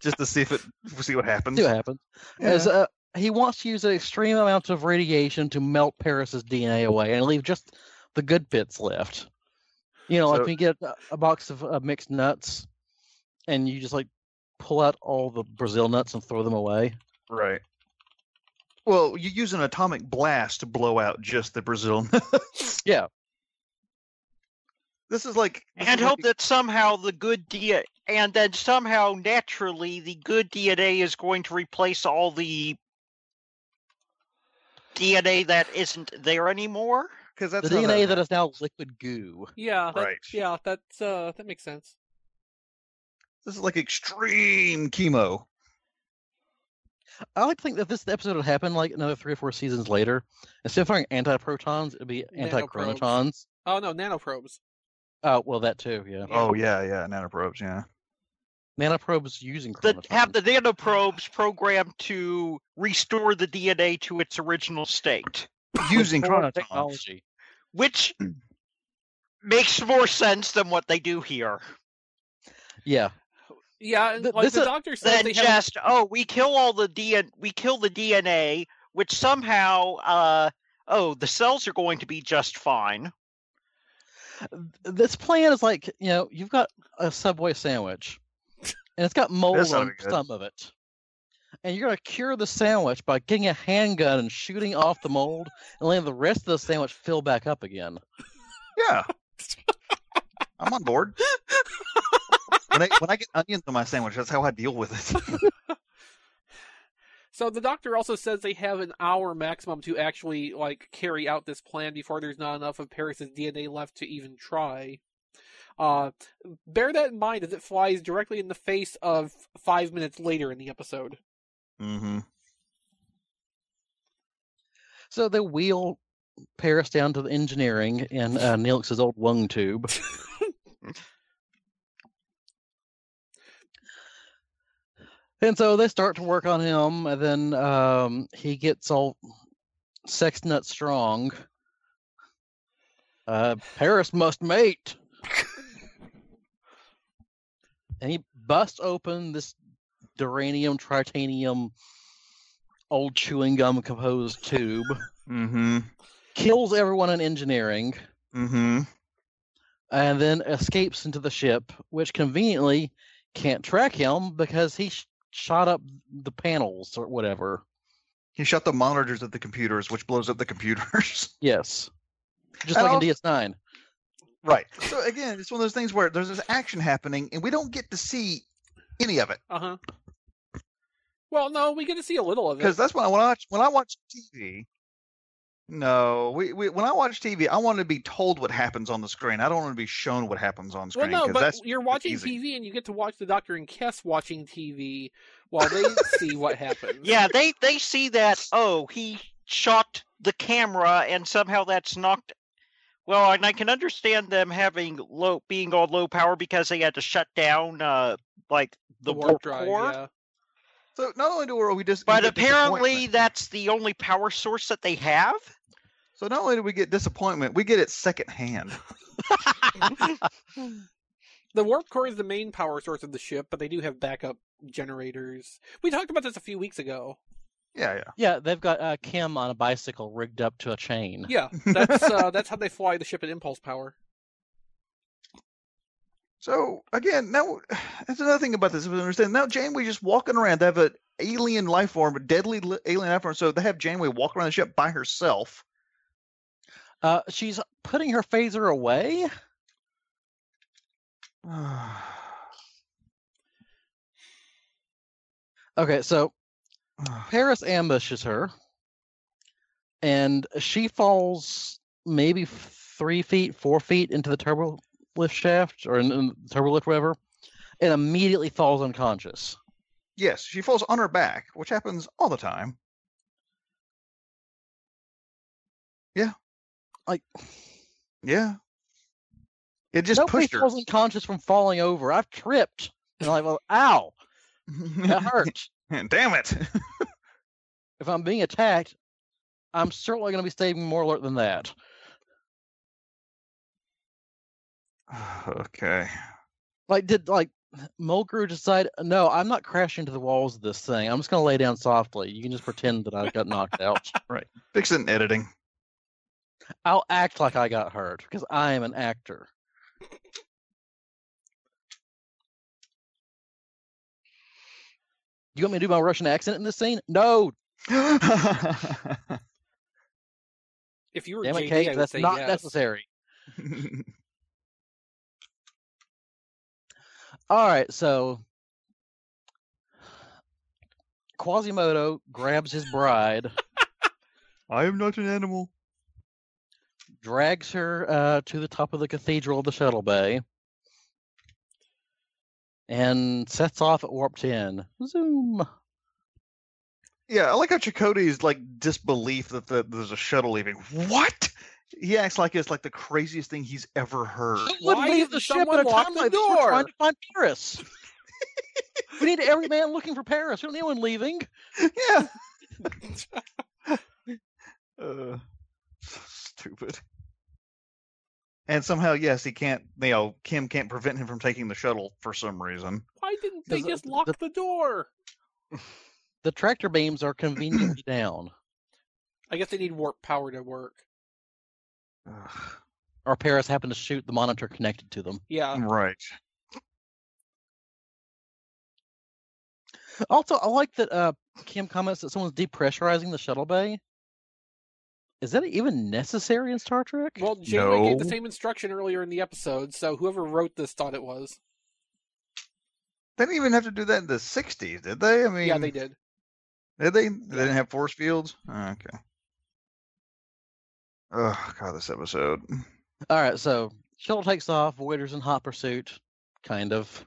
Speaker 11: Just to see if it see what happens.
Speaker 9: See what happens. As uh, he wants to use an extreme amount of radiation to melt Paris's DNA away and leave just the good bits left. You know, like
Speaker 11: So-
Speaker 9: when you get a, a box of uh, mixed nuts, and you just like pull out all the Brazil nuts and throw them away.
Speaker 11: Right. Well, you use an atomic blast to blow out just the Brazil.
Speaker 9: yeah.
Speaker 11: This is like
Speaker 7: and hope that somehow the good DNA, and then somehow naturally the good DNA is going to replace all the DNA that isn't there anymore.
Speaker 11: Because
Speaker 9: the DNA that is now liquid goo.
Speaker 4: yeah, that,
Speaker 11: Right.
Speaker 4: yeah, that's uh, that makes sense.
Speaker 11: This is like extreme chemo.
Speaker 9: I like to think that if this episode would happen like another three or four seasons later, instead of firing anti-protons, it'd be
Speaker 4: Nanoprobes.
Speaker 9: anti-chronotons.
Speaker 4: Oh no, nanoprobes.
Speaker 9: Uh, well, that too, yeah.
Speaker 11: Oh yeah, yeah, nanoprobes, yeah.
Speaker 9: Nanoprobes using
Speaker 7: That
Speaker 9: chronotons.
Speaker 7: have the nanoprobes programmed to restore the DNA to its original state,
Speaker 11: Using
Speaker 9: Foreign
Speaker 11: chronotons.
Speaker 9: technology.
Speaker 7: which makes more sense than what they do here.
Speaker 9: Yeah.
Speaker 4: Yeah, and
Speaker 7: Th-
Speaker 4: like
Speaker 7: this
Speaker 4: the
Speaker 7: is-
Speaker 4: doctor says,
Speaker 7: Then
Speaker 4: they haven't-
Speaker 7: just oh, we kill all the DNA, we kill the DNA, which somehow uh oh, the cells are going to be just fine.
Speaker 9: This plan is like, you know, you've got a Subway sandwich, and it's got mold
Speaker 11: That's not
Speaker 9: on
Speaker 11: good.
Speaker 9: some of it. And you're going to cure the sandwich by getting a handgun and shooting off the mold and letting the rest of the sandwich fill back up again.
Speaker 11: Yeah. I'm on board. when I when I get onions on my sandwich, that's how I deal with it.
Speaker 4: So the doctor also says they have an hour maximum to actually like carry out this plan before there's not enough of Paris's DNA left to even try. Uh, bear that in mind as it flies directly in the face of five minutes later in the episode.
Speaker 11: mm-hmm.
Speaker 9: So they wheel Paris down to the engineering in uh, Neelix's old lung tube. and so they start to work on him, and then um, he gets all sex nut strong. Uh, Paris must mate. and he busts open this duranium, tritanium, old chewing gum composed tube
Speaker 11: Mm-hmm.
Speaker 9: kills everyone in engineering
Speaker 11: Mm-hmm.
Speaker 9: and then escapes into the ship, which conveniently can't track him because he sh- shot up the panels or whatever.
Speaker 11: He shut the monitors at the computers, which blows up the computers.
Speaker 9: Yes. Just
Speaker 11: And
Speaker 9: like
Speaker 11: also-
Speaker 9: in DS9.
Speaker 11: Right. So again, it's one of those things where there's this action happening and we don't get to see any of it.
Speaker 4: Uh huh. Well, no, we get to see a little of it.
Speaker 11: Because that's when I when I watch when I watch TV. No, we, we when I watch TV, I want to be told what happens on the screen. I don't want to be shown what happens on
Speaker 4: well,
Speaker 11: screen.
Speaker 4: no,
Speaker 11: 'cause
Speaker 4: but
Speaker 11: that's
Speaker 4: you're watching
Speaker 11: easy.
Speaker 4: TV and you get to watch the doctor and Kess watching TV while they see what happens.
Speaker 7: Yeah, they they see that oh, he shot the camera and somehow that's knocked well, and I can understand them having low being on low power because they had to shut down uh like the,
Speaker 4: warp drive.
Speaker 7: core.
Speaker 4: Yeah.
Speaker 11: So not only do we- we just
Speaker 7: But apparently that's the only power source that they have.
Speaker 11: So not only do we get disappointment, we get it secondhand.
Speaker 4: The warp core is the main power source of the ship, but they do have backup generators. We talked about this a few weeks ago.
Speaker 11: Yeah, yeah.
Speaker 9: Yeah, they've got uh, Kim on a bicycle rigged up to a chain.
Speaker 4: Yeah, that's uh, that's how they fly the ship at impulse power.
Speaker 11: So again, now that's another thing about this. If we understand now, Janeway just walking around. They have an alien life form, a deadly li- alien life form. So they have Janeway walk around the ship by herself.
Speaker 9: Uh, she's putting her phaser away. okay, so Paris ambushes her, and she falls maybe three feet, four feet into the turbo lift shaft or in, in the turbo lift, whatever, and immediately falls unconscious.
Speaker 11: Yes, she falls on her back, which happens all the time. Yeah.
Speaker 9: Like.
Speaker 11: Yeah. It just
Speaker 9: Nobody
Speaker 11: pushed her.
Speaker 9: falls unconscious from falling over. I've tripped. And I'm like, well, ow, that hurt.
Speaker 11: Damn it.
Speaker 9: if I'm being attacked, I'm certainly going to be staying more alert than that.
Speaker 11: Okay.
Speaker 9: Like, did like Mulgrew decide? No, I'm not crashing into the walls of this thing. I'm just going to lay down softly. You can just pretend that I got knocked out.
Speaker 11: Right. Fix it in editing.
Speaker 9: I'll act like I got hurt because I am an actor. You want me to do my Russian accent in this scene? No.
Speaker 4: If you were
Speaker 9: Damn it,
Speaker 4: JD,
Speaker 9: Kate,
Speaker 4: I would
Speaker 9: that's
Speaker 4: say
Speaker 9: not
Speaker 4: yes.
Speaker 9: necessary. All right, so Quasimodo grabs his bride. I am not an animal. Drags her uh, to the top of the cathedral of the shuttle bay, and sets off at warp ten. Zoom.
Speaker 11: Yeah, I like how Chakotay's like disbelief that the, there's a shuttle leaving. What? He acts like it's like the craziest thing he's ever heard.
Speaker 9: Wouldn't
Speaker 4: Why
Speaker 9: leave
Speaker 4: didn't
Speaker 9: the ship
Speaker 4: someone
Speaker 9: at a
Speaker 4: lock
Speaker 9: time
Speaker 4: the
Speaker 9: like this. We're
Speaker 4: door?
Speaker 9: trying to find Paris. we need every man looking for Paris. We don't need anyone leaving.
Speaker 11: Yeah. Uh, stupid. And somehow, yes, he can't. You know, Kim can't prevent him from taking the shuttle for some reason.
Speaker 4: Why didn't they
Speaker 9: Because, uh,
Speaker 4: just lock the, door?
Speaker 9: The tractor beams are conveniently down.
Speaker 4: I guess they need warp power to work.
Speaker 9: Or Paris happened to shoot the monitor connected to them.
Speaker 4: Yeah.
Speaker 11: Right.
Speaker 9: Also, I like that uh, Kim comments that someone's depressurizing the shuttle bay. Is that even necessary in Star Trek?
Speaker 4: Well, Janeway gave the
Speaker 9: Mm, No.
Speaker 4: same instruction earlier in the episode, so whoever wrote this thought it was.
Speaker 11: They didn't even have to do that in the '60s, did they? I mean,
Speaker 4: yeah, they did.
Speaker 11: Did they? They didn't have force fields. Oh, okay. Oh god, this episode.
Speaker 9: All right, so shuttle takes off. Voyager's in hot pursuit, kind of.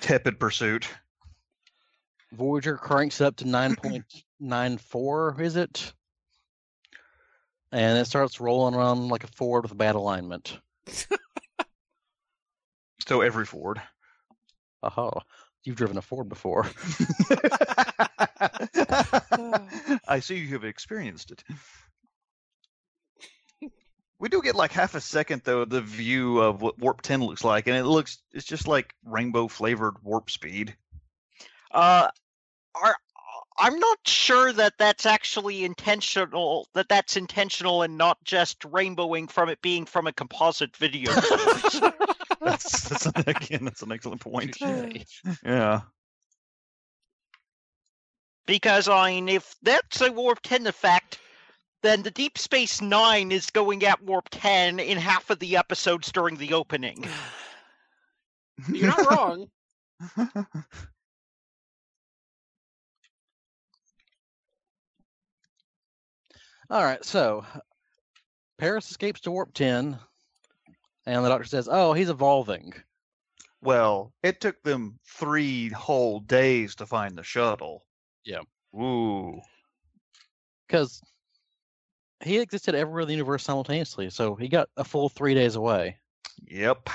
Speaker 11: Tepid pursuit.
Speaker 9: Voyager cranks up to nine point nine four, is it? And it starts rolling around like a Ford with a bad alignment.
Speaker 11: So every Ford.
Speaker 9: Oh, you've driven a Ford before.
Speaker 11: I see you have experienced it. We do get like half a second though the view of what warp 10 looks like and it looks it's just like rainbow flavored warp speed.
Speaker 7: Uh, are I'm not sure that that's actually intentional. That that's intentional and not just rainbowing from it being from a composite video. source.
Speaker 11: That's, that's an, again that's an excellent point. Yeah.
Speaker 7: because I mean, if that's a warp ten effect, then the Deep Space Nine is going at warp ten in half of the episodes during the opening.
Speaker 4: You're not wrong.
Speaker 9: All right, so Paris escapes to warp ten, and the doctor says, "Oh, he's evolving."
Speaker 11: Well, it took them 3 whole days to find the shuttle.
Speaker 9: Yeah.
Speaker 11: Ooh.
Speaker 9: because he existed everywhere in the universe simultaneously, so he got a full three days away.
Speaker 11: Yep.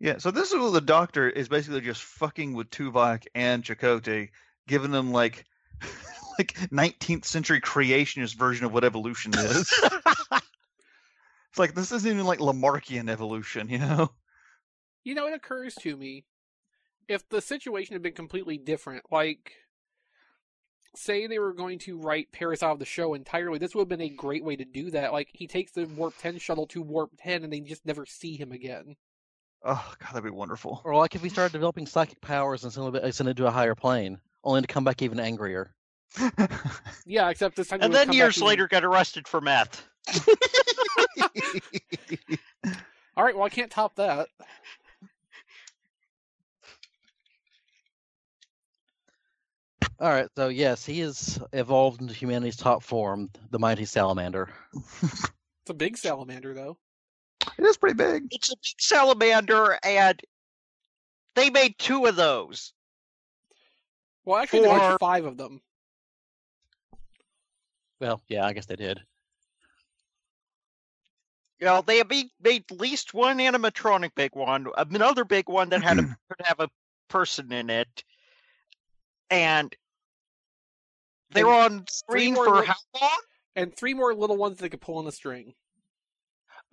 Speaker 11: Yeah, so this is where the doctor is basically just fucking with Tuvok and Chakotay, giving them like like 19th century creationist version of what evolution is. it's like this isn't even like Lamarckian evolution, you know?
Speaker 4: You know, it occurs to me if the situation had been completely different, like say they were going to write Paris out of the show entirely, this would have been a great way to do that. Like he takes the warp ten shuttle to warp ten, and they just never see him again.
Speaker 11: Oh god, that'd be wonderful.
Speaker 9: Or like if we started developing psychic powers and suddenly send it to a higher plane, only to come back even angrier.
Speaker 4: Yeah, except this time.
Speaker 7: And
Speaker 4: they would
Speaker 7: then
Speaker 4: come back
Speaker 7: years
Speaker 4: even-
Speaker 7: later got arrested for meth.
Speaker 4: All right, well I can't top that.
Speaker 9: All right, so yes, he is evolved into humanity's top form, the mighty salamander.
Speaker 4: It's a big salamander though.
Speaker 11: It is pretty big.
Speaker 7: It's a big salamander, and they made two of those.
Speaker 4: Well, actually, they
Speaker 7: Or-
Speaker 4: made five of them.
Speaker 9: Well, yeah, I guess they did.
Speaker 7: You know, they made, made at least one animatronic big one, uh, another big one that had a, could have a person in it, and they were on screen for how long?
Speaker 4: And three more little ones they could pull on a string.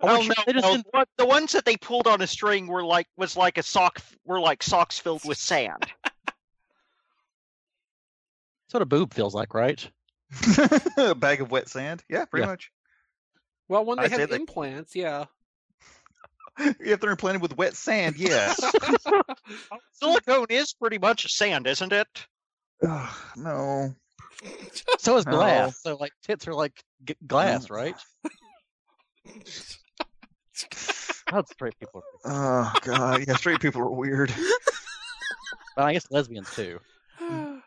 Speaker 7: Oh, no, no, what- the ones that they pulled on a string were like was like a sock were like socks filled with sand.
Speaker 9: That's what a boob feels like, right?
Speaker 11: a bag of wet sand. Yeah, pretty
Speaker 9: Yeah.
Speaker 11: much.
Speaker 4: Well, when they
Speaker 11: I
Speaker 4: have
Speaker 11: said they-
Speaker 4: implants, yeah.
Speaker 11: If they're implanted with wet sand, yes.
Speaker 7: Silicone is pretty much sand, isn't it?
Speaker 11: no.
Speaker 9: So is
Speaker 11: No.
Speaker 9: glass. So like tits are like g- glass, right? God, straight people. are-
Speaker 11: Oh god, yeah, straight people are weird.
Speaker 9: Well, I guess lesbians too.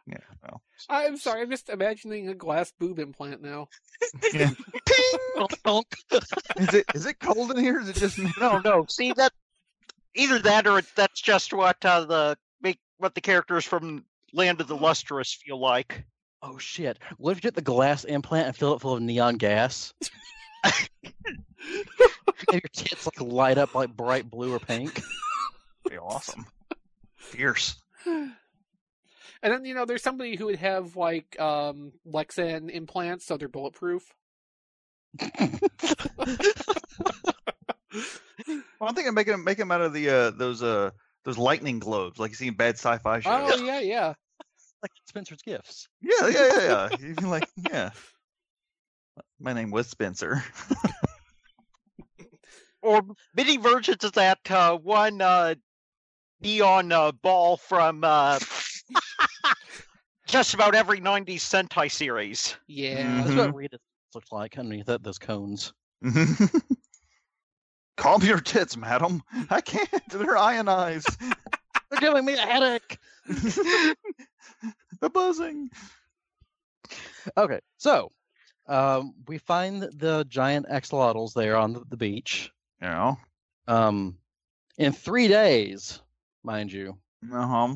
Speaker 11: Yeah, well.
Speaker 4: I'm sorry, I'm just imagining a glass boob implant now.
Speaker 11: Is it is it cold in here? Is it just me?
Speaker 7: No, no. See that either that or it- that's just what uh, the make what the characters from Land of the Lustrous feel like.
Speaker 9: Oh shit! What if you get the glass implant and fill it full of neon gas? and your tits like light up like bright blue or pink.
Speaker 11: Be awesome. Fierce.
Speaker 4: And then you know, there's somebody who would have like um Lexan implants, so they're bulletproof.
Speaker 11: Well, I'm thinking making making them out of the uh, those uh those lightning globes like you see in bad sci-fi shows.
Speaker 4: Oh yeah, yeah.
Speaker 9: Like Spencer's gifts.
Speaker 11: Yeah, yeah, yeah, yeah. You can like, yeah. My name was Spencer.
Speaker 7: Or mini versions of that uh, one uh, neon uh, ball from uh, just about every '90s Sentai series.
Speaker 4: Yeah,
Speaker 11: Mm-hmm.
Speaker 9: That's what Rita looked like underneath that, those cones.
Speaker 11: Calm your tits, madam. I can't. They're ionized.
Speaker 9: They're giving me a headache.
Speaker 11: the buzzing.
Speaker 9: Okay, so um, we find the giant axolotls there on the, the beach.
Speaker 11: Yeah.
Speaker 9: Um, in three days, mind you,
Speaker 11: Uh-huh.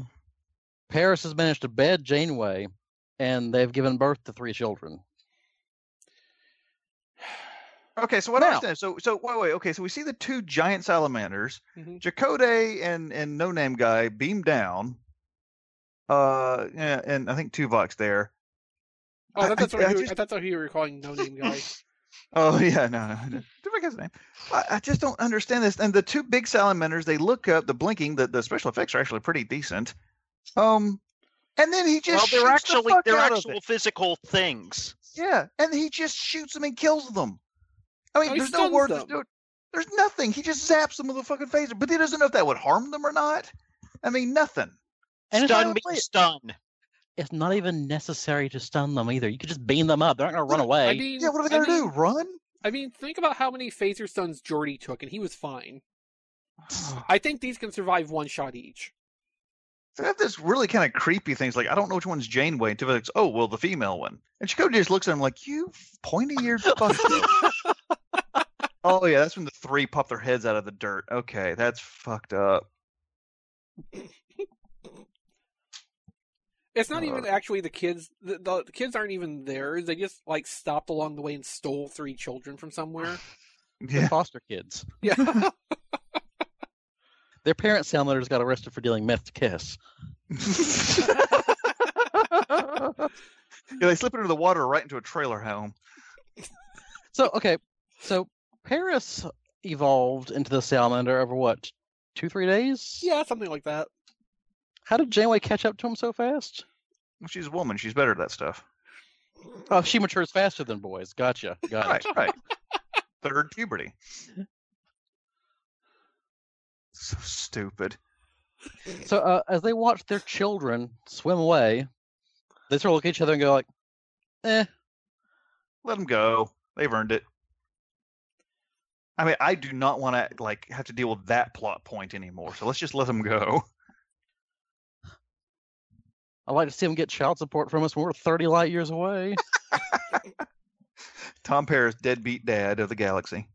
Speaker 9: Paris has managed to bed Janeway, and they've given birth to three children.
Speaker 11: Okay, so what I understand. So so wait wait. Okay, so we see the two giant salamanders,
Speaker 7: Mm-hmm.
Speaker 4: Mhm.
Speaker 11: Jacode and and No Name guy beam down. Uh, yeah, and I think Tuvok's there.
Speaker 4: Oh, I thought that's what
Speaker 11: I
Speaker 4: you were,
Speaker 11: just-
Speaker 4: I thought that's what you were calling no name guy.
Speaker 11: Oh yeah, no, no, no. Tuvok has a name. I, I just don't understand this. And the two big salamanders, they look up. The blinking, the, the special effects are actually pretty decent. Um, and then he just
Speaker 7: well, they're
Speaker 11: shoots the
Speaker 7: actually
Speaker 11: fuck
Speaker 7: they're
Speaker 11: out of
Speaker 7: actual
Speaker 11: it.
Speaker 7: physical things.
Speaker 11: Yeah, and he just shoots them and kills them. I mean,
Speaker 4: No, Oh, he
Speaker 11: there's no
Speaker 4: stuns
Speaker 11: word.
Speaker 4: them.
Speaker 11: There's, no, there's nothing. He just zaps them with a fucking phaser, but he doesn't know if that would harm them or not. I mean, nothing.
Speaker 9: And it's
Speaker 7: Stun
Speaker 9: not,
Speaker 7: means
Speaker 9: even-
Speaker 7: stun.
Speaker 9: it's not even necessary to stun them either. You could just beam them up. They're not going to run away.
Speaker 4: I mean,
Speaker 11: Yeah, what are they
Speaker 4: I
Speaker 11: gonna do?
Speaker 4: mean-
Speaker 11: Run?
Speaker 4: I mean, think about how many phaser stuns Jordy took, and he was fine. I think these can survive one shot each.
Speaker 11: They have this really kind of creepy things. Like I don't know which one's Janeway. And Tuvok's, oh well, the female one. And Chakotay just looks at him like, you pointy-eared fuck. oh yeah, that's when the three pop their heads out of the dirt. Okay, that's fucked up.
Speaker 4: It's not even
Speaker 11: Uh.
Speaker 4: actually the kids. The, the, the kids aren't even theirs. They just like stopped along the way and stole three children from somewhere.
Speaker 9: They're
Speaker 11: Yeah.
Speaker 9: foster kids.
Speaker 4: Yeah.
Speaker 9: Their parents, salamanders, got arrested for dealing meth to kiss.
Speaker 11: Yeah, they slip into the water right into a trailer home.
Speaker 9: So, okay. So, Paris evolved into the salamander over what, two, three days?
Speaker 4: yeah, something like that.
Speaker 9: How did Janeway catch up to him so fast?
Speaker 11: Well, she's a woman. She's better at that stuff.
Speaker 9: Oh, she matures faster than boys. Gotcha. Got
Speaker 11: Right,
Speaker 9: it.
Speaker 11: right. Third puberty. So stupid.
Speaker 9: So uh, as they watch their children swim away, they sort of look at each other and go like, "Eh,
Speaker 11: Let them go. They've earned it. I mean, I do not want to like have to deal with that plot point anymore. So let's just let them go.
Speaker 9: I'd like to see them get child support from us when we're 30 light years away."
Speaker 11: Tom Paris, deadbeat dad of the galaxy.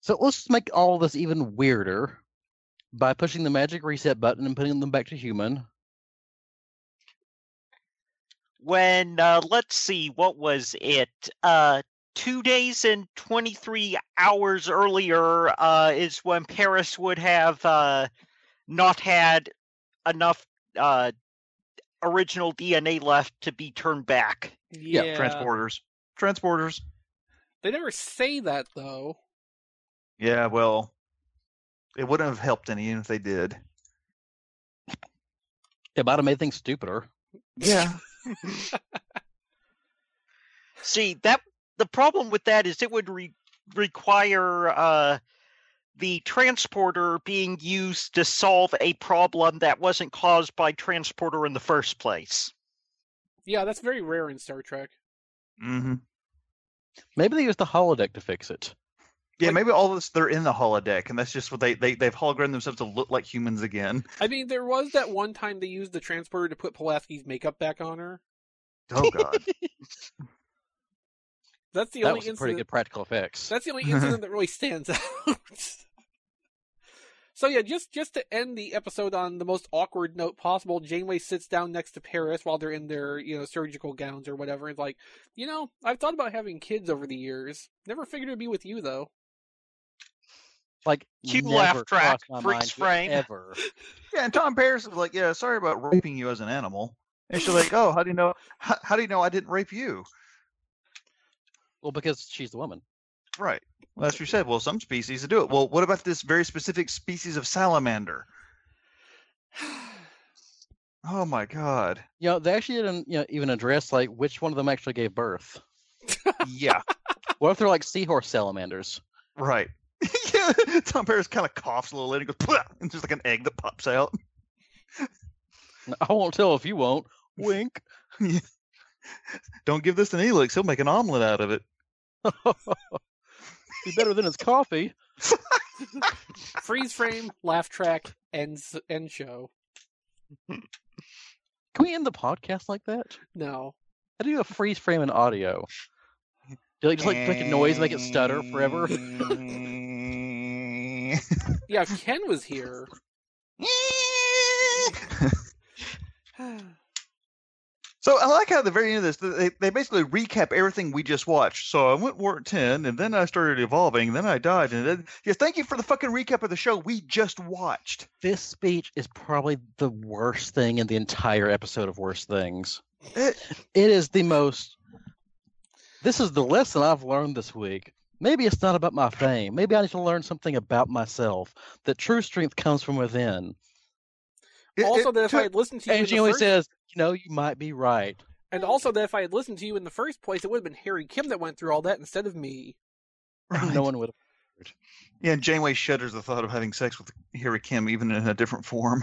Speaker 9: So let's just make all this even weirder by pushing the magic reset button and putting them back to human.
Speaker 7: when uh, let's see what was it uh two days and 23 hours earlier uh is when paris would have uh not had enough uh original dna left to be turned back
Speaker 4: Yeah. Yeah.
Speaker 11: Transporters. Transporters.
Speaker 4: They never say that though.
Speaker 11: Yeah, well, it wouldn't have helped any even if they did.
Speaker 9: It might have made things stupider.
Speaker 11: Yeah.
Speaker 7: see that the problem with that is it would re- require uh the transporter being used to solve a problem that wasn't caused by transporter in the first place
Speaker 4: Yeah, that's very rare in Star Trek.
Speaker 11: Mm-hmm.
Speaker 9: Maybe they used the holodeck to fix it.
Speaker 11: Yeah, maybe all this they're in the holodeck, and that's just what they they they've hologrammed themselves to look like humans again.
Speaker 4: I mean, there was that one time they used the transporter to put Pulaski's makeup back on her.
Speaker 11: Oh god.
Speaker 4: That's the only
Speaker 9: that was a
Speaker 4: incident.
Speaker 9: pretty good practical effects.
Speaker 4: That's the only incident that really stands out. so yeah, just just to end the episode on the most awkward note possible, Janeway sits down next to Paris while they're in their you know surgical gowns or whatever, and like, you know, I've thought about having kids over the years. Never figured it'd be with you though.
Speaker 9: like
Speaker 7: Cue
Speaker 9: never
Speaker 7: laugh track,
Speaker 9: crossed my
Speaker 7: freeze
Speaker 9: mind
Speaker 7: frame.
Speaker 9: Ever.
Speaker 11: yeah, and Tom Paris was like, "Yeah, sorry about raping you as an animal." And she's like, "Oh, how do you know? How, how do you know I didn't rape you?"
Speaker 9: Well, because she's a woman.
Speaker 11: Right. Well, as you said, well, some species do it. Well, what about this very specific species of salamander? Oh my god.
Speaker 9: You know, they actually didn't you know, even address like which one of them actually gave birth.
Speaker 11: Yeah.
Speaker 9: What if they're like seahorse salamanders?
Speaker 11: Right. yeah, Tom Paris kind of coughs a little later and goes, "Pwah!" and there's like an egg that pops out.
Speaker 9: I won't tell if you won't. Wink.
Speaker 11: Don't give this to Neelix. He'll make an omelet out of it.
Speaker 9: Be better than his coffee.
Speaker 4: Freeze frame, laugh track, end s- end show.
Speaker 9: Can we end the podcast like that?
Speaker 4: No.
Speaker 9: How do you do a freeze frame in audio? Do you like, just like make a noise, make it stutter forever?
Speaker 4: Yeah, if Ken was here.
Speaker 11: So I like how at the very end of this, they, they basically recap everything we just watched. So I went warp 10, and then I started evolving, then I died, and then yeah, thank you for the fucking recap of the show we just watched.
Speaker 9: this speech is probably the worst thing in the entire episode of Worst Things.
Speaker 11: It,
Speaker 9: it is the most. This is the lesson I've learned this week. Maybe it's not about my fame. Maybe I need to learn something about myself. That true strength comes from within.
Speaker 4: also, that if I had listened to you,
Speaker 9: And
Speaker 4: in
Speaker 9: she
Speaker 4: the
Speaker 9: always
Speaker 4: first,
Speaker 9: says, "You know, you might be right."
Speaker 4: and also that if I had listened to you in the first place, it would have been Harry Kim that went through all that instead of me.
Speaker 9: No one would.
Speaker 11: Yeah, and Janeway shudders the thought of having sex with Harry Kim, even in a different form.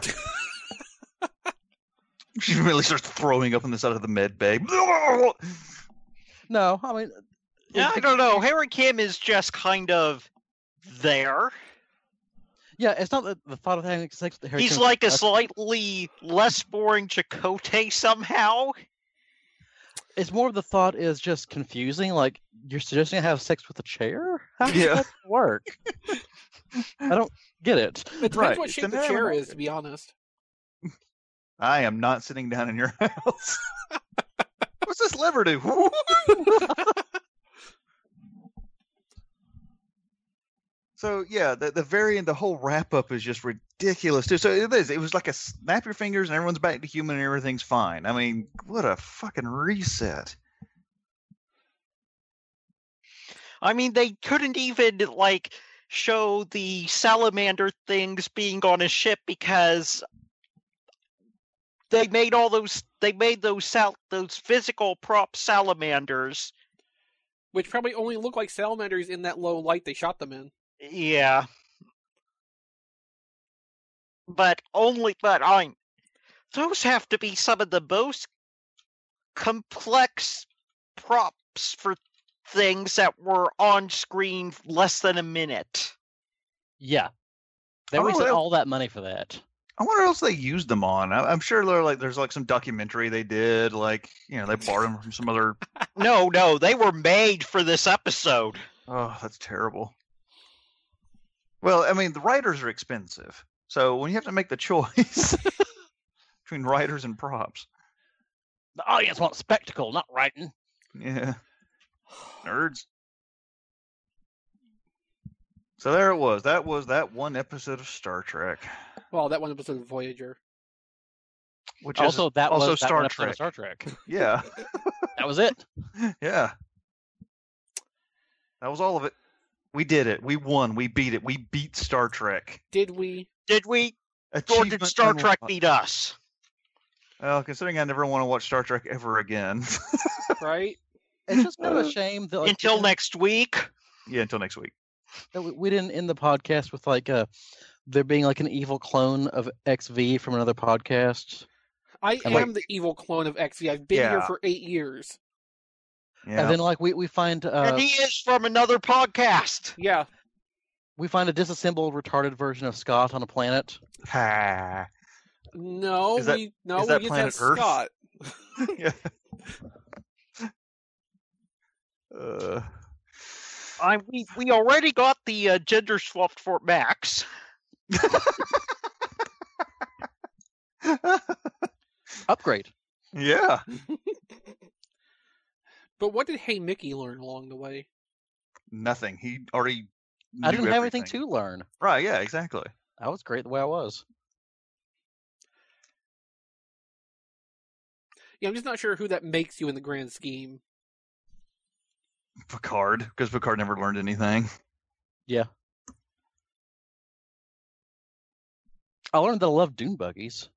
Speaker 11: she really starts throwing up on the side of the med bay.
Speaker 9: No, I mean,
Speaker 7: Yeah, I don't know. Harry Kim is just kind of there.
Speaker 9: yeah, it's not the, the thought of having sex with Harry.
Speaker 7: He's
Speaker 9: Kim-
Speaker 7: like a
Speaker 9: that's-
Speaker 7: slightly less boring Chakotay somehow.
Speaker 9: It's more of the thought is just confusing. Like you're suggesting I have sex with a chair? How does
Speaker 11: Yeah.
Speaker 9: that work? I don't get it.
Speaker 4: It depends what shape the chair is, to be honest.
Speaker 11: I am not sitting down in your house. What's this lever do? so yeah, the, the very end, the whole wrap up is just ridiculous too. So it is. It was like a snap your fingers and everyone's back to human and everything's fine. I mean, what a fucking reset.
Speaker 7: I mean, they couldn't even like show the salamander things being on a ship because they made all those they made those sal- those physical prop salamanders.
Speaker 4: Which probably only look like salamanders in that low light they shot them in.
Speaker 7: Yeah. But only but I those have to be some of the most complex props for things that were on screen f- less than a minute.
Speaker 9: Yeah. They
Speaker 11: I
Speaker 7: Oh,
Speaker 11: wonder
Speaker 9: wasted
Speaker 11: what
Speaker 9: all that money for that.
Speaker 11: I wonder what else they used them on. I, I'm sure there like there's like some documentary they did, like you know they borrowed them from some other.
Speaker 7: no, no, they were made for this episode.
Speaker 11: Oh, that's terrible. Well, I mean the writers are expensive, so when you have to make the choice between writers and props,
Speaker 9: The audience wants spectacle, not writing.
Speaker 11: yeah, nerds. So there it was. That was that one episode of Star Trek,
Speaker 4: Well, that one episode of Voyager.
Speaker 11: which
Speaker 9: also,
Speaker 11: is
Speaker 9: that
Speaker 11: also
Speaker 9: was
Speaker 11: Star
Speaker 9: that one episode
Speaker 11: Trek.
Speaker 9: of Star Trek.
Speaker 11: Yeah,
Speaker 9: that was it.
Speaker 11: Yeah. That was all of it. We did it. We won. We beat it. We beat Star Trek.
Speaker 4: Did we?
Speaker 7: Did we? Or did
Speaker 11: Achievement
Speaker 7: Star Trek
Speaker 11: unlocked.
Speaker 7: beat us?
Speaker 11: Well, considering I never want to watch Star Trek ever again.
Speaker 4: Right?
Speaker 9: It's just kind of a shame that like,
Speaker 7: Uh, Until
Speaker 9: we-
Speaker 7: next week.
Speaker 11: yeah, until next week.
Speaker 9: that we- we didn't end the podcast with like uh there being like an evil clone of XV from another podcast.
Speaker 4: I
Speaker 9: And, like-
Speaker 4: am the evil clone of XV. I've been here
Speaker 9: Yeah.
Speaker 4: for eight years.
Speaker 9: And then like we we find uh,
Speaker 7: and he is from another podcast.
Speaker 4: Yeah.
Speaker 9: we find a disassembled retarded version of Scott on a planet.
Speaker 4: No,
Speaker 9: Is that-
Speaker 4: we no
Speaker 9: is that
Speaker 4: we just
Speaker 9: planet
Speaker 4: have Scott.
Speaker 9: Earth?
Speaker 11: Uh,
Speaker 7: I we we already got the uh, gender swapped for Max.
Speaker 9: Upgrade.
Speaker 11: Yeah.
Speaker 4: But what did Hey Mickey learn along the way?
Speaker 11: Nothing. He already.
Speaker 9: I
Speaker 11: knew
Speaker 9: didn't have anything to
Speaker 11: everything.
Speaker 9: learn.
Speaker 11: Right. Yeah. Exactly.
Speaker 9: I was great the way I was.
Speaker 4: Yeah, I'm just not sure who that makes you in the grand scheme.
Speaker 11: Picard, because Picard never learned anything.
Speaker 9: Yeah. I learned that I love dune buggies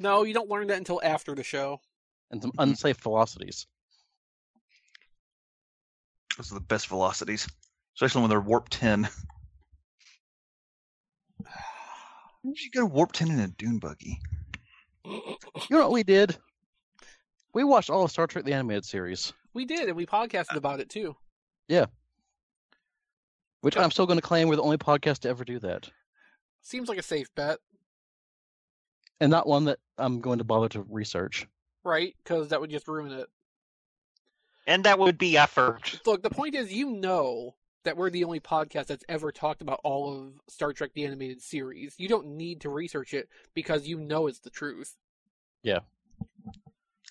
Speaker 4: No, you don't learn that until after the show.
Speaker 9: and some unsafe velocities.
Speaker 11: Those are the best velocities, especially when they're warp ten. Why did you get a warp ten in a dune buggy?
Speaker 9: You know what we did? We watched all of Star Trek the animated series.
Speaker 4: We did, and we podcasted
Speaker 9: Uh
Speaker 4: about it too.
Speaker 9: Yeah. Which I'm still going to claim we're the only podcast to ever do that,
Speaker 4: Seems like a safe bet,
Speaker 9: and not one that I'm going to bother to research.
Speaker 4: right? Because that would just ruin it.
Speaker 7: And that would be effort.
Speaker 4: Look, the point is, you know that we're the only podcast that's ever talked about all of Star Trek the animated series. You don't need to research it because you know it's the truth.
Speaker 9: Yeah.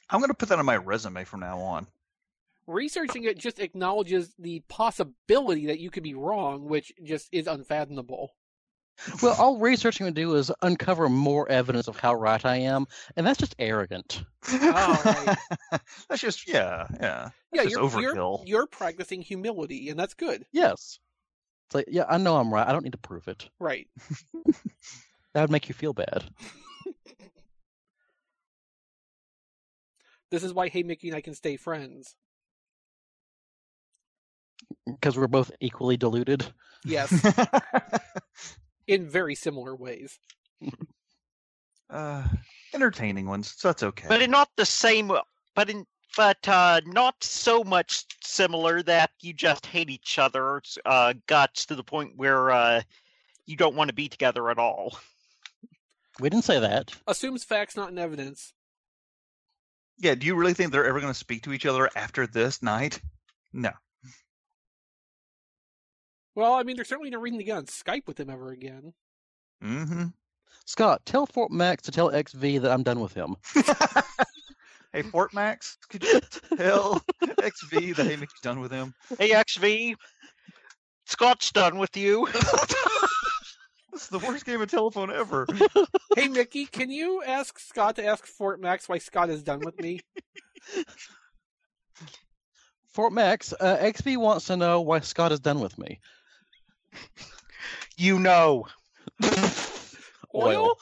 Speaker 11: I'm gonna put that on my resume from now on.
Speaker 4: Researching it just acknowledges the possibility that you could be wrong, which just is unfathomable.
Speaker 9: Well, all research I'm going to do is uncover more evidence of how right I am, and that's just arrogant.
Speaker 7: Oh,
Speaker 11: That's just yeah, yeah.
Speaker 4: Yeah,
Speaker 11: That's
Speaker 4: you're,
Speaker 11: just
Speaker 4: you're-
Speaker 11: overkill.
Speaker 4: You're, practicing humility, and that's good.
Speaker 9: Yes. It's like, yeah, I know I'm right. I don't need to prove it.
Speaker 4: Right.
Speaker 9: That would make you feel bad.
Speaker 4: This is why Hey Mickey and I can stay friends.
Speaker 9: because we're both equally deluded.
Speaker 4: Yes. In very similar ways.
Speaker 11: Uh, entertaining ones, so that's okay.
Speaker 7: But in not the same but in but uh not so much similar that you just hate each other's uh guts to the point where uh you don't want to be together at all.
Speaker 9: We didn't say that.
Speaker 4: Assumes facts, not in evidence.
Speaker 11: yeah, do you really think they're ever going to speak to each other after this night? No.
Speaker 4: Well, I mean, they're certainly not reading to get on Skype with him ever again.
Speaker 11: Mm-hmm.
Speaker 9: Scott, tell Fort Max to tell XV that I'm done with him.
Speaker 11: Hey, Fort Max, could you tell XV that Hey Mickey's done with him?
Speaker 7: Hey XV Scott's done with you.
Speaker 11: This is the worst game of telephone ever.
Speaker 4: hey, Mickey, can you ask Scott to ask Fort Max why Scott is done with me?
Speaker 9: Fort Max, uh, XP wants to know why Scott is done with me.
Speaker 7: You know.
Speaker 9: Oil?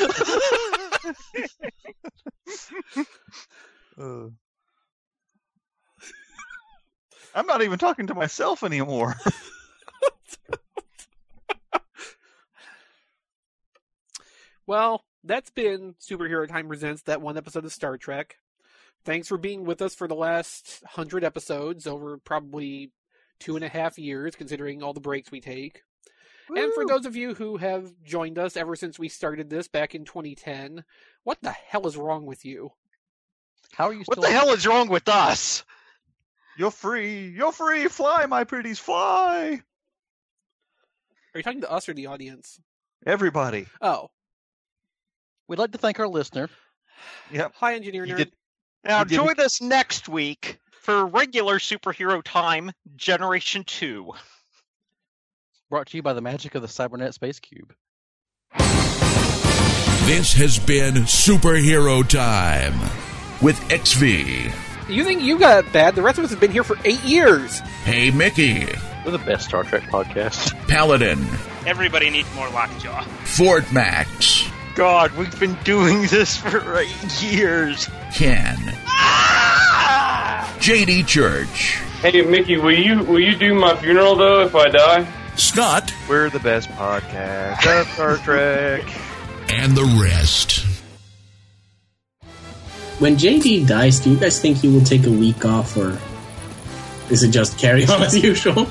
Speaker 11: Uh, I'm not even talking to myself anymore.
Speaker 4: Well, that's been Superhero Time Presents, that one episode of Star Trek. Thanks for being with us for the last hundred episodes over probably two and a half years, considering all the breaks we take. And for those of you who have joined us ever since we started this back in 2010, what the hell is wrong with you?
Speaker 9: How are you?
Speaker 7: What the hell is wrong with us?
Speaker 11: You're free. You're free. Fly, my pretties, fly.
Speaker 4: Are you talking to us or the audience?
Speaker 11: Everybody.
Speaker 4: Oh,
Speaker 9: We'd like to thank our listener.
Speaker 11: Yep.
Speaker 4: Hi, engineer nerd.
Speaker 7: Now
Speaker 9: You didn't-
Speaker 7: join us next week for regular superhero time, Generation Two.
Speaker 9: Brought to you by the magic of the Cybernet Space Cube.
Speaker 14: This has been Superhero Time with XV.
Speaker 4: You think you got it bad? The rest of us have been here for eight years.
Speaker 14: Hey Mickey,
Speaker 9: We're the best Star Trek podcast.
Speaker 14: Paladin,
Speaker 8: Everybody needs more lockjaw.
Speaker 14: Fort Max,
Speaker 7: God, we've been doing this for eight years. Ah!
Speaker 14: Ken, JD Church,
Speaker 15: Hey Mickey, will you will you do my funeral though if I die?
Speaker 14: Scott.
Speaker 11: We're the best podcast of Star Trek.
Speaker 14: and the rest.
Speaker 16: When JD dies, do you guys think he will take a week off, or is it just carry on as usual?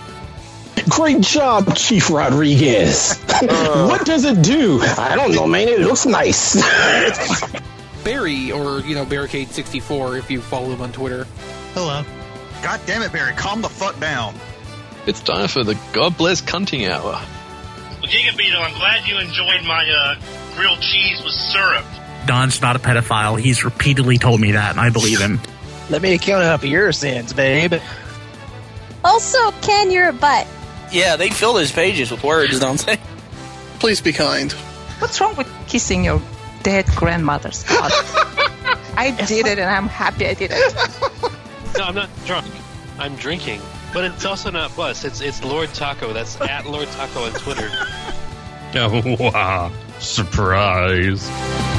Speaker 17: Great job, Chief Rodriguez. what does it do? I don't know, man. It looks nice.
Speaker 4: Barry, or, you know, Barricade64 if you follow him on Twitter.
Speaker 11: Hello. God damn it, Barry. Calm the fuck down.
Speaker 18: It's time for the God Bless Cunting Hour.
Speaker 19: Well, Gigabito, I'm glad you enjoyed my uh, grilled cheese with syrup.
Speaker 20: Don's not a pedophile. He's repeatedly told me that, and I believe him.
Speaker 21: Let me count up your sins, babe.
Speaker 22: Also, Ken, you're a butt.
Speaker 21: Yeah, they fill those pages with words, don't they? Please be kind.
Speaker 23: What's wrong with kissing your dead grandmother's butt? I did it, and I'm happy I did it.
Speaker 24: No, I'm not drunk. I'm drinking. But it's also not bus. It's it's Lord Taco. That's at Lord Taco on Twitter.
Speaker 25: wow. Surprise.